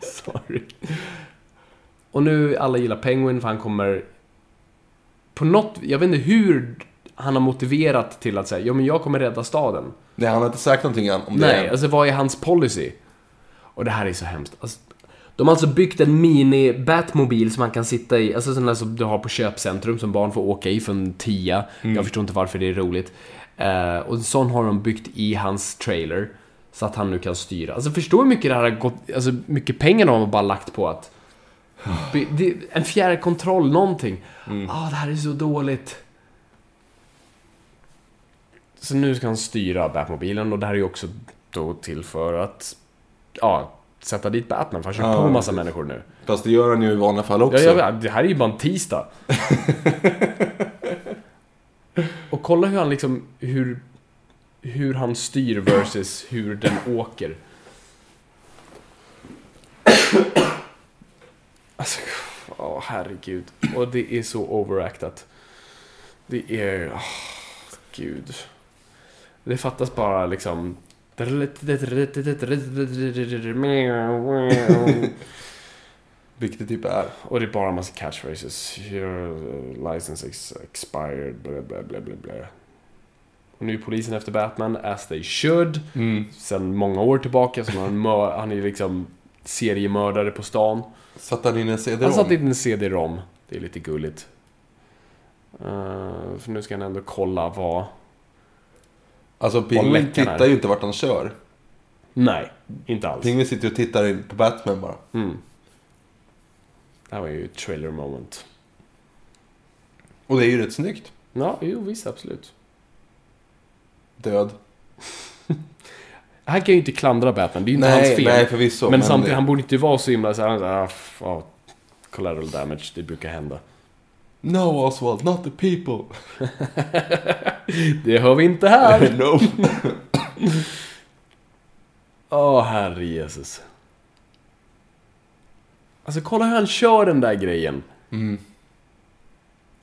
Speaker 2: Sorry. Och nu alla gillar Penguin för han kommer... På något... Jag vet inte hur han har motiverat till att säga ja men jag kommer rädda staden.
Speaker 1: Nej, han har inte sagt någonting om det.
Speaker 2: Nej, alltså vad är hans policy? Och det här är så hemskt. Alltså, de har alltså byggt en mini-Batmobil som man kan sitta i, alltså sån där som du har på köpcentrum som barn får åka i för en tia.
Speaker 1: Mm.
Speaker 2: Jag förstår inte varför det är roligt. Eh, och en sån har de byggt i hans trailer. Så att han nu kan styra. Alltså förstå hur mycket det här har gått, alltså mycket pengar de har bara lagt på att... Be- det, en fjärrkontroll, någonting. Ah, det här är så dåligt. Så nu ska han styra Batmobilen och det här är ju också då till för att ja, sätta dit Batman, för han kör
Speaker 1: Ja,
Speaker 2: på en massa
Speaker 1: precis.
Speaker 2: människor nu.
Speaker 1: Fast det gör han ju i vanliga fall också.
Speaker 2: Ja, jag vet, det här är ju bara en tisdag. och kolla hur han liksom, hur, hur han styr versus hur den åker. Alltså, ja herregud. Och det är så overactat. Det är, åh, gud. Det fattas bara liksom...
Speaker 1: Vilket det typ är.
Speaker 2: Och det är bara en massa catchphrases. Your uh, license ex expired, bla bla bla bla bla. Och nu är polisen efter Batman, as they should. Sen många år tillbaka, så han, mör- han är liksom seriemördare på stan.
Speaker 1: Satt han in en CD-ROM?
Speaker 2: Han satt in en CD-ROM. Det är lite gulligt. Eh, för nu ska han ändå kolla vad...
Speaker 1: Alltså, Pingvin
Speaker 2: läckan är.
Speaker 1: tittar ju inte vart han kör.
Speaker 2: Nej, inte alls. Mm.
Speaker 1: Pingvin sitter och tittar in på Batman bara.
Speaker 2: Det här var ju ett trailer moment.
Speaker 1: Och det är ju rätt snyggt.
Speaker 2: Ja, jo visst, absolut.
Speaker 1: Död.
Speaker 2: Han kan ju inte klandra Batman, det är ju inte
Speaker 1: Nej,
Speaker 2: hans fel.
Speaker 1: nej, förvisso,
Speaker 2: Men,
Speaker 1: men
Speaker 2: samtidigt,
Speaker 1: det-
Speaker 2: han borde inte vara så himla såhär, ah, f- ah, collateral damage, det brukar hända.
Speaker 1: No Oswald, not the people.
Speaker 2: Det hör vi inte här!
Speaker 1: no.
Speaker 2: Åh, herre Jesus. Alltså kolla hur han kör den där grejen.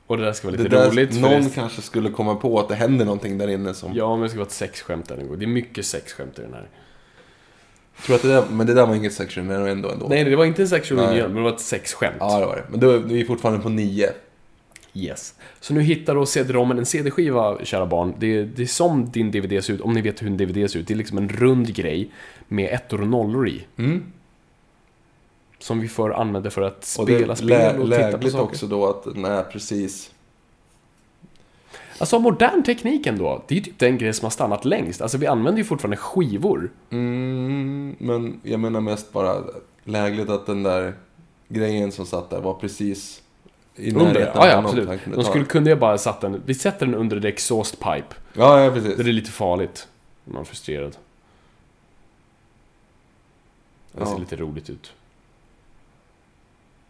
Speaker 2: Och det där ska vara
Speaker 1: Mm. Det
Speaker 2: lite
Speaker 1: där,
Speaker 2: roligt. för
Speaker 1: någon
Speaker 2: det-
Speaker 1: kanske skulle komma på att det händer någonting där inne som...
Speaker 2: Ja, men det ska vara ett sexskämt där nu. Det är mycket sexskämt i den här.
Speaker 1: Tror att det där, men det där var inget section, men ändå ändå.
Speaker 2: Nej, det var inte en sexual
Speaker 1: Nej.
Speaker 2: union, men det var ett sexskämt.
Speaker 1: Ja, det var det. Men då är vi fortfarande på nio.
Speaker 2: Yes. Så nu hittar då CD-ROMen en CD-skiva, kära barn. Det, det är som din DVD ser ut, om ni vet hur en DVD ser ut. Det är liksom en rund grej med ettor och nollor i. Som vi förr använde för att
Speaker 1: Mm. Och det
Speaker 2: spela
Speaker 1: är
Speaker 2: spel
Speaker 1: lä-
Speaker 2: och titta på
Speaker 1: lägligt
Speaker 2: saker.
Speaker 1: också då att den är precis...
Speaker 2: Alltså modern teknik ändå. Det är ju typ den grejen som har stannat längst. Alltså vi använder ju fortfarande skivor.
Speaker 1: Mm, men jag menar mest bara lägligt att den där grejen som satt där var precis i
Speaker 2: Under.
Speaker 1: närheten
Speaker 2: Ja, ja,
Speaker 1: av någon
Speaker 2: absolut.
Speaker 1: han kunde
Speaker 2: De
Speaker 1: ta.
Speaker 2: skulle kunde jag bara satt den... Vi sätter den under the exhaust pipe.
Speaker 1: Ja, ja,
Speaker 2: Det är
Speaker 1: precis.
Speaker 2: lite farligt. Om man är frustrerad. Det ser
Speaker 1: Ja.
Speaker 2: lite roligt ut.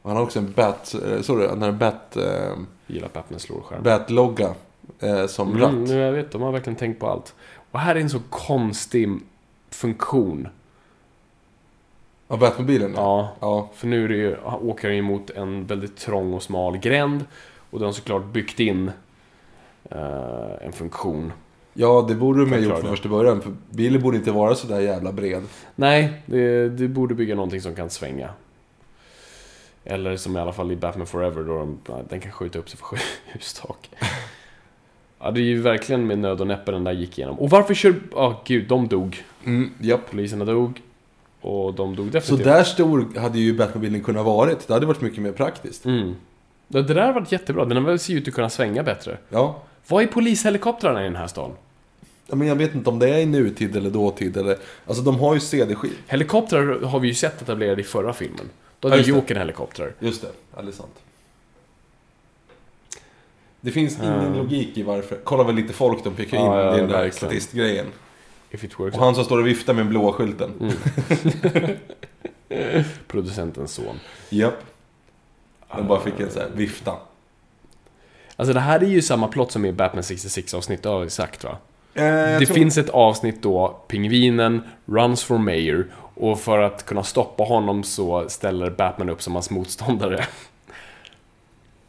Speaker 1: Han har också en bat... eh, Sorry, den här bat... eh,
Speaker 2: Jag gillar att Batman slår skärmen.
Speaker 1: Bat-logga eh, som
Speaker 2: Mm,
Speaker 1: ratt.
Speaker 2: nu jag vet, de har verkligen tänkt på allt. Och här är en så konstig funktion.
Speaker 1: Ja, Batmobilen
Speaker 2: Ja.
Speaker 1: ja.
Speaker 2: För nu är det ju, åker han ju mot en väldigt trång och smal gränd. Och de har såklart byggt in eh, en funktion.
Speaker 1: Ja, det borde de ha gjort
Speaker 2: klarar
Speaker 1: från
Speaker 2: det.
Speaker 1: första början. För bilen borde inte vara så där jävla bred.
Speaker 2: Nej, det, det borde bygga någonting som kan svänga. Eller som i alla fall i Batman Forever då de, den kan skjuta upp sig för hustak. Ja, det är ju verkligen med nöd och näppe den där gick igenom. Och varför kör... Ja, gud, de dog.
Speaker 1: Mm, japp.
Speaker 2: Poliserna dog. Och de dog
Speaker 1: Så
Speaker 2: definitivt.
Speaker 1: där stor hade ju Batmobilen kunnat varit. Det hade varit mycket mer praktiskt.
Speaker 2: Mm. Det det där har varit jättebra. Den har väl ser ut att kunna svänga bättre.
Speaker 1: Ja.
Speaker 2: Vad är polishelikoptrarna i den här stan?
Speaker 1: Ja, Men jag vet inte om det är i nutid eller dåtid eller... Alltså de har ju CD-skiv.
Speaker 2: Helikoptrar har vi ju sett etablerade i förra filmen. Då
Speaker 1: Ja,
Speaker 2: hade
Speaker 1: just
Speaker 2: ju
Speaker 1: det.
Speaker 2: Jokern helikoptrar.
Speaker 1: Just det, ja, det är sant. Det finns ingen logik i varför. Kolla vad lite folk de pekar in
Speaker 2: Ja, ja,
Speaker 1: i den där
Speaker 2: verkligen. Mm.
Speaker 1: statistgrejen.
Speaker 2: If it works.
Speaker 1: Och han som står och viftar med den blåa skylten.
Speaker 2: Producentens son.
Speaker 1: Japp. De bara fick en så här vifta.
Speaker 2: Alltså det här är ju samma plott som i Batman 66 avsnitt, det har vi sagt va?
Speaker 1: Eh, jag
Speaker 2: det
Speaker 1: tror-
Speaker 2: finns ett avsnitt då pingvinen runs for mayor och för att kunna stoppa honom så ställer Batman upp som hans motståndare.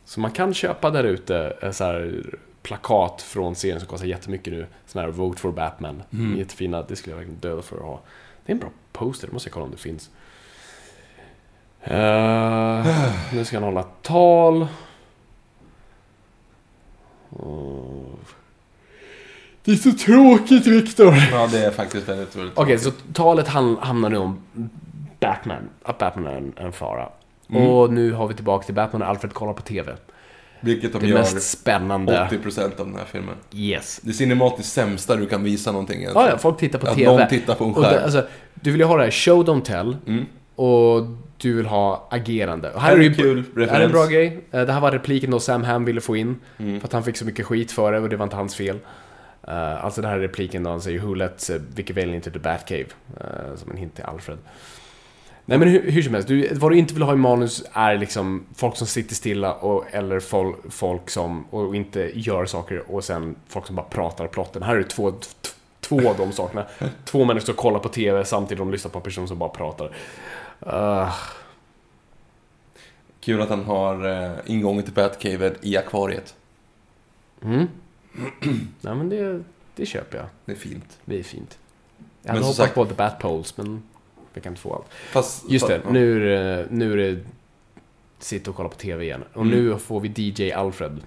Speaker 2: Så man kan köpa där ute eh, så här plakat från serien som kostar jättemycket nu. Sån här Vote for Batman.
Speaker 1: Mm.
Speaker 2: Jättefina, det skulle jag verkligen döda för att ha. Det är en bra poster, det måste jag kolla om det finns. Eh, nu ska han hålla tal. Åh. Det är så tråkigt Viktor!
Speaker 1: Ja, det är faktiskt väldigt roligt.
Speaker 2: Okej, så talet han, handlar nu om Batman. Att Batman är en, en fara.
Speaker 1: Mm.
Speaker 2: Och nu har vi tillbaka till Batman och Alfred kollar på TV.
Speaker 1: Vilket de
Speaker 2: Det
Speaker 1: gör
Speaker 2: mest spännande.
Speaker 1: 80% av den här filmen.
Speaker 2: Yes.
Speaker 1: Det cinematiskt sämsta du kan visa någonting egentligen.
Speaker 2: Ja, ja, folk tittar på
Speaker 1: Att
Speaker 2: TV.
Speaker 1: någon tittar på en
Speaker 2: Och
Speaker 1: skärm. Mm.
Speaker 2: det- alltså, du vill ju ha det här show, don't tell. Och du vill ha agerande. Och här är det ju-
Speaker 1: kul
Speaker 2: Det här är en bra
Speaker 1: referens. Mm.
Speaker 2: grej. Eh, Det här var repliken då Sam Ham ville få in. För att han fick så mycket skit för det och det var inte hans fel. Eh, alltså den här repliken då han säger Who let eh, Vicky Vale into the Batcave? Uh, som en hint till Alfred. Nej men hur, hur som helst, du, vad du inte vill ha i manus är liksom folk som sitter stilla och, eller fol, folk som och inte gör saker och sen folk som bara pratar plotten. Här är det två, t- två av de sakerna. Två människor som kollar på TV samtidigt de lyssnar på en person som bara pratar. Ah,
Speaker 1: Kul att han har eh, ingången till Batcave i akvariet.
Speaker 2: mm. nej men det, det köper jag.
Speaker 1: Det är fint.
Speaker 2: Det är fint. Jag
Speaker 1: Men
Speaker 2: hade
Speaker 1: som
Speaker 2: hoppats
Speaker 1: sagt-
Speaker 2: på The Bat Poles, men vi kan inte få allt.
Speaker 1: Fast,
Speaker 2: Just det,
Speaker 1: fast,
Speaker 2: nu är det, nu är det sitta och kolla på TV igen. Och nu får vi DJ Alfred.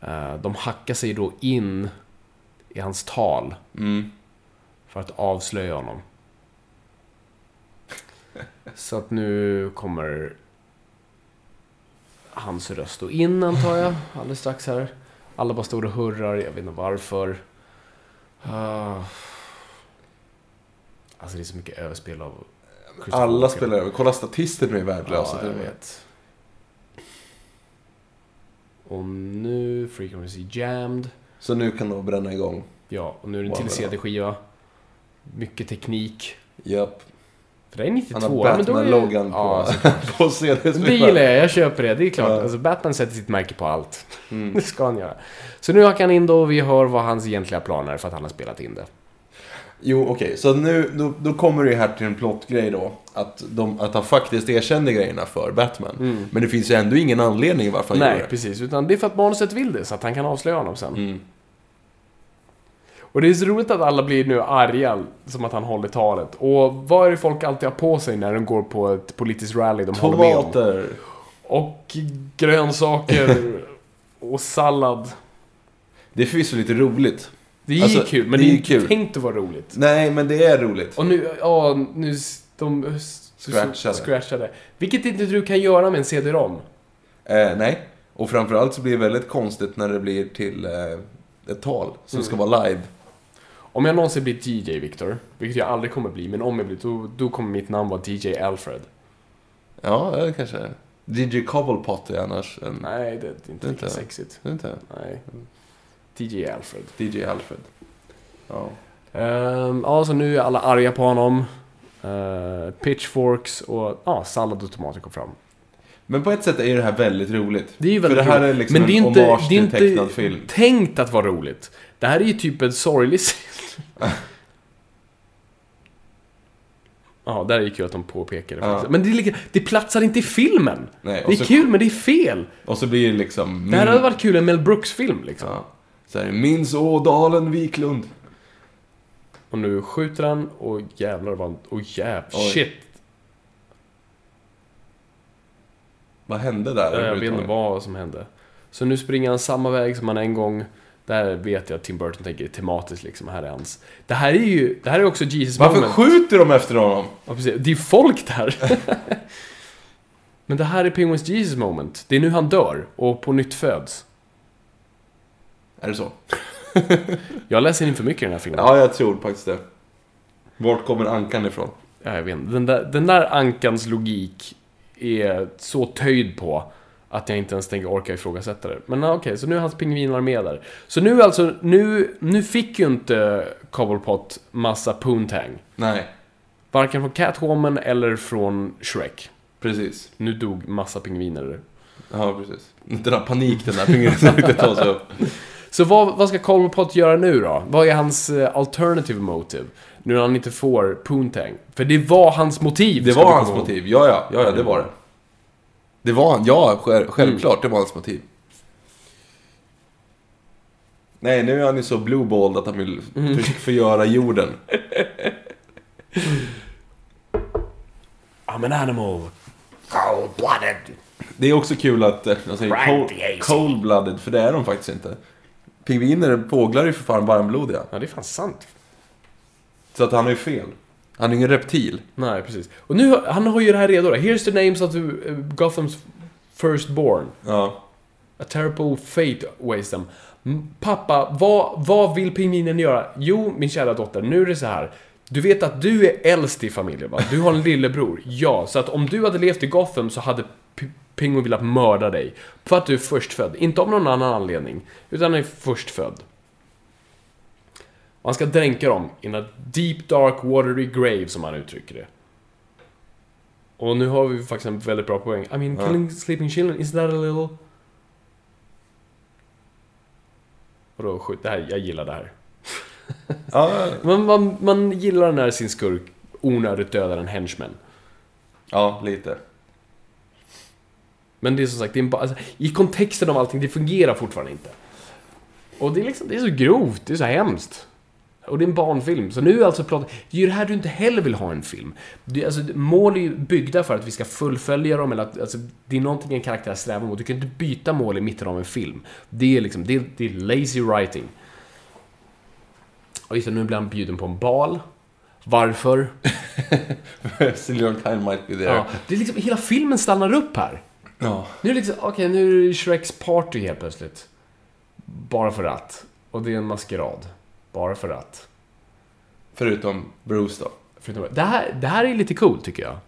Speaker 2: Eh, De hackar sig då in i hans tal
Speaker 1: Mm.
Speaker 2: för att avslöja honom. Så att nu kommer hans röst då in antar jag, alldeles strax här. Alla bara står och hurrar, jag vet inte varför. Ah. Alltså det är så mycket överspel av Christopher
Speaker 1: Alla
Speaker 2: Walken.
Speaker 1: spelar över. Kolla statisterna är värdelösa
Speaker 2: Ja,
Speaker 1: till
Speaker 2: jag
Speaker 1: och med.
Speaker 2: vet. Och nu Frequency Jammed.
Speaker 1: Så nu kan de bränna igång.
Speaker 2: Ja, och nu är det en
Speaker 1: Wow,
Speaker 2: till
Speaker 1: bra.
Speaker 2: CD-skiva. Mycket teknik.
Speaker 1: Japp.
Speaker 2: För det är 92.
Speaker 1: Han har
Speaker 2: ja, men då är-
Speaker 1: Batman-loggan på,
Speaker 2: Ja, alltså,
Speaker 1: på cd
Speaker 2: det gillar jag, jag köper det. Det är klart. Alltså, Batman sätter sitt märke på allt.
Speaker 1: Mm.
Speaker 2: Det ska han göra. Så nu hackar han in då och vi hör vad hans egentliga plan är för att han har spelat in det.
Speaker 1: Jo, okej. Så nu, då, då kommer det ju här till en plottgrej då. Att, de, att han faktiskt erkände grejerna för Batman. Men det finns ju ändå ingen anledning varför han
Speaker 2: Mm. Nej,
Speaker 1: gjorde det. Mm.
Speaker 2: precis. Utan det är för att manuset vill det, så att han kan avslöja honom sen. Och det är så roligt att alla blir nu arga, som att han håller talet. Och vad är det folk alltid har på sig när de går på ett politiskt rally de håller med om?
Speaker 1: Tomater.
Speaker 2: Och grönsaker och sallad.
Speaker 1: Det är förvisso lite roligt.
Speaker 2: Det är
Speaker 1: Alltså,
Speaker 2: ju kul, men
Speaker 1: det
Speaker 2: det
Speaker 1: är
Speaker 2: är
Speaker 1: ju
Speaker 2: inte
Speaker 1: kul.
Speaker 2: tänkt att vara roligt.
Speaker 1: Nej, men det är roligt.
Speaker 2: Och nu, ja, nu, s- de s-
Speaker 1: Scratchade.
Speaker 2: scratchade. Vilket inte du kan göra med en CD-ROM.
Speaker 1: Eh, nej. Och framförallt så blir det väldigt konstigt när det blir till eh, ett tal som
Speaker 2: Mm.
Speaker 1: ska vara live.
Speaker 2: Om jag någonsin blir DJ, Victor, vilket jag aldrig kommer bli, men om jag blir, då, då kommer mitt namn vara DJ Alfred.
Speaker 1: Ja, det kanske är. DJ Cobblepot är annars en...
Speaker 2: Nej, det är
Speaker 1: Det
Speaker 2: inte
Speaker 1: är
Speaker 2: lika
Speaker 1: inte.
Speaker 2: sexigt.
Speaker 1: Det är inte.
Speaker 2: Nej. DJ Alfred.
Speaker 1: DJ Alfred. Ja.
Speaker 2: Ehm, ja, så nu är alla arga på honom. Eh, pitchforks och ja, sallad och tomater kom fram.
Speaker 1: Men på ett sätt är ju det här väldigt roligt.
Speaker 2: Det är ju väldigt
Speaker 1: För det här
Speaker 2: roligt.
Speaker 1: är liksom
Speaker 2: Men det är
Speaker 1: en
Speaker 2: inte,
Speaker 1: hommage
Speaker 2: det är
Speaker 1: till en
Speaker 2: inte
Speaker 1: tecknad film.
Speaker 2: tänkt att vara roligt. Det här är ju typ en sorglig scen. Ja, där är det kul att de påpekade
Speaker 1: Ja.
Speaker 2: faktiskt. Men det, är lika, det platsar inte i filmen.
Speaker 1: Nej, och
Speaker 2: det är
Speaker 1: så-
Speaker 2: kul, men det är fel.
Speaker 1: Och så blir det liksom...
Speaker 2: Det här
Speaker 1: min-
Speaker 2: hade varit kul i en Mel Brooks-film liksom.
Speaker 1: Ja. Så här, minns Ådalen Wiklund.
Speaker 2: Och nu skjuter han och jävlar vad han... Och jävlar,
Speaker 1: Oj.
Speaker 2: shit.
Speaker 1: Vad hände där?
Speaker 2: Jag vet inte
Speaker 1: överhuvudtaget?
Speaker 2: vad som hände. Så nu springer han samma väg som han en gång... Där vet jag att Tim Burton tänker tematiskt liksom, här är hans. Det här är ju, det här är också Jesus
Speaker 1: Varför
Speaker 2: moment.
Speaker 1: skjuter de efter honom?
Speaker 2: Ja, precis. Det är folk där. Men det här är Penguins Jesus moment. Det är nu han dör och på nytt föds.
Speaker 1: Är det så?
Speaker 2: Jag läser in för mycket i den här filmen.
Speaker 1: Ja, jag tror faktiskt det. Vart kommer ankan ifrån?
Speaker 2: Ja, jag vet inte. Den där, den där ankans logik är så töjd på att jag inte ens tänker orka ifrågasätta det. Men ja, okej, så nu är hans pingvinar med där. Så nu alltså, nu, nu fick ju inte Cobblepot massa poontang.
Speaker 1: Nej,
Speaker 2: Varken från Catwoman eller från Shrek.
Speaker 1: precis.
Speaker 2: Nu dog massa pingviner.
Speaker 1: Ja, precis. Den där panik, den där fingret som inte tar sig upp.
Speaker 2: Så vad, vad ska Cobblepot göra nu då? Vad är hans eh, alternative motive? Nu när han inte får poontang. För det var hans motiv.
Speaker 1: Det
Speaker 2: ska vi
Speaker 1: var
Speaker 2: komma
Speaker 1: hans
Speaker 2: ihåg.
Speaker 1: motiv. Ja, ja, ja, ja det var det. Det var han. Ja,
Speaker 2: Mm.
Speaker 1: själv- självklart. Det var hans motiv. Nej, nu är han ju så blueballed att han vill
Speaker 2: Mm.
Speaker 1: för- förgöra jorden.
Speaker 2: I'm an animal.
Speaker 5: Cold blooded.
Speaker 1: Det är också kul att eh, jag säger
Speaker 5: Right,
Speaker 1: cold,
Speaker 5: the AC.
Speaker 1: cold-blooded, för det är de faktiskt inte. Pingviner är fåglar är ju för fan varmblodiga.
Speaker 2: Ja, det är fan sant.
Speaker 1: Så att han har ju fel. Han är ingen reptil.
Speaker 2: Nej, precis. Och nu, han har ju det här redo då. Here's the names of the, eh, Gotham's firstborn.
Speaker 1: Ja.
Speaker 2: A terrible fate awaits them. Mm, Pappa, vad, vad vill pingvinen göra? Jo, min kära dotter, nu är det så här. Du vet att du är äldst i familjen va? Du har en lillebror. Ja, så att om du hade levt i Gotham så hade P- Pingu velat mörda dig. För att du är förstfödd. Inte av någon annan anledning. Utan är förstfödd. Man ska dränka dem in a deep dark watery grave som han uttrycker det. Och nu har vi faktiskt en väldigt bra poäng. I mean, killing sleeping children, is that a little... Vadå, skjut? Det här, jag gillar det här.
Speaker 1: Ja,
Speaker 2: Man, man, man gillar när sin skurk onödigt dödar en henchman.
Speaker 1: ja lite.
Speaker 2: Men det är som sagt, det är en ba- alltså, i kontexten av allting, det fungerar fortfarande inte. Och det är liksom, det är så grovt, det är så hemskt. Och det är en barnfilm, så nu är alltså plot... Det är ju det här du inte heller vill ha i en film. Det, alltså, mål är ju byggda för att vi ska fullfölja dem, eller att alltså, det är någonting en karaktär strävar mot. Du kan inte byta mål i mitten av en film. Det är liksom, det, är- det är lazy writing. Och just det, nu blir han bjuden på en bal. Varför?
Speaker 1: Silver kind might be there.
Speaker 2: Ja,
Speaker 1: Ja.
Speaker 2: det är liksom, hela filmen stannar upp här. Nu är det liksom, okej nu är det Shreks party helt plötsligt. Bara för att. Och det är en maskerad. Bara för att.
Speaker 1: Förutom Bruce då.
Speaker 2: Förutom- Det här, det här är lite coolt Mhm. tycker jag.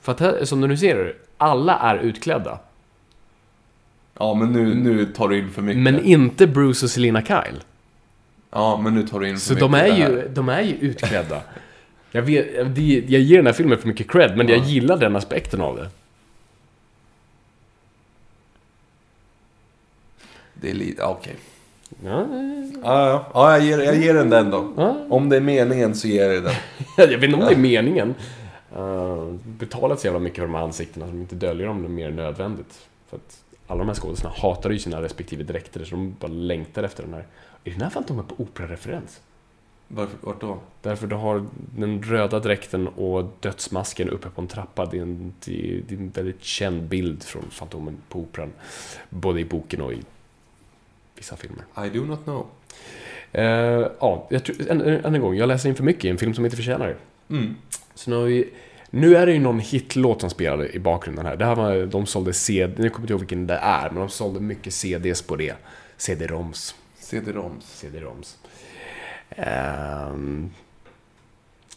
Speaker 2: För att här, som du nu ser, alla är utklädda.
Speaker 1: Ja, men nu, nu tar du in för mycket.
Speaker 2: Men inte Bruce och Selina Kyle.
Speaker 1: ja, men nu tar du in för
Speaker 2: Så
Speaker 1: mycket.
Speaker 2: de
Speaker 1: i
Speaker 2: är,
Speaker 1: det här.
Speaker 2: ju, de är ju utklädda. Jag, vet, jag- det- jag ger den här filmen för mycket cred, men jag gillar den aspekten av det.
Speaker 1: Det är lite... ja, Okej.
Speaker 2: Ja,
Speaker 1: Ja, ja. ja jag, ger, jag ger den den då. Om det är meningen så ger jag den.
Speaker 2: jag vet inte om det är meningen. Uh, betalat så jävla mycket för de här ansiktena som inte döljer dem mer än nödvändigt. För att alla de här skådespelarna hatar ju sina respektive dräkter, så de bara längtar efter den här. Är den här Fantomen på operareferens?
Speaker 1: Varför, vart då?
Speaker 2: Därför du har den röda dräkten och dödsmasken uppe på en trappa. Det är en, det är det är en väldigt känd bild från Fantomen på Operan. Både i boken och i vissa filmer.
Speaker 1: I do not know.
Speaker 2: Eh, ja, jag tror, än, än en gång, jag läser in för mycket i en film som inte förtjänar det.
Speaker 1: Mm.
Speaker 2: Så nu, har vi, nu är det ju någon hitlåt som spelade i bakgrunden här. Det här var, de sålde CD, nu kommer jag inte ihåg vilken det är, men de sålde mycket CDs på det. CD-ROMs.
Speaker 1: CD-ROMs.
Speaker 2: CD-ROMs. Ehm,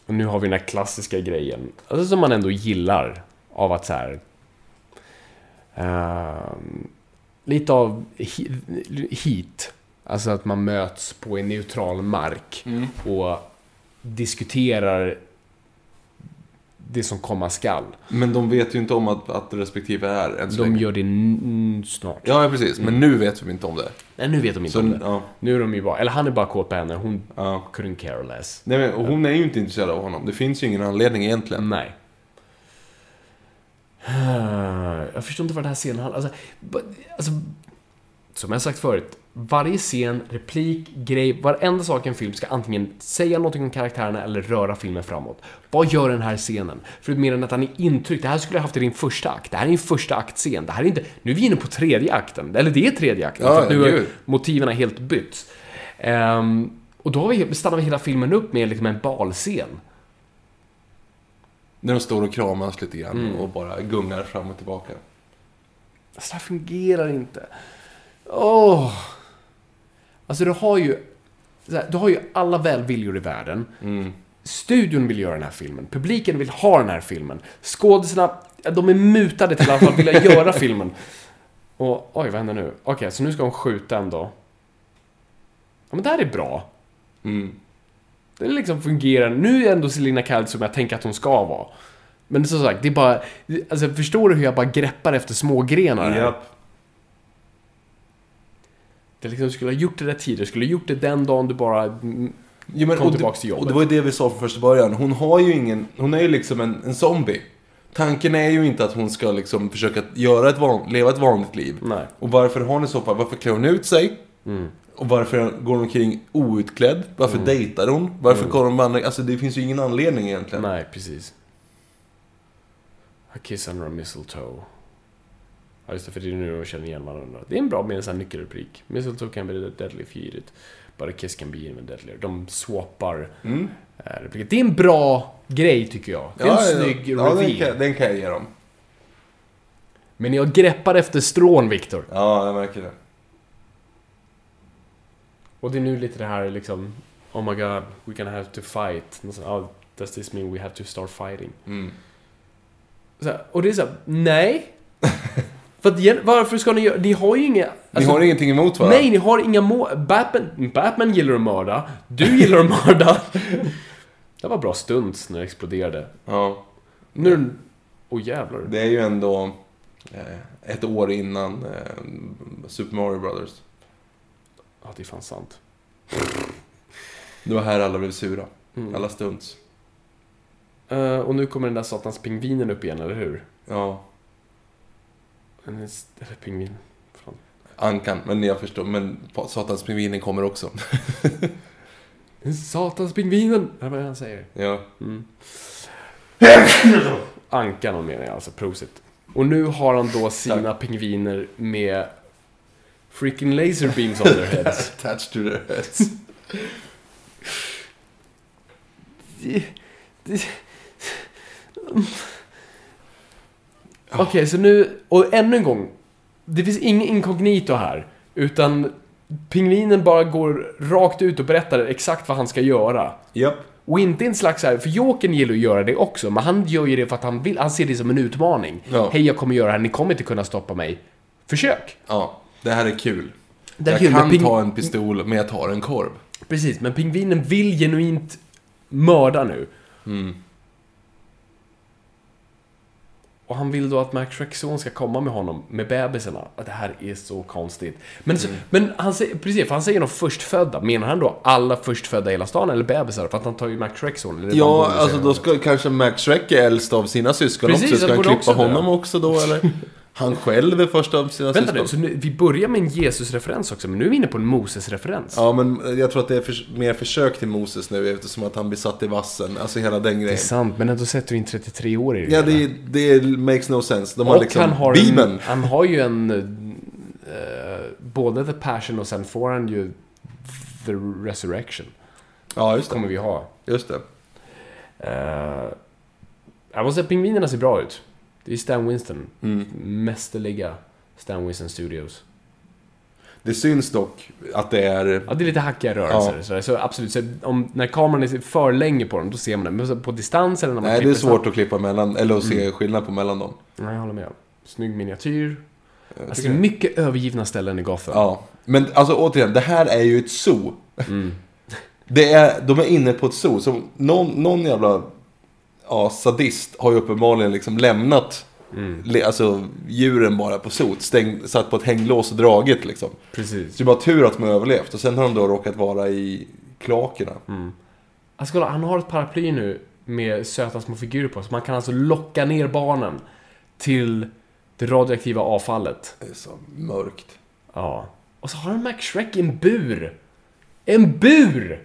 Speaker 2: och nu har vi den här klassiska grejen, alltså som man ändå gillar av att så här... ehm, lite av hi- heat, alltså att man möts på en neutral mark
Speaker 1: Mm.
Speaker 2: och diskuterar det som komma skall.
Speaker 1: Men de vet ju inte om att, att respektive är än så
Speaker 2: De
Speaker 1: länge.
Speaker 2: gör det n- snart.
Speaker 1: Ja, ja, precis. Men nu vet de inte om det.
Speaker 2: Nej, nu vet de inte
Speaker 1: Så,
Speaker 2: om det.
Speaker 1: ja.
Speaker 2: Nu är de ju bara, eller han är bara kåt på henne, hon
Speaker 1: Ja.
Speaker 2: couldn't care less.
Speaker 1: Nej, men hon är ju inte intresserad av honom. Det finns ju ingen anledning egentligen.
Speaker 2: Nej. Jag förstår inte vad den här scenen handlar alltså, ba- alltså, Som jag sagt förut, varje scen, replik, grej, varenda sak i en film ska antingen säga någonting om karaktärerna eller röra filmen framåt. Vad gör den här scenen? För mer än att han är intryckt, det här skulle jag haft i din första akt. Det här är en första aktscen. Det här är inte, nu är vi inne på tredje akten. Eller det är tredje akten,
Speaker 1: Ja,
Speaker 2: för att nu har
Speaker 1: gud.
Speaker 2: motiven har helt bytts. Ehm, och då har vi, stannar vi hela filmen upp med liksom en balscen.
Speaker 1: När de står och kramas lite grann
Speaker 2: Mm.
Speaker 1: och bara gungar fram och tillbaka.
Speaker 2: Alltså det här fungerar inte. Åh! Alltså du har ju... så här, Du har ju alla välviljor i världen. Studion vill göra den här filmen. Publiken vill ha den här filmen. Skådisarna, ja, de är mutade till att i alla fall vilja göra filmen. Och oj, vad händer nu? Okej, så nu ska hon skjuta ändå. Ja, men det här är bra.
Speaker 1: Mm.
Speaker 2: Den liksom fungerar. Nu är ändå Selina Kyle som jag tänker att hon ska vara. Men som sagt, det är bara... Alltså, förstår du hur jag bara greppar efter smågrenar? här?
Speaker 1: Japp.
Speaker 2: Det liksom skulle ha gjort det där tidigare, skulle ha gjort det den dagen du bara... mm,
Speaker 1: Jo, men,
Speaker 2: Kom
Speaker 1: och det-
Speaker 2: tillbaks till jobbet.
Speaker 1: Och det var ju det vi sa från första början. Hon har ju ingen, hon är ju liksom en, en zombie. Tanken är ju inte att hon ska liksom försöka göra ett van, leva ett vanligt liv.
Speaker 2: Nej. Mm.
Speaker 1: Och varför har hon i så fall, varför klär hon ut sig? Och varför går hon omkring outklädd? Varför dejtar hon? Varför går hon vandring? Alltså det finns ju ingen anledning egentligen.
Speaker 2: Mm. Nej, precis. A kiss under a mistletoe. Ja, just det, för det är nu de känner igen varandra. Det är en bra med en sån här nyckelreplik. Mistletoe can be deadly if you eat it. But a kiss can be even deadlier. De swappar mm. repliker. Det är en bra grej, tycker jag. Det är
Speaker 1: Ja,
Speaker 2: en
Speaker 1: ja,
Speaker 2: snygg
Speaker 1: ja, den,
Speaker 2: reveal.
Speaker 1: kan, den kan jag ge dem.
Speaker 2: Men jag greppar efter strån, Viktor.
Speaker 1: Ja, jag märker det.
Speaker 2: Och det är nu lite det här liksom... Oh my god, we're gonna have to fight. Och så, Oh, does this mean we have to start fighting?
Speaker 1: Mm.
Speaker 2: Så här, och det är såhär, nej. För att, igen, varför ska ni göra... Ni har ju inga... alltså,
Speaker 1: Ni har ingenting emot varandra?
Speaker 2: nej, ni har inga mål. Batman, Batman gillar att mörda. Du gillar att mörda. det var bra stunts när det exploderade.
Speaker 1: Ja.
Speaker 2: Nu... Åh jävlar.
Speaker 1: Det är ju ändå eh, ett år innan eh, Super Mario Brothers.
Speaker 2: Ja, det är fan sant.
Speaker 1: Det var här alla blev sura. Alla stunts.
Speaker 2: Eh, och nu kommer den där satans pingvinen upp igen, eller hur?
Speaker 1: Ja,
Speaker 2: Den är s- Eller pingvin. Fan.
Speaker 1: Ankan. Men jag förstår. Men Satans pingvinen kommer också.
Speaker 2: Den satans pingvinen! Det är vad han säger.
Speaker 1: ja.
Speaker 2: Mm. Ankan om menar jag, alltså prosit. Och nu har han då sina pingviner med freaking laser beams on their heads.
Speaker 1: Attached to their heads.
Speaker 2: Okej, så nu, och ännu en gång. Det finns ingen inkognito här, utan pingvinen bara går rakt ut och berättar exakt vad han ska göra.
Speaker 1: Japp.
Speaker 2: Och inte en slags så här, för Jokern gillar att göra det också, men han gör ju det för att han vill, han ser det som en utmaning.
Speaker 1: Ja.
Speaker 2: Hej, jag kommer göra det här, ni kommer inte kunna stoppa mig. försök.
Speaker 1: Ja, det här är kul.
Speaker 2: Det här
Speaker 1: jag
Speaker 2: är kul, men
Speaker 1: kan
Speaker 2: ping-
Speaker 1: ta en pistol, men jag tar en korv.
Speaker 2: Precis, men pingvinen vill genuint mörda nu.
Speaker 1: Mm.
Speaker 2: Och han vill då att Max Rexon ska komma med honom, med bebisarna. Att det här är så konstigt. Men,
Speaker 1: Mm.
Speaker 2: så, men han säger, precis, för han säger de förstfödda. Menar han då alla förstfödda i hela stan eller bebisar? För att han tar ju Max Rexon. Eller
Speaker 1: Ja,
Speaker 2: Bamboozle,
Speaker 1: alltså
Speaker 2: säger
Speaker 1: då
Speaker 2: han.
Speaker 1: ska kanske Max Shrek är äldst av sina syskon
Speaker 2: Precis,
Speaker 1: också. Ska
Speaker 2: jag
Speaker 1: han
Speaker 2: borde
Speaker 1: klippa
Speaker 2: också dö.
Speaker 1: honom också då, eller? Han själv är först av sina
Speaker 2: Vänta nu,
Speaker 1: syskon.
Speaker 2: så nu, vi börjar med en Jesus-referens också, men nu är vi inne på en Moses-referens.
Speaker 1: Ja, men jag tror att det är för, mer försök till Moses nu eftersom att han blir satt i vassen. Alltså hela den
Speaker 2: Det är
Speaker 1: grejen.
Speaker 2: sant, men ändå sätter vi in 33 år i det.
Speaker 1: Ja,
Speaker 2: hela.
Speaker 1: det, det makes no sense. De har
Speaker 2: och
Speaker 1: liksom
Speaker 2: han har,
Speaker 1: Bibeln.
Speaker 2: en, han har ju en... eh, både the passion och sen får han ju the resurrection.
Speaker 1: Ja, just det.
Speaker 2: kommer vi ha.
Speaker 1: Just det.
Speaker 2: Uh, jag måste säga, Alltså, pingvinerna ser bra ut. Det är Stan Winston.
Speaker 1: Mm.
Speaker 2: Mästerliga Stan Winston Studios.
Speaker 1: Det syns dock att det är...
Speaker 2: Ja, det är lite hackiga rörelser.
Speaker 1: Ja.
Speaker 2: sådär. Så, absolut, så om, när kameran är för länge på dem, då ser man det. Men så på distans eller när man
Speaker 1: Nej, det är
Speaker 2: klipper snabbt-
Speaker 1: svårt att klippa mellan, eller att
Speaker 2: Mm.
Speaker 1: se skillnad på mellan dem.
Speaker 2: Nej, jag håller med. Snygg miniatyr. Alltså,
Speaker 1: tycker det.
Speaker 2: mycket övergivna ställen i Gotham.
Speaker 1: Ja, men alltså återigen, det här är ju ett zoo. Det är, de är inne på ett zoo, så någon, någon jävla ja, sadist har ju uppenbarligen liksom lämnat le, alltså, djuren bara på zoo, stäng, satt på ett hänglås och dragit liksom.
Speaker 2: Precis.
Speaker 1: Så det är bara tur att de har överlevt, och sen har de då råkat vara i kloakerna.
Speaker 2: Alltså kolla, han har ett paraply nu med söta små figurer på. Så man kan alltså locka ner barnen till det radioaktiva avfallet.
Speaker 1: Det är så mörkt.
Speaker 2: Ja. Och så har han Max Shrek i en bur. En bur!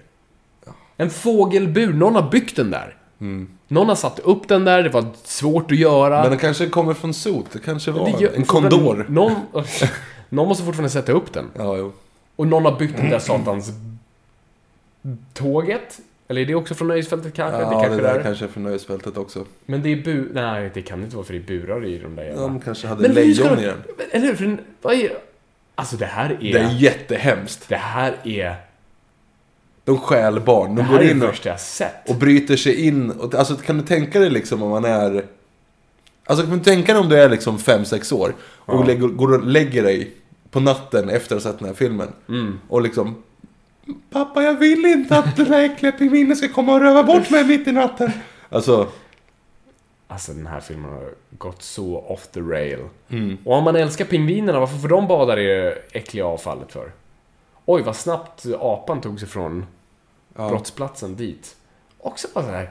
Speaker 2: En fågelbur. Någon har byggt den där. Någon har satt upp den där, det var svårt att göra.
Speaker 1: Mm. Men den kanske kommer från zoo, det kanske var
Speaker 2: Det gör-
Speaker 1: en
Speaker 2: fortfarande-
Speaker 1: kondor.
Speaker 2: Någon, någon måste fortfarande sätta upp den.
Speaker 1: Ja, jo.
Speaker 2: Och någon har byggt det där satans tåget. Eller är det också från nöjesfältet kanske?
Speaker 1: Ja,
Speaker 2: det kanske
Speaker 1: det
Speaker 2: det
Speaker 1: där
Speaker 2: är.
Speaker 1: kanske är från nöjesfältet också.
Speaker 2: Men det är bu... Nej, det kan det inte vara för det är burar i de där jävla...
Speaker 1: De kanske hade
Speaker 2: Men hur ska
Speaker 1: lejon
Speaker 2: de...
Speaker 1: i den.
Speaker 2: Men, Eller hur? För en... Vad är... Alltså det här är...
Speaker 1: Det är jättehemskt.
Speaker 2: Det här är...
Speaker 1: De stjäl barn. De
Speaker 2: Det här
Speaker 1: går
Speaker 2: är
Speaker 1: in
Speaker 2: det
Speaker 1: och,
Speaker 2: första jag sett.
Speaker 1: och bryter sig in. Och, alltså kan du tänka dig liksom om man är... Alltså kan du tänka dig om du är liksom 5-6 år och lägger, går och lägger dig på natten efter att ha sett den här filmen.
Speaker 2: Mm.
Speaker 1: Och liksom... Pappa, jag vill inte att den här äckliga pingvinen ska komma och röva bort mig mitt i natten. Alltså,
Speaker 2: Alltså den här filmen har gått så off the rail.
Speaker 1: Mm.
Speaker 2: Och om man älskar pingvinerna, varför får de bada i det äckliga avfallet för? Oj, vad snabbt apan tog sig från brottsplatsen dit. Också bara så här.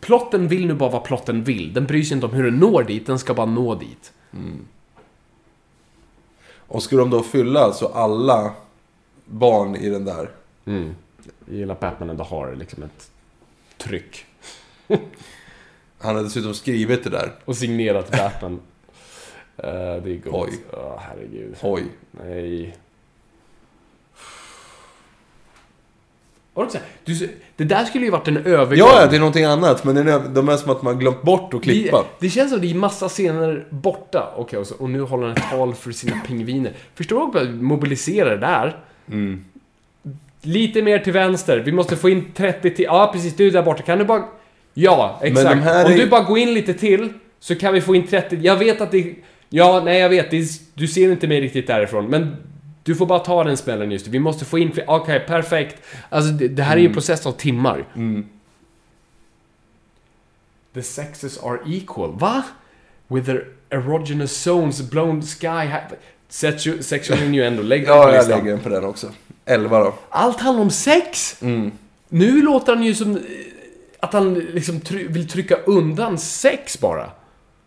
Speaker 2: Plotten vill nu bara vad plotten vill. Den bryr sig inte om hur den når dit, den ska bara nå dit.
Speaker 1: och skulle de då fylla alltså alla barn i den där.
Speaker 2: Jag gillar att Batman ändå har liksom ett tryck.
Speaker 1: Han hade dessutom skrivit det där.
Speaker 2: Och signerat Batman. Eh, det är gott.
Speaker 1: Oj.
Speaker 2: Åh, herregud.
Speaker 1: Oj.
Speaker 2: Nej. Och också, du, det där skulle ju varit en övergång.
Speaker 1: Ja, ja, det är någonting annat. Men den är- de är som att man glömt bort att klippa.
Speaker 2: Det, det känns som det är massa scener borta. Okej, och, så, och nu håller han ett tal för sina pingviner. Förstår du att mobilisera det där?
Speaker 1: Mm.
Speaker 2: Lite mer till vänster. Vi måste få in 30 till. Ja, precis. Du där borta. Kan du bara... Ja, exakt.
Speaker 1: de här
Speaker 2: Om
Speaker 1: är-
Speaker 2: du bara går in lite till så kan vi få in 30. Jag vet att det... Ja, nej, jag vet. Det är... Du ser inte mig riktigt därifrån, men... Du får bara ta den smällen just nu. Vi måste få in... fler- Okej, perfekt. Alltså, det, det här
Speaker 1: Mm.
Speaker 2: är ju en process av timmar. The sexes are equal. Va? With their erogenous zones blown sky high... Sexu- Sexual innuendo. Lägg den på
Speaker 1: Ja, jag
Speaker 2: listan.
Speaker 1: lägger den på den också. 11 då.
Speaker 2: Allt handlar om sex!
Speaker 1: Mm.
Speaker 2: Nu låter han ju som eh, att han liksom try- vill trycka undan sex bara.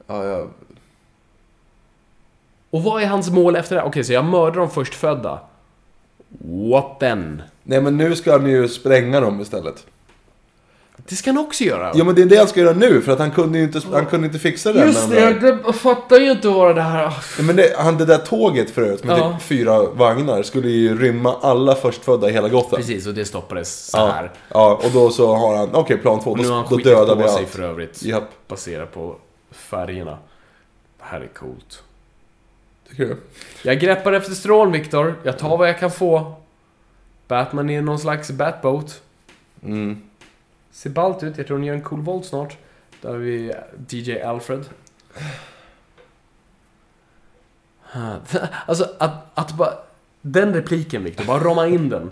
Speaker 1: Ja, jag
Speaker 2: Och vad är hans mål efter det här? Okej, så jag mördar de förstfödda. What then?
Speaker 1: Nej men nu ska han ju spränga dem istället.
Speaker 2: Det ska han också göra.
Speaker 1: Ja men det är det han ska göra nu för att han kunde ju inte, han kunde inte fixa det. här
Speaker 2: Just
Speaker 1: med
Speaker 2: det,
Speaker 1: de
Speaker 2: jag
Speaker 1: där.
Speaker 2: glöm- jag fattar ju inte vad det här...
Speaker 1: Nej, men det, han, det där tåget förut med
Speaker 2: Ja.
Speaker 1: typ fyra vagnar skulle ju rymma alla förstfödda i hela Gotham.
Speaker 2: Precis, och det stoppades så här.
Speaker 1: Ja, ja, och då så har han, okej plan två,
Speaker 2: Och nu har
Speaker 1: då,
Speaker 2: han
Speaker 1: då
Speaker 2: skitit
Speaker 1: dödar vi
Speaker 2: på sig
Speaker 1: allt.
Speaker 2: för övrigt.
Speaker 1: Japp.
Speaker 2: Baserat på färgerna. Det här är coolt.
Speaker 1: Tycker du?
Speaker 2: Jag greppar efter strån, Viktor. Jag tar vad jag kan få. Batman är någon slags Batboat.
Speaker 1: Mm.
Speaker 2: Ser ballt ut. Jag tror ni gör en cool volt snart. Där har vi DJ Alfred. Alltså att, att bara... Den repliken Victor, bara rama in den.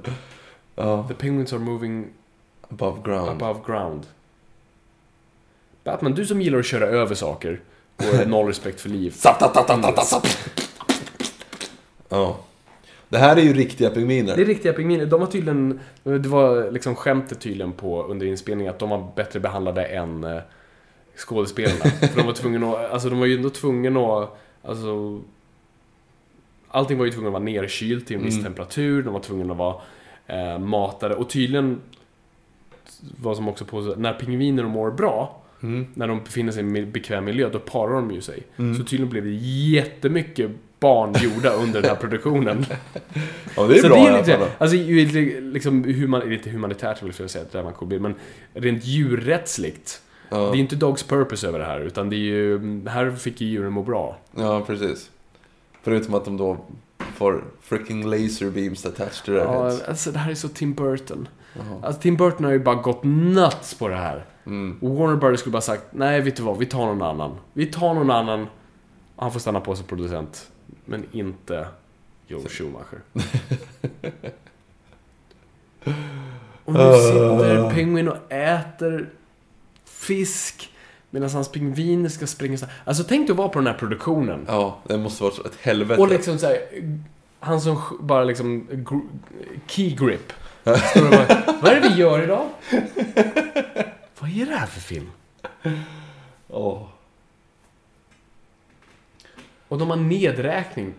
Speaker 1: Ja,
Speaker 2: The penguins are moving
Speaker 1: above ground.
Speaker 2: above ground. Batman, du som gillar att köra över saker och noll respekt för liv.
Speaker 1: Ja. Det här är ju riktiga pingviner.
Speaker 2: Det är riktiga pingviner. De var tydligen, det var liksom skämtet tydligen på under inspelningen att de var bättre behandlade än eh, skådespelarna. För de var tvungna att, alltså de var ju ändå tvungna att, alltså Allting var ju tvungen att vara nerkylt till en viss temperatur, de var tvungna att vara eh, matade och tydligen vad som också påstås, när pingviner mår bra när de befinner sig i en bekväm miljö, då parar de ju sig. Så tydligen blev det jättemycket barn gjorda under den här produktionen.
Speaker 1: Ja, det är
Speaker 2: så
Speaker 1: bra
Speaker 2: det
Speaker 1: i
Speaker 2: är
Speaker 1: alla fall.
Speaker 2: lite, alltså, ju lite, liksom, human, lite humanitärt vill jag säga att det här var en cool bild, men rent djurrättsligt. Det är ju inte dogs purpose över det här, utan det är ju, här fick ju djuren må bra.
Speaker 1: Ja, precis. Förutom att de då får freaking laser beams attached to their
Speaker 2: Ja,
Speaker 1: heads.
Speaker 2: alltså det här är så Tim Burton. Alltså Tim Burton har ju bara gått nuts på det här. Och Warner Brothers skulle bara sagt, nej vet du vad, vi tar någon annan. Vi tar någon annan, han får stanna på som producent. Men inte Joe Schumacher. och nu sitter Penguin och äter fisk. Medan hans pingviner ska springa så här. Alltså tänk dig att vara på den här produktionen.
Speaker 1: Ja, det måste vara ett helvete.
Speaker 2: Och liksom såhär, han som sj- bara liksom, gr- key grip. Står och bara, Vad är det vi gör idag? Vad är det här för film?
Speaker 1: Ja.
Speaker 2: Och de har nedräkning.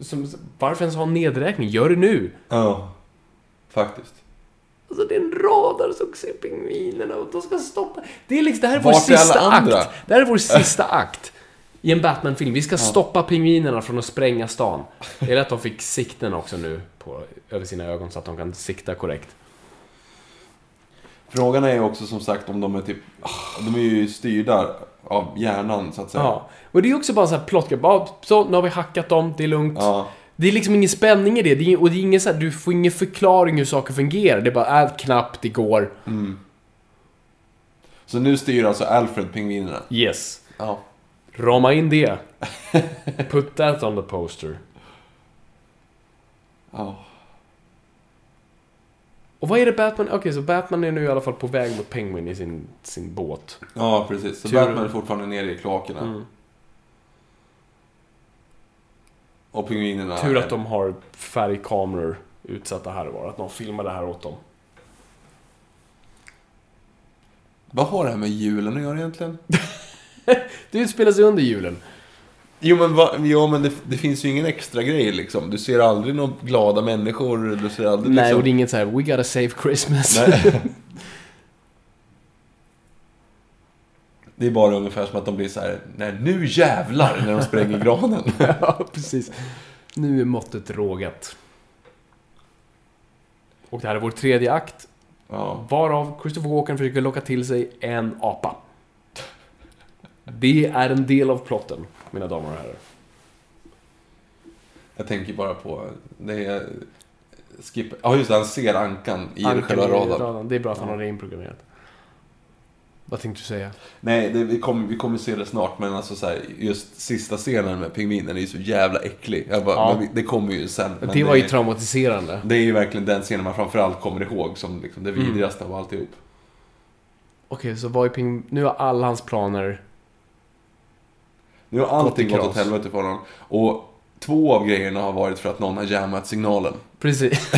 Speaker 2: Som, varför ens ha nedräkning? Gör det nu!
Speaker 1: Ja. Faktiskt.
Speaker 2: Alltså det är en radar som ser pingvinerna och de ska stoppa. Det, är liksom, det här är vår
Speaker 1: Vart är alla
Speaker 2: sista
Speaker 1: andra?
Speaker 2: akt. Det här är vår sista akt. I en Batman-film. Vi ska stoppa pingvinerna från att spränga stan. Det är att de fick sikten också nu på, över sina ögon så att de kan sikta korrekt.
Speaker 1: Frågan är ju också som sagt om de är typ... De är ju styrda av hjärnan så att säga.
Speaker 2: Ja, och det är också bara så här plotgrej. Bara, Så, nu har vi hackat dem, det är lugnt.
Speaker 1: Ja.
Speaker 2: Det är liksom ingen spänning i det, det är, ing- och det är ingen så här, du får ingen förklaring hur saker fungerar. Det är bara, äh, knappt, det går.
Speaker 1: Så nu styr alltså Alfred pingvinerna.
Speaker 2: Yes.
Speaker 1: Ja.
Speaker 2: Rama in det. Put that on the poster.
Speaker 1: Ja.
Speaker 2: Och vad är det Batman... Okej, så Batman är nu i alla fall på väg mot Penguin i sin, sin båt.
Speaker 1: Ja, precis. Så
Speaker 2: Tur- Mm.
Speaker 1: Batman är fortfarande nere i kloakerna. Och pingvinerna...
Speaker 2: Tur att de har färgkameror utsatta här och var, att någon filmar det här åt dem.
Speaker 1: Vad har det här med julen att göra egentligen?
Speaker 2: Det utspelar sig under julen.
Speaker 1: Jo men, va, jo, men det, det finns ju ingen extra grej liksom. Du ser aldrig några glada människor. Du ser aldrig
Speaker 2: Nej,
Speaker 1: liksom...
Speaker 2: och det är inget så här, we gotta save Christmas.
Speaker 1: Nej. Det är bara ungefär som att de blir så här, nej nu jävlar när de spränger granen.
Speaker 2: ja, precis. Nu är måttet rågat. Och det här är vår tredje akt,
Speaker 1: Ja,
Speaker 2: varav Christopher Walken försöker locka till sig en apa. Det är en del av plotten, mina damer och herrar.
Speaker 1: jag tänker bara på, det är Skip, ja just det, han ser ankan i
Speaker 2: Ankan
Speaker 1: själva
Speaker 2: i
Speaker 1: radarn.
Speaker 2: Det är bra att han har det inprogrammerat. Vad tänkte du säga?
Speaker 1: Nej, det, vi, kommer, vi kommer se det snart, men alltså så här, just sista scenen med pingvinen är ju så jävla äcklig. Jag bara,
Speaker 2: Ja.
Speaker 1: men vi- det kommer ju sen. men
Speaker 2: det var ju
Speaker 1: är-
Speaker 2: traumatiserande.
Speaker 1: Det är ju verkligen den scenen man framförallt kommer ihåg som liksom
Speaker 2: Mm.
Speaker 1: det vidrigaste av alltihop.
Speaker 2: Okej, så vad är ping... Nu har alla hans planer...
Speaker 1: Nu har allting
Speaker 2: Gått i
Speaker 1: gått åt
Speaker 2: kras.
Speaker 1: helvete för honom. Och två av grejerna har varit för att någon har jammat signalen.
Speaker 2: Precis.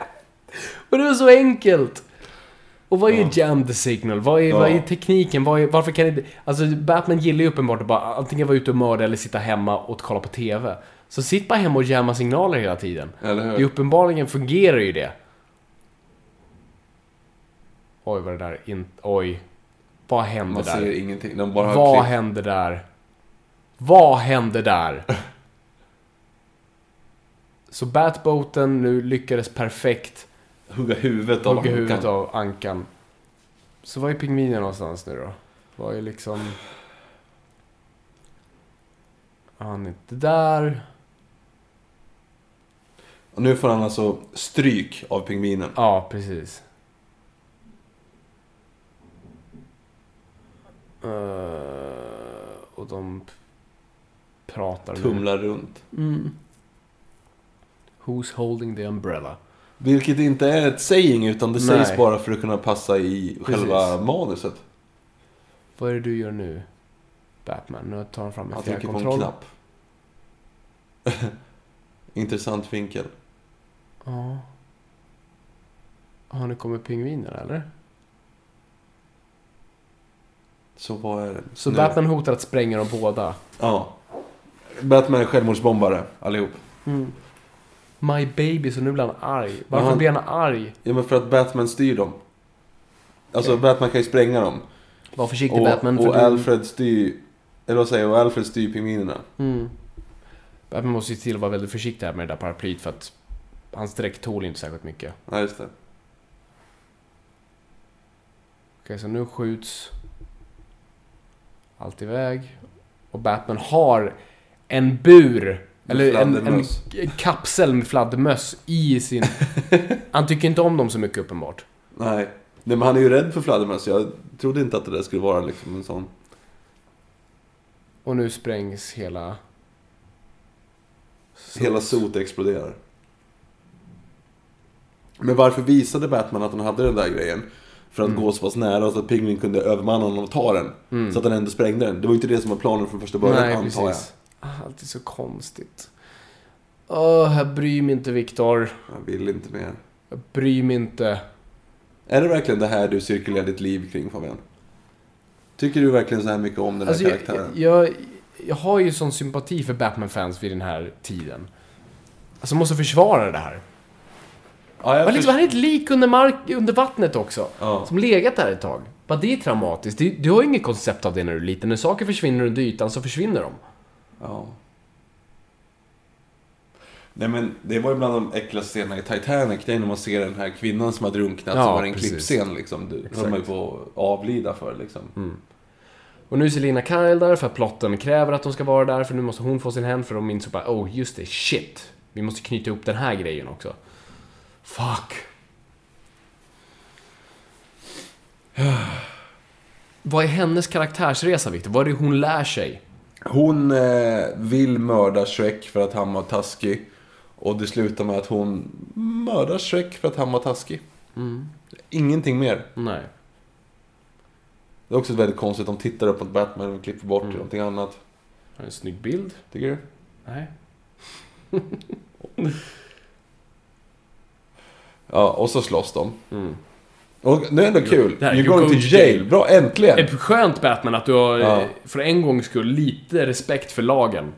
Speaker 2: Och det var så enkelt! Och vad är jam the signal? Vad är, vad är
Speaker 1: Ja.
Speaker 2: tekniken? Vad är, varför kan inte... Alltså Batman gillar ju uppenbart att bara antingen vara ute och mörda eller sitta hemma och kolla på TV. Så sitt bara hemma och jamma signaler hela tiden.
Speaker 1: Eller hur?
Speaker 2: Det är uppenbarligen fungerar ju det. Oj, vad det där in... Oj. Vad hände
Speaker 1: Man
Speaker 2: där?
Speaker 1: ser ingenting. De bara har
Speaker 2: Vad
Speaker 1: klippt.
Speaker 2: hände där? Vad hände där? Så Batboaten nu lyckades perfekt
Speaker 1: hugga huvudet av
Speaker 2: hugga huvudet
Speaker 1: ankan.
Speaker 2: av ankan. Så var är pingvinen någonstans nu då? Vad är liksom... Han är inte där.
Speaker 1: Och nu får han alltså stryk av pingvinen.
Speaker 2: Ja, precis. Eh, och de p- pratar nu.
Speaker 1: Tumlar runt.
Speaker 2: Who's holding the umbrella?
Speaker 1: Vilket inte är ett saying utan det
Speaker 2: Nej.
Speaker 1: sägs bara för att kunna passa i själva manuset.
Speaker 2: Vad är det du gör nu? Batman, nu tar han fram en
Speaker 1: Han trycker på en
Speaker 2: fjärrkontroll.
Speaker 1: knapp. Intressant vinkel.
Speaker 2: Ja. Har nu kommit pingviner eller?
Speaker 1: Så vad är det?
Speaker 2: Så
Speaker 1: nu?
Speaker 2: Batman hotar att spränga dem båda.
Speaker 1: Ja. Batman är självmordsbombare, allihop.
Speaker 2: My baby, så nu blir han arg. Varför
Speaker 1: han-
Speaker 2: blir han arg?
Speaker 1: Ja, men för att Batman styr dem. Alltså, Batman kan ju spränga dem.
Speaker 2: Var försiktig
Speaker 1: Och,
Speaker 2: Batman. För
Speaker 1: och
Speaker 2: du...
Speaker 1: Alfred styr... Eller vad säger jag? Och Alfred styr pingvinerna.
Speaker 2: Mm. Batman måste ju se till att vara väldigt försiktig här med det där paraplyet för att hans dräkt tål inte särskilt mycket.
Speaker 1: Ja, just det.
Speaker 2: Okej, så nu skjuts allt iväg. Och Batman har en bur,
Speaker 1: Med
Speaker 2: eller en, en
Speaker 1: fladdermöss.
Speaker 2: kapsel med fladdermöss i sin... Han tycker inte om dem så mycket uppenbart.
Speaker 1: Nej. Nej, men han är ju rädd för fladdermöss. Jag trodde inte att det där skulle vara liksom en sån...
Speaker 2: Och nu sprängs hela...
Speaker 1: Hela sot exploderar. Men varför visade Batman att han hade den där grejen? För att gå så pass nära så att pingvin kunde övermanna honom och ta den. Så att han ändå sprängde den. Det var ju inte det som var planen från första början,
Speaker 2: Mm. Nej,
Speaker 1: antar
Speaker 2: precis. Ah, Allt är så konstigt. Åh, jag bryr mig inte Viktor.
Speaker 1: jag. Jag vill inte mer.
Speaker 2: Jag bryr mig inte.
Speaker 1: Är det verkligen det här du cirkulerar ditt liv kring, Fabian? Tycker du verkligen så här mycket om den här
Speaker 2: Alltså, jag,
Speaker 1: karaktären?
Speaker 2: jag, jag har ju sån sympati för Batman-fans vid den här tiden. Alltså, jag måste försvara det här.
Speaker 1: ja,
Speaker 2: Men liksom, han är ett lik under, mark, under vattnet också.
Speaker 1: Ja.
Speaker 2: Som legat där ett tag. Bara det är traumatiskt. Du, du har ju inget koncept av det när du är liten. När saker försvinner under ytan så försvinner de.
Speaker 1: Ja. Nej men det var ju bland de äckligaste scenerna i Titanic. Det är när man ser den här kvinnan som har drunknat.
Speaker 2: Ja,
Speaker 1: som har en
Speaker 2: precis.
Speaker 1: klippscen liksom. Du höll man ju på att avlida för liksom.
Speaker 2: Mm. Och nu är Selina Kyle där för att plotten kräver att de ska vara där. För nu måste hon få sin hämnd. För de minns bara, oh just det, shit. Vi måste knyta ihop den här grejen också. Fuck. Vad är hennes karaktärsresa, Victor? Vad är det hon lär sig?
Speaker 1: Hon eh, vill mörda Shrek för att han var taskig. Och det slutar med att hon mördar Shrek för att han var taskig.
Speaker 2: Mm.
Speaker 1: Ingenting mer.
Speaker 2: Nej.
Speaker 1: Det är också väldigt konstigt. De tittar upp mot Batman och klipper
Speaker 2: Mm.
Speaker 1: bort till någonting annat.
Speaker 2: Har en snygg bild?
Speaker 1: Tycker du?
Speaker 2: Nej.
Speaker 1: Ja, och så slåss de. Och nu är det ändå kul.
Speaker 2: Mm. det här-
Speaker 1: You're going to jail. Bra, äntligen!
Speaker 2: Det är skönt Batman att du har,
Speaker 1: Ja.
Speaker 2: eh, för en gångs skull, lite respekt för lagen.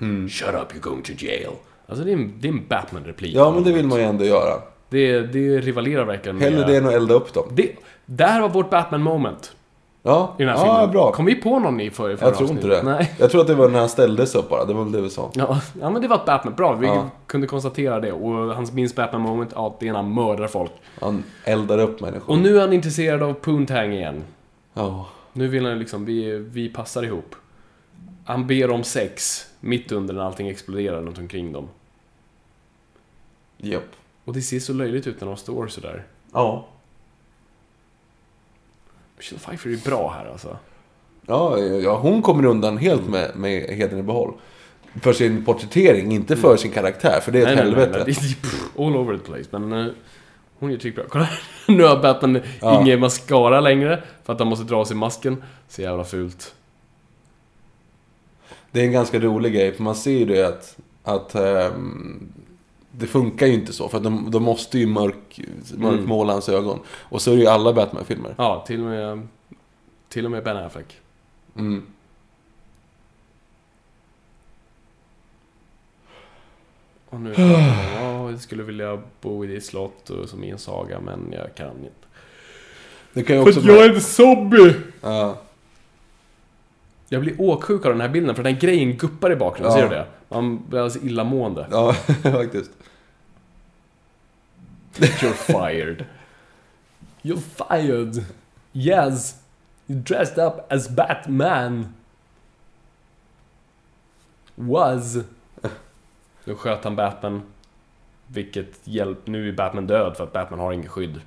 Speaker 1: Mm.
Speaker 2: Shut up, you're going to jail. Alltså det är en, det är en Batman-replik.
Speaker 1: Ja, men det vill man ju ändå
Speaker 2: Mm.
Speaker 1: göra.
Speaker 2: Det, det rivalerar verkligen
Speaker 1: Hellre det än att elda upp dem.
Speaker 2: det. Där var vårt Batman-moment
Speaker 1: Ja,
Speaker 2: i den här
Speaker 1: ja
Speaker 2: filmen.
Speaker 1: bra.
Speaker 2: Kom vi på någon i förra förra
Speaker 1: Jag tror inte det.
Speaker 2: avsnittet? Nej.
Speaker 1: Jag tror att det var när han ställde sig upp bara. Det var väl det vi sa.
Speaker 2: Ja, ja, men det var ett Batman. Bra, vi
Speaker 1: Ja.
Speaker 2: kunde konstatera det. Och hans minst Batman-moment, ja, det är när han mördar folk.
Speaker 1: Han eldar upp människor.
Speaker 2: Och nu är han intresserad av Poontang igen.
Speaker 1: Ja.
Speaker 2: Nu vill han liksom, vi, vi passar ihop. Han ber om sex, mitt under när allting exploderar runt omkring dem.
Speaker 1: Japp.
Speaker 2: Och det ser så löjligt ut när de står sådär.
Speaker 1: Ja.
Speaker 2: Michelle Pfeiffer är bra här alltså.
Speaker 1: Ja, ja, hon kommer undan helt med, med hedern i behåll. För sin porträttering, inte för
Speaker 2: Mm.
Speaker 1: sin karaktär. För det är ett helvete.
Speaker 2: Det är pff, all over the place. Men eh, hon gör bra. Kolla, nu har Batman
Speaker 1: Ja.
Speaker 2: ingen mascara längre för att han måste dra av sig masken. Så jävla fult.
Speaker 1: Det är en ganska rolig grej, för man ser ju det att, att ehm, det funkar ju inte så, för att de, de måste ju mörk, mörkmåla hans
Speaker 2: Mm.
Speaker 1: ögon. Och så är det ju i alla Batman-filmer.
Speaker 2: Ja, till och med, till och med Ben Affleck.
Speaker 1: Mm.
Speaker 2: Och nu ja, jag skulle vilja bo i ditt slott och, som i en saga, men jag kan inte.
Speaker 1: Det kan ju också
Speaker 2: är en zombie!
Speaker 1: Ja.
Speaker 2: Jag blir åksjuk av den här bilden, för den här grejen guppar i bakgrunden,
Speaker 1: Ja.
Speaker 2: ser du det? Man blir alldeles illamående.
Speaker 1: ja, faktiskt.
Speaker 2: You're fired. You're fired. Yes. You dressed up as Batman. Was. Nu sköt han Batman. Vilket hjälp. Nu är Batman död för att Batman har inget skydd.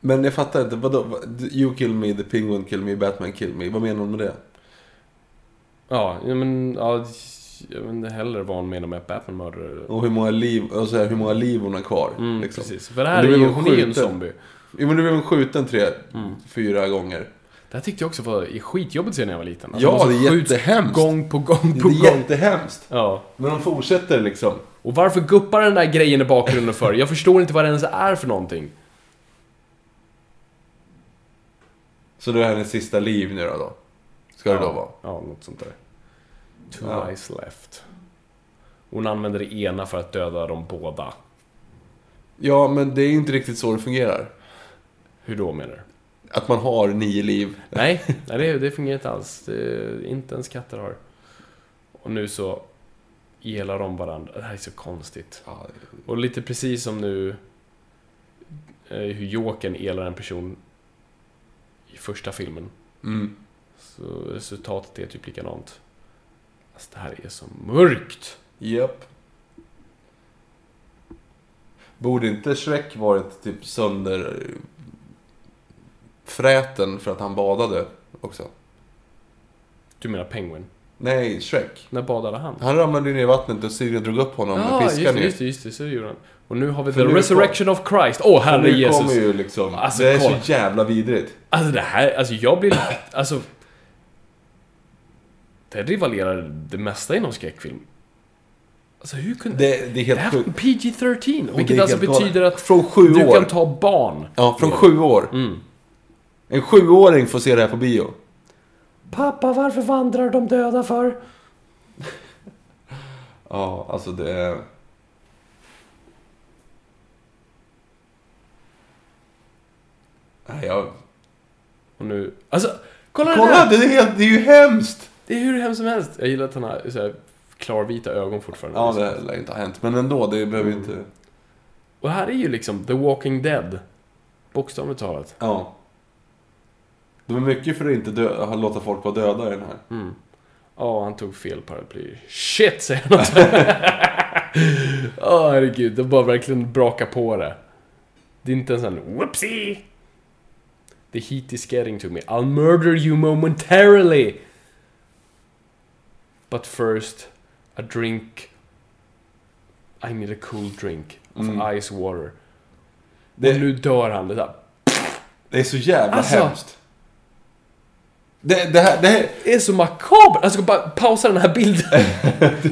Speaker 1: Men jag fattar inte, vadå? Vad- You kill me, the penguin kill me, Batman kill me. Vad menar de med det?
Speaker 2: Ja, ja, men... Ja, jag vet inte heller vad han menar med att Batman mördar.
Speaker 1: Och hur många liv, alltså hur många liv hon har kvar.
Speaker 2: Mm,
Speaker 1: liksom.
Speaker 2: Precis. För det
Speaker 1: Och
Speaker 2: här
Speaker 1: det
Speaker 2: är
Speaker 1: blir
Speaker 2: ju,
Speaker 1: väl
Speaker 2: hon är ju en
Speaker 1: skjuten.
Speaker 2: zombie.
Speaker 1: Jo men du blev väl skjuten tre,
Speaker 2: Mm.
Speaker 1: fyra gånger.
Speaker 2: Det här tyckte jag också var skitjobbigt att se när jag var liten. Alltså,
Speaker 1: Ja,
Speaker 2: man så
Speaker 1: det är
Speaker 2: skjuts
Speaker 1: jättehemskt.
Speaker 2: Gång på gång
Speaker 1: Det
Speaker 2: på
Speaker 1: är
Speaker 2: gång.
Speaker 1: jättehemskt.
Speaker 2: Ja.
Speaker 1: Men de fortsätter liksom.
Speaker 2: Och varför guppar den där grejen i bakgrunden för? Jag förstår inte vad det ens är för någonting.
Speaker 1: Så det är hennes sista liv nu då. då. Ska det då vara.
Speaker 2: Ja, något sånt där. Two
Speaker 1: Ja.
Speaker 2: eyes left. Hon använder det ena för att döda de båda.
Speaker 1: Ja men det är ju inte riktigt så det fungerar.
Speaker 2: Hur då menar du?
Speaker 1: Att man har nio liv.
Speaker 2: Nej, nej det, det fungerar inte alls. Det, inte ens katter har. Och nu så elar de varandra. Det här är så konstigt.
Speaker 1: Ja,
Speaker 2: Och lite precis som nu eh, hur Jokern elar en person i första filmen.
Speaker 1: Mm.
Speaker 2: Så resultatet är typ likadant. Alltså det här är så mörkt!
Speaker 1: Japp. Borde inte Shrek varit typ sönder eh, fräten för att han badade också?
Speaker 2: Du menar Penguin?
Speaker 1: Nej, Shrek.
Speaker 2: När badade han?
Speaker 1: Han ramlade ju ner i vattnet och Siri drog upp honom med
Speaker 2: Ah, just
Speaker 1: piskan
Speaker 2: det,
Speaker 1: ju.
Speaker 2: just det, just det, så gjorde han. Och nu har vi
Speaker 1: För
Speaker 2: The
Speaker 1: nu kom-
Speaker 2: Resurrection of Christ. Åh,
Speaker 1: Och
Speaker 2: herre
Speaker 1: nu
Speaker 2: Jesus!
Speaker 1: kommer ju liksom...
Speaker 2: Alltså,
Speaker 1: det är
Speaker 2: kolla.
Speaker 1: så jävla vidrigt.
Speaker 2: Alltså det här, alltså jag blir... Alltså... Det här rivalerar det mesta inom skräckfilm. Alltså hur kunde...
Speaker 1: Det, det är
Speaker 2: Det
Speaker 1: helt
Speaker 2: här var
Speaker 1: sjukt.
Speaker 2: PG-13,
Speaker 1: Och det
Speaker 2: vilket
Speaker 1: är
Speaker 2: alltså
Speaker 1: helt galet.
Speaker 2: betyder att
Speaker 1: Från sju
Speaker 2: du
Speaker 1: år.
Speaker 2: kan ta barn.
Speaker 1: Ja, från sju år.
Speaker 2: Mm.
Speaker 1: En sjuåring får se det här på bio.
Speaker 2: Pappa, varför vandrar de döda för?
Speaker 1: Ja, alltså det är... Nej, jag...
Speaker 2: Och nu... Alltså, kolla, det
Speaker 1: Kolla!
Speaker 2: där!
Speaker 1: Det är, helt, det är ju hemskt!
Speaker 2: Det är hur hemskt som helst. Jag gillar att han har så här, klarvita ögon fortfarande.
Speaker 1: Ja, det lär inte ha hänt. Men ändå, det behöver ju inte...
Speaker 2: Och här är ju liksom The Walking Dead. Bokstavligt talat.
Speaker 1: Ja. De är mycket för att inte dö- låta folk vara döda i den här.
Speaker 2: Ja, han tog fel paraply. Shit, säger han också. Åh, herregud. Det bara verkligen braka på det. Det är inte ens en whoopsie. The heat is getting to me. I'll murder you momentarily. But first, a drink. I need a cool drink of ice water.
Speaker 1: Det-
Speaker 2: Och nu dör han. Det där.
Speaker 1: Det är så jävla
Speaker 2: Alltså.
Speaker 1: hemskt. Det, det här... Det här...
Speaker 2: Det är så makabert! Alltså bara pausa den här bilden.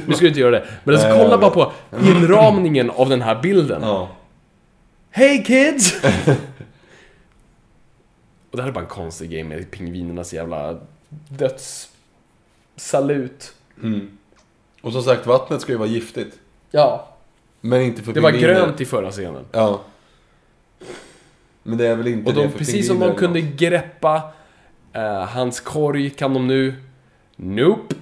Speaker 2: nu ska du inte göra det. Men alltså
Speaker 1: Nej, jag
Speaker 2: kolla bara
Speaker 1: vet.
Speaker 2: på inramningen av den här bilden.
Speaker 1: Ja.
Speaker 2: Hey kids! Och det här är bara en konstig grej med pingvinernas jävla dödssalut.
Speaker 1: Och som sagt, vattnet ska ju vara giftigt.
Speaker 2: Ja.
Speaker 1: Men inte för
Speaker 2: Det var
Speaker 1: pingviner.
Speaker 2: grönt i förra scenen.
Speaker 1: Ja. Men det är väl inte
Speaker 2: Och de,
Speaker 1: det för
Speaker 2: precis som
Speaker 1: pingviner
Speaker 2: de
Speaker 1: eller
Speaker 2: kunde
Speaker 1: något.
Speaker 2: greppa eh, hans korg kan de nu... Nope.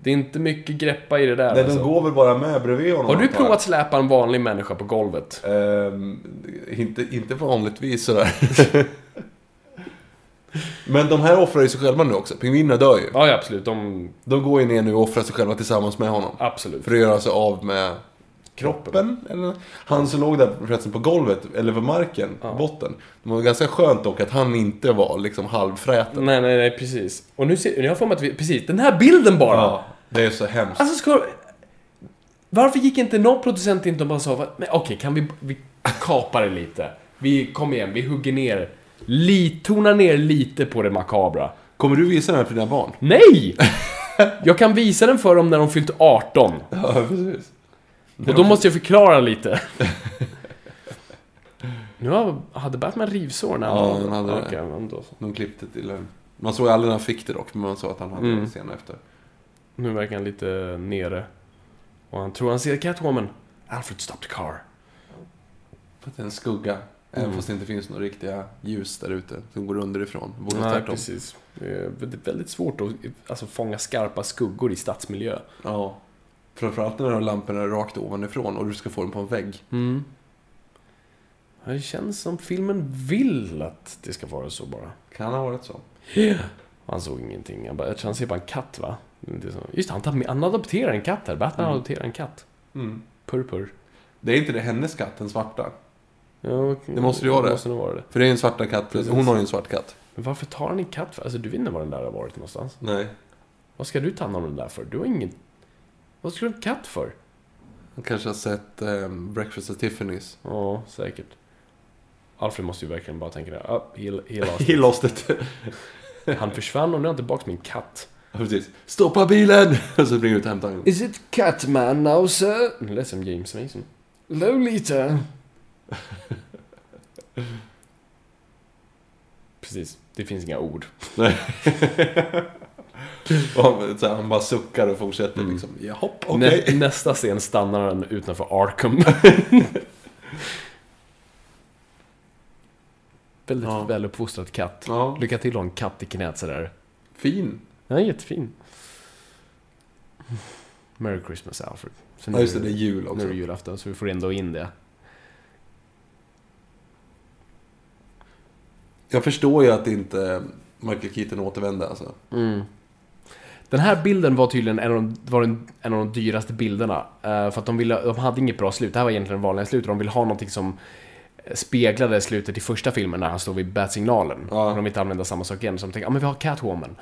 Speaker 2: Det är inte mycket greppa i det där
Speaker 1: Nej, de
Speaker 2: alltså.
Speaker 1: går väl bara med bredvid honom.
Speaker 2: Har du
Speaker 1: antar jag.
Speaker 2: provat släpa en vanlig människa på golvet?
Speaker 1: Ehm, inte, inte vanligtvis sådär. Men de här offrar ju sig själva nu också. Pingvinerna dör ju.
Speaker 2: Ja, ja absolut. De...
Speaker 1: De går ju ner nu och offrar sig själva tillsammans med honom.
Speaker 2: Absolut.
Speaker 1: För att göra sig av med kroppen. Eller? Han som låg där förresten på golvet, eller på marken, botten. Det var ganska skönt dock att han inte var liksom halvfräten.
Speaker 2: Nej, nej, nej, precis. Och nu ser jag har för mig att vi... Precis, den här bilden bara!
Speaker 1: Ja, det är så hemskt.
Speaker 2: Alltså, ska... Varför gick inte någon producent inte och bara sa "Va- men okej, kan vi, vi kapar det lite? Vi, kom igen, vi hugger ner. Lite, tona ner lite på det makabra.
Speaker 1: Kommer du visa den här för dina barn?
Speaker 2: Nej! Jag kan visa den för dem när de fyllt 18.
Speaker 1: Ja, precis.
Speaker 2: Och då måste jag förklara lite. Nu har- hade Batman rivsår när
Speaker 1: Ja,
Speaker 2: var-
Speaker 1: han hade det.
Speaker 2: Okej, men då så.
Speaker 1: De klippte till en... Man såg aldrig när han fick det dock, men man såg att han hade
Speaker 2: Mm.
Speaker 1: det senare efter.
Speaker 2: Nu verkar han lite nere. Och han tror han ser Catwoman. Alfred stop the car.
Speaker 1: För att det är en skugga. Även fast det inte finns några riktiga ljus där ute som går underifrån. Borde vara tvärtom.
Speaker 2: precis. Eh, Det är väldigt- väldigt svårt att alltså, fånga skarpa skuggor i stadsmiljö.
Speaker 1: Ja. Framförallt när du har lamporna rakt ovanifrån och du ska få dem på en vägg.
Speaker 2: Det känns som filmen vill att det ska vara så bara.
Speaker 1: Kan ha varit så.
Speaker 2: Han såg ingenting. Han bara, jag tror han ser bara en katt va? Det är så- Just det, han, tar med, han adopterar en katt här. Batman adopterar en katt.
Speaker 1: Mm.
Speaker 2: Purr purr.
Speaker 1: Det är inte det hennes katt, den svarta.
Speaker 2: Ja,
Speaker 1: Det måste ju vara det.
Speaker 2: måste nog vara det.
Speaker 1: För det är en svarta katt, hon har ju en svart katt.
Speaker 2: Men varför tar han en katt? För? Alltså du vet inte var den där har varit någonstans.
Speaker 1: Nej.
Speaker 2: Vad Vad ska du ta hand om den där för? Du har ingen... Vad ska du ha en katt för?
Speaker 1: Han kanske har sett eh, Breakfast at Tiffany's.
Speaker 2: Ja, säkert. Alfred måste ju verkligen bara tänka det. Ah, he, he lost
Speaker 1: He
Speaker 2: it.
Speaker 1: lost it.
Speaker 2: Han försvann och nu är han tillbaka med en katt.
Speaker 1: Ja, Precis. Stoppa bilen! Och så springer ut och hämtar honom.
Speaker 2: Is it Catman now sir? Nu lät som James Mason. Lolita. Precis, det finns inga ord.
Speaker 1: Och han, så här, han bara suckar och fortsätter liksom. Jaha, okej.
Speaker 2: Nä, nästa scen stannar han utanför Arkham. Väldigt
Speaker 1: Ja.
Speaker 2: väluppfostrad katt.
Speaker 1: Ja.
Speaker 2: Lycka till att ha en katt i knät sådär.
Speaker 1: Fin.
Speaker 2: Den är jättefin. Merry Christmas Alfred. Så
Speaker 1: Ja, just det, det är jul
Speaker 2: Nu
Speaker 1: också.
Speaker 2: är det julafton så vi får ändå in det.
Speaker 1: Jag förstår ju att inte Michael Keaton återvände alltså.
Speaker 2: Den här bilden var tydligen en av de, var en, en av de dyraste bilderna. eh, för att de, ville, de hade inget bra slut. Det här var egentligen det vanliga slutet. De ville ha någonting som speglade slutet i första filmen när han står vid batsignalen.
Speaker 1: Ja.
Speaker 2: Och De vill inte använda samma sak igen. Så de tänkte, ja men vi har Catwoman.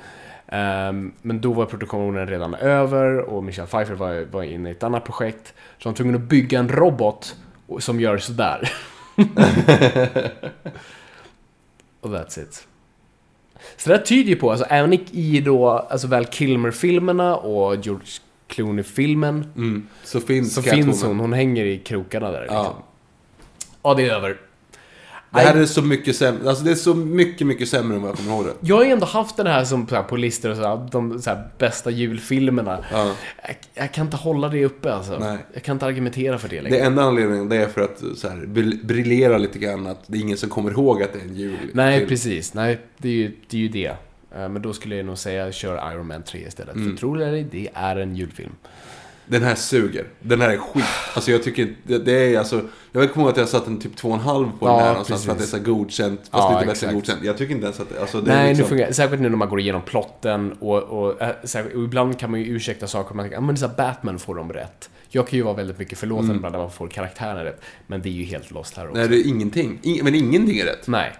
Speaker 2: Ehm, men då var produktionen redan över och Michelle Pfeiffer var, var inne i ett annat projekt. Så de var tvungna att bygga en robot och- som gör sådär. och that's it. Så det här tyder ju på, alltså även i- i då, alltså väl Kilmer-filmerna och George Clooney-filmen
Speaker 1: Mm. Så finns
Speaker 2: så
Speaker 1: Catwoman.
Speaker 2: finns hon, hon hänger i krokarna där liksom.
Speaker 1: Ja.
Speaker 2: Ja, det är över.
Speaker 1: Det här är så mycket sämre. Alltså det är så mycket, mycket sämre än vad jag kommer ihåg det.
Speaker 2: Jag har ju ändå haft den här som så här, på listor och så här, de så här, bästa julfilmerna.
Speaker 1: Ja.
Speaker 2: Jag, jag kan inte hålla det uppe alltså.
Speaker 1: Nej.
Speaker 2: Jag kan inte argumentera för det längre.
Speaker 1: Det enda anledningen det är för att så här, bri- briljera lite grann. Att det är ingen som kommer ihåg att det är en jul.
Speaker 2: Nej,
Speaker 1: till-
Speaker 2: precis. Nej, det är ju det. Är ju det. Eh, Men då skulle jag nog säga kör Iron Man 3 istället.
Speaker 1: Mm.
Speaker 2: För tror det eller ej, det är en julfilm.
Speaker 1: Den här suger. Den här är skit. Alltså jag tycker inte- det, det är alltså. Jag kommer ihåg att jag satt en typ två och en halv på
Speaker 2: Ja,
Speaker 1: den här någonstans för att det är
Speaker 2: precis.
Speaker 1: så här godkänt. Fast
Speaker 2: Ja,
Speaker 1: lite bättre
Speaker 2: exakt.
Speaker 1: än godkänt. Jag tycker inte ens att det, alltså, det är
Speaker 2: Nej,
Speaker 1: liksom,
Speaker 2: nu fungerar Särskilt nu när man går igenom plotten och, och, äh, särskilt, och ibland kan man ju ursäkta saker. Man tänker, ah, men så här, Batman får dem rätt. Jag kan ju vara väldigt mycket förlåtande ibland när man får karaktärerna rätt. Men det är ju helt lost här också.
Speaker 1: Mm. Nej, det är ingenting. Ing- men ingenting är rätt.
Speaker 2: Nej.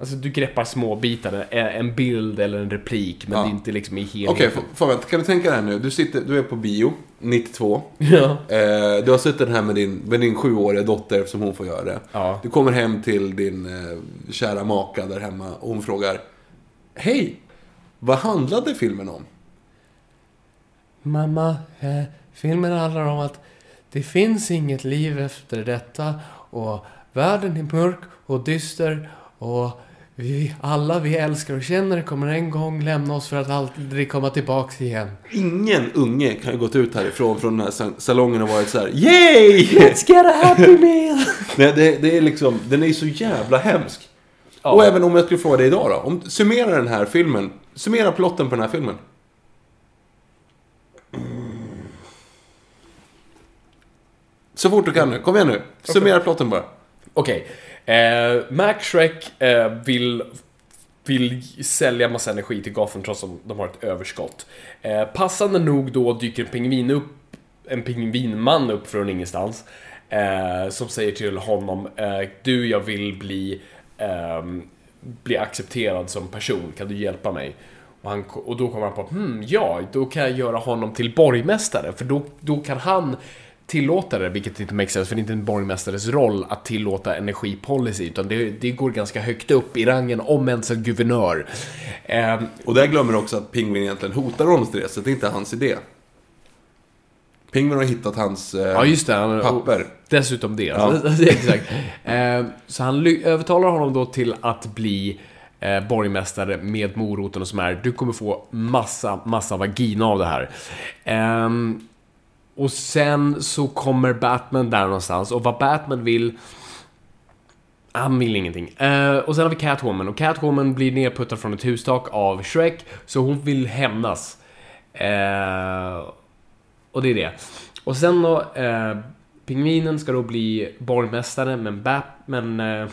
Speaker 2: Alltså du greppar små bitar, en- en bild eller en replik, men
Speaker 1: Ja.
Speaker 2: det är inte liksom i helheten.
Speaker 1: Okej, okay, Fabian, kan du tänka dig här nu? Du, sitter, du är på bio, 92.
Speaker 2: Ja.
Speaker 1: Eh, du har suttit här med din, med din sjuåriga dotter eftersom hon får göra det.
Speaker 2: Ja.
Speaker 1: Du kommer hem till din eh, kära maka där hemma och hon frågar Hej! Vad handlade filmen om?
Speaker 2: Mamma, eh, filmen handlar om att det finns inget liv efter detta och världen är mörk och dyster och vi, alla vi älskar och känner kommer en gång lämna oss för att aldrig komma tillbaks igen.
Speaker 1: Ingen unge kan ju gått ut härifrån från den här sa- salongen och varit så här: Yay!
Speaker 2: Let's get a happy meal!
Speaker 1: Nej, det, det är liksom, den är så jävla hemsk. Och även om jag skulle fråga dig idag då. Om, summera den här filmen. Summera plotten på den här filmen. Så fort du kan nu. Kom igen nu. Summera plotten bara.
Speaker 2: Okej. Eh, Mac Shrek eh, vill, vill sälja massa energi till Gotham trots att de har ett överskott. Eh, passande nog då dyker en pingvin upp, en pingvinman upp från ingenstans. Eh, som säger till honom, eh, du jag vill bli, ehm, bli accepterad som person, kan du hjälpa mig? Och, han, och då kommer han på, hmm, ja, då kan jag göra honom till borgmästare, för då, då kan han tillåta det, vilket inte makes sense, för det är inte en borgmästares roll att tillåta energipolicy, utan det, det går ganska högt upp i rangen, om ens en guvernör. Ehm,
Speaker 1: Och där glömmer du också att Pingvin egentligen hotar honom till det, så det är inte hans idé. Pingvin har hittat hans... Eh,
Speaker 2: Ja, just det. Han,
Speaker 1: papper.
Speaker 2: och Dessutom det. Exakt. Eh, så han ly- övertalar honom då till att bli eh, borgmästare med moroten och som är, du kommer få massa, massa vagina av det här. Ehm, och sen så kommer Batman där någonstans och vad Batman vill han vill ingenting. Eh, och sen har vi Catwoman och Catwoman blir nedputtad från ett hustak av Shrek så hon vill hämnas. Eh, och det är det. Och sen då, eh, pingvinen ska då bli borgmästare, men Batman eh,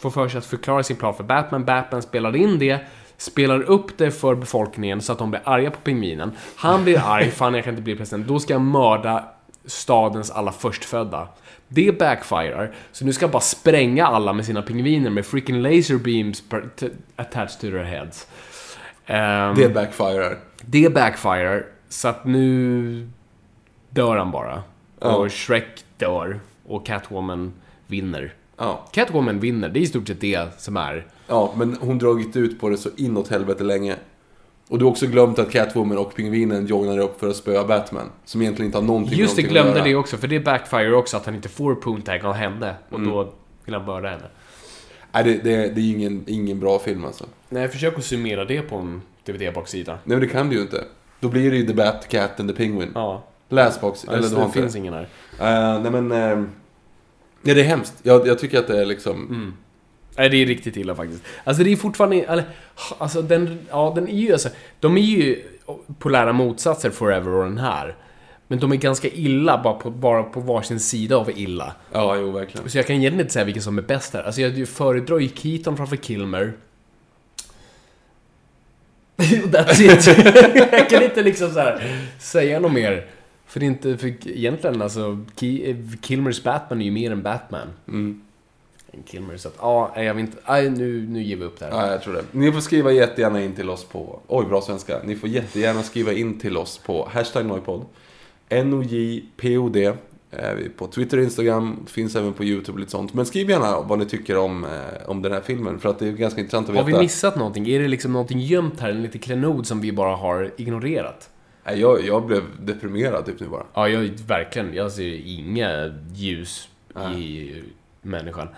Speaker 2: får för sig att förklara sin plan för Batman. Batman spelar in det, spelar upp det för befolkningen så att de blir arga på pingvinen. Han blir arg, fan jag kan inte bli president, då ska jag mörda stadens alla förstfödda. Det backfirar, så nu ska jag bara spränga alla med sina pingviner med freaking laser beams per- t- attached to their heads. Ehm,
Speaker 1: Det backfirar.
Speaker 2: Det backfirar, så att nu dör han bara. Och Shrek dör och Catwoman vinner.
Speaker 1: Ja.
Speaker 2: Catwoman vinner, det är i stort sett det som är...
Speaker 1: Ja, men hon dragit ut på det så inåt helvete länge. Och du har också glömt att Catwoman och Pingvinen joggnar upp för att spöa Batman. Som egentligen inte har någonting
Speaker 2: Just det,
Speaker 1: med någonting
Speaker 2: glömde
Speaker 1: att
Speaker 2: det
Speaker 1: göra.
Speaker 2: också, för det backfire också, att han inte får poontag av henne. Och då vill han mörda henne.
Speaker 1: Nej, det, det, det är ingen, ingen bra film alltså.
Speaker 2: Nej, försök att summera det på en DVD-baksida.
Speaker 1: Nej, men det kan du ju inte. Då blir det ju The Bat, Cat and the Penguin.
Speaker 2: Ja.
Speaker 1: Läs box,
Speaker 2: Ja,
Speaker 1: eller
Speaker 2: just
Speaker 1: du
Speaker 2: det
Speaker 1: har
Speaker 2: det
Speaker 1: inte
Speaker 2: finns
Speaker 1: det.
Speaker 2: ingen här.
Speaker 1: Eh, nej men... eh, ja, det är hemskt. Jag, jag tycker att det är liksom...
Speaker 2: Mm. Nej, det är riktigt illa faktiskt. Alltså det är fortfarande... eller, Alltså den... Ja, den är ju... Alltså, de är ju polära motsatser, Forever och den här. Men de är ganska illa, bara på, bara på varsin sida av illa.
Speaker 1: Ja, jo verkligen.
Speaker 2: Så jag kan egentligen inte säga vilken som är bäst här. Alltså jag föredrar ju Keaton framför Kilmer. That's it. jag kan inte liksom så här säga något mer. För det är inte, för egentligen alltså, Ki- Kilmers Batman är ju mer än Batman. Än Kilmer, så att, ja, nej, jag vet inte, nej, nu, nu ger vi upp det här.
Speaker 1: Ja, jag tror det. Ni får skriva jättegärna in till oss på... Oj, bra svenska. Ni får jättegärna skriva in till oss på hashtag nojpodd. N-O-J-P-O-D. är vi På Twitter och Instagram, finns även på YouTube och lite sånt. Men skriv gärna vad ni tycker om, eh, om den här filmen, för att det är ganska intressant att
Speaker 2: Har
Speaker 1: veta.
Speaker 2: vi missat någonting? Är det liksom någonting gömt här, en liten klenod som vi bara har ignorerat?
Speaker 1: Nej, jag, jag blev deprimerad typ nu bara.
Speaker 2: Ja, jag, verkligen. Jag ser inga ljus i människan.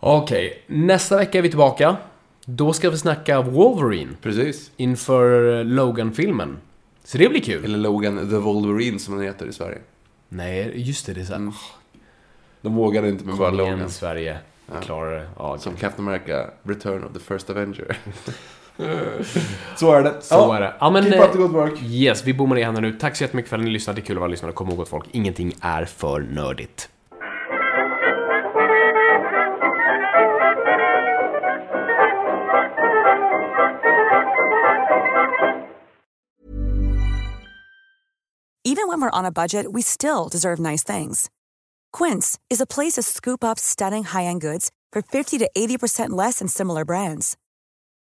Speaker 2: Okej, nästa vecka är vi tillbaka. Då ska vi snacka Wolverine
Speaker 1: Precis.
Speaker 2: inför Logan-filmen. Så det blir kul.
Speaker 1: Eller Logan the Wolverine som den heter i Sverige.
Speaker 2: Nej, just det. Det är såhär...
Speaker 1: De vågade inte med bara
Speaker 2: Kom
Speaker 1: Logan.
Speaker 2: igen, Sverige. Vi klarar det. Ja,
Speaker 1: Som
Speaker 2: okej.
Speaker 1: Captain America, Return of the First Avenger. så är det.
Speaker 2: Så
Speaker 1: Ja,
Speaker 2: är det. Ja, men,
Speaker 1: Keep up
Speaker 2: eh,
Speaker 1: the good work.
Speaker 2: Yes, vi bommar i händerna nu. Tack så jättemycket för att ni lyssnade. Det är kul att vara lyssnare. Kom ihåg att folk, ingenting är för nördigt.
Speaker 6: Even when we're on a budget, we still deserve nice things. Quince is a place to scoop up stunning high end goods for 50 to 80% less than similar brands.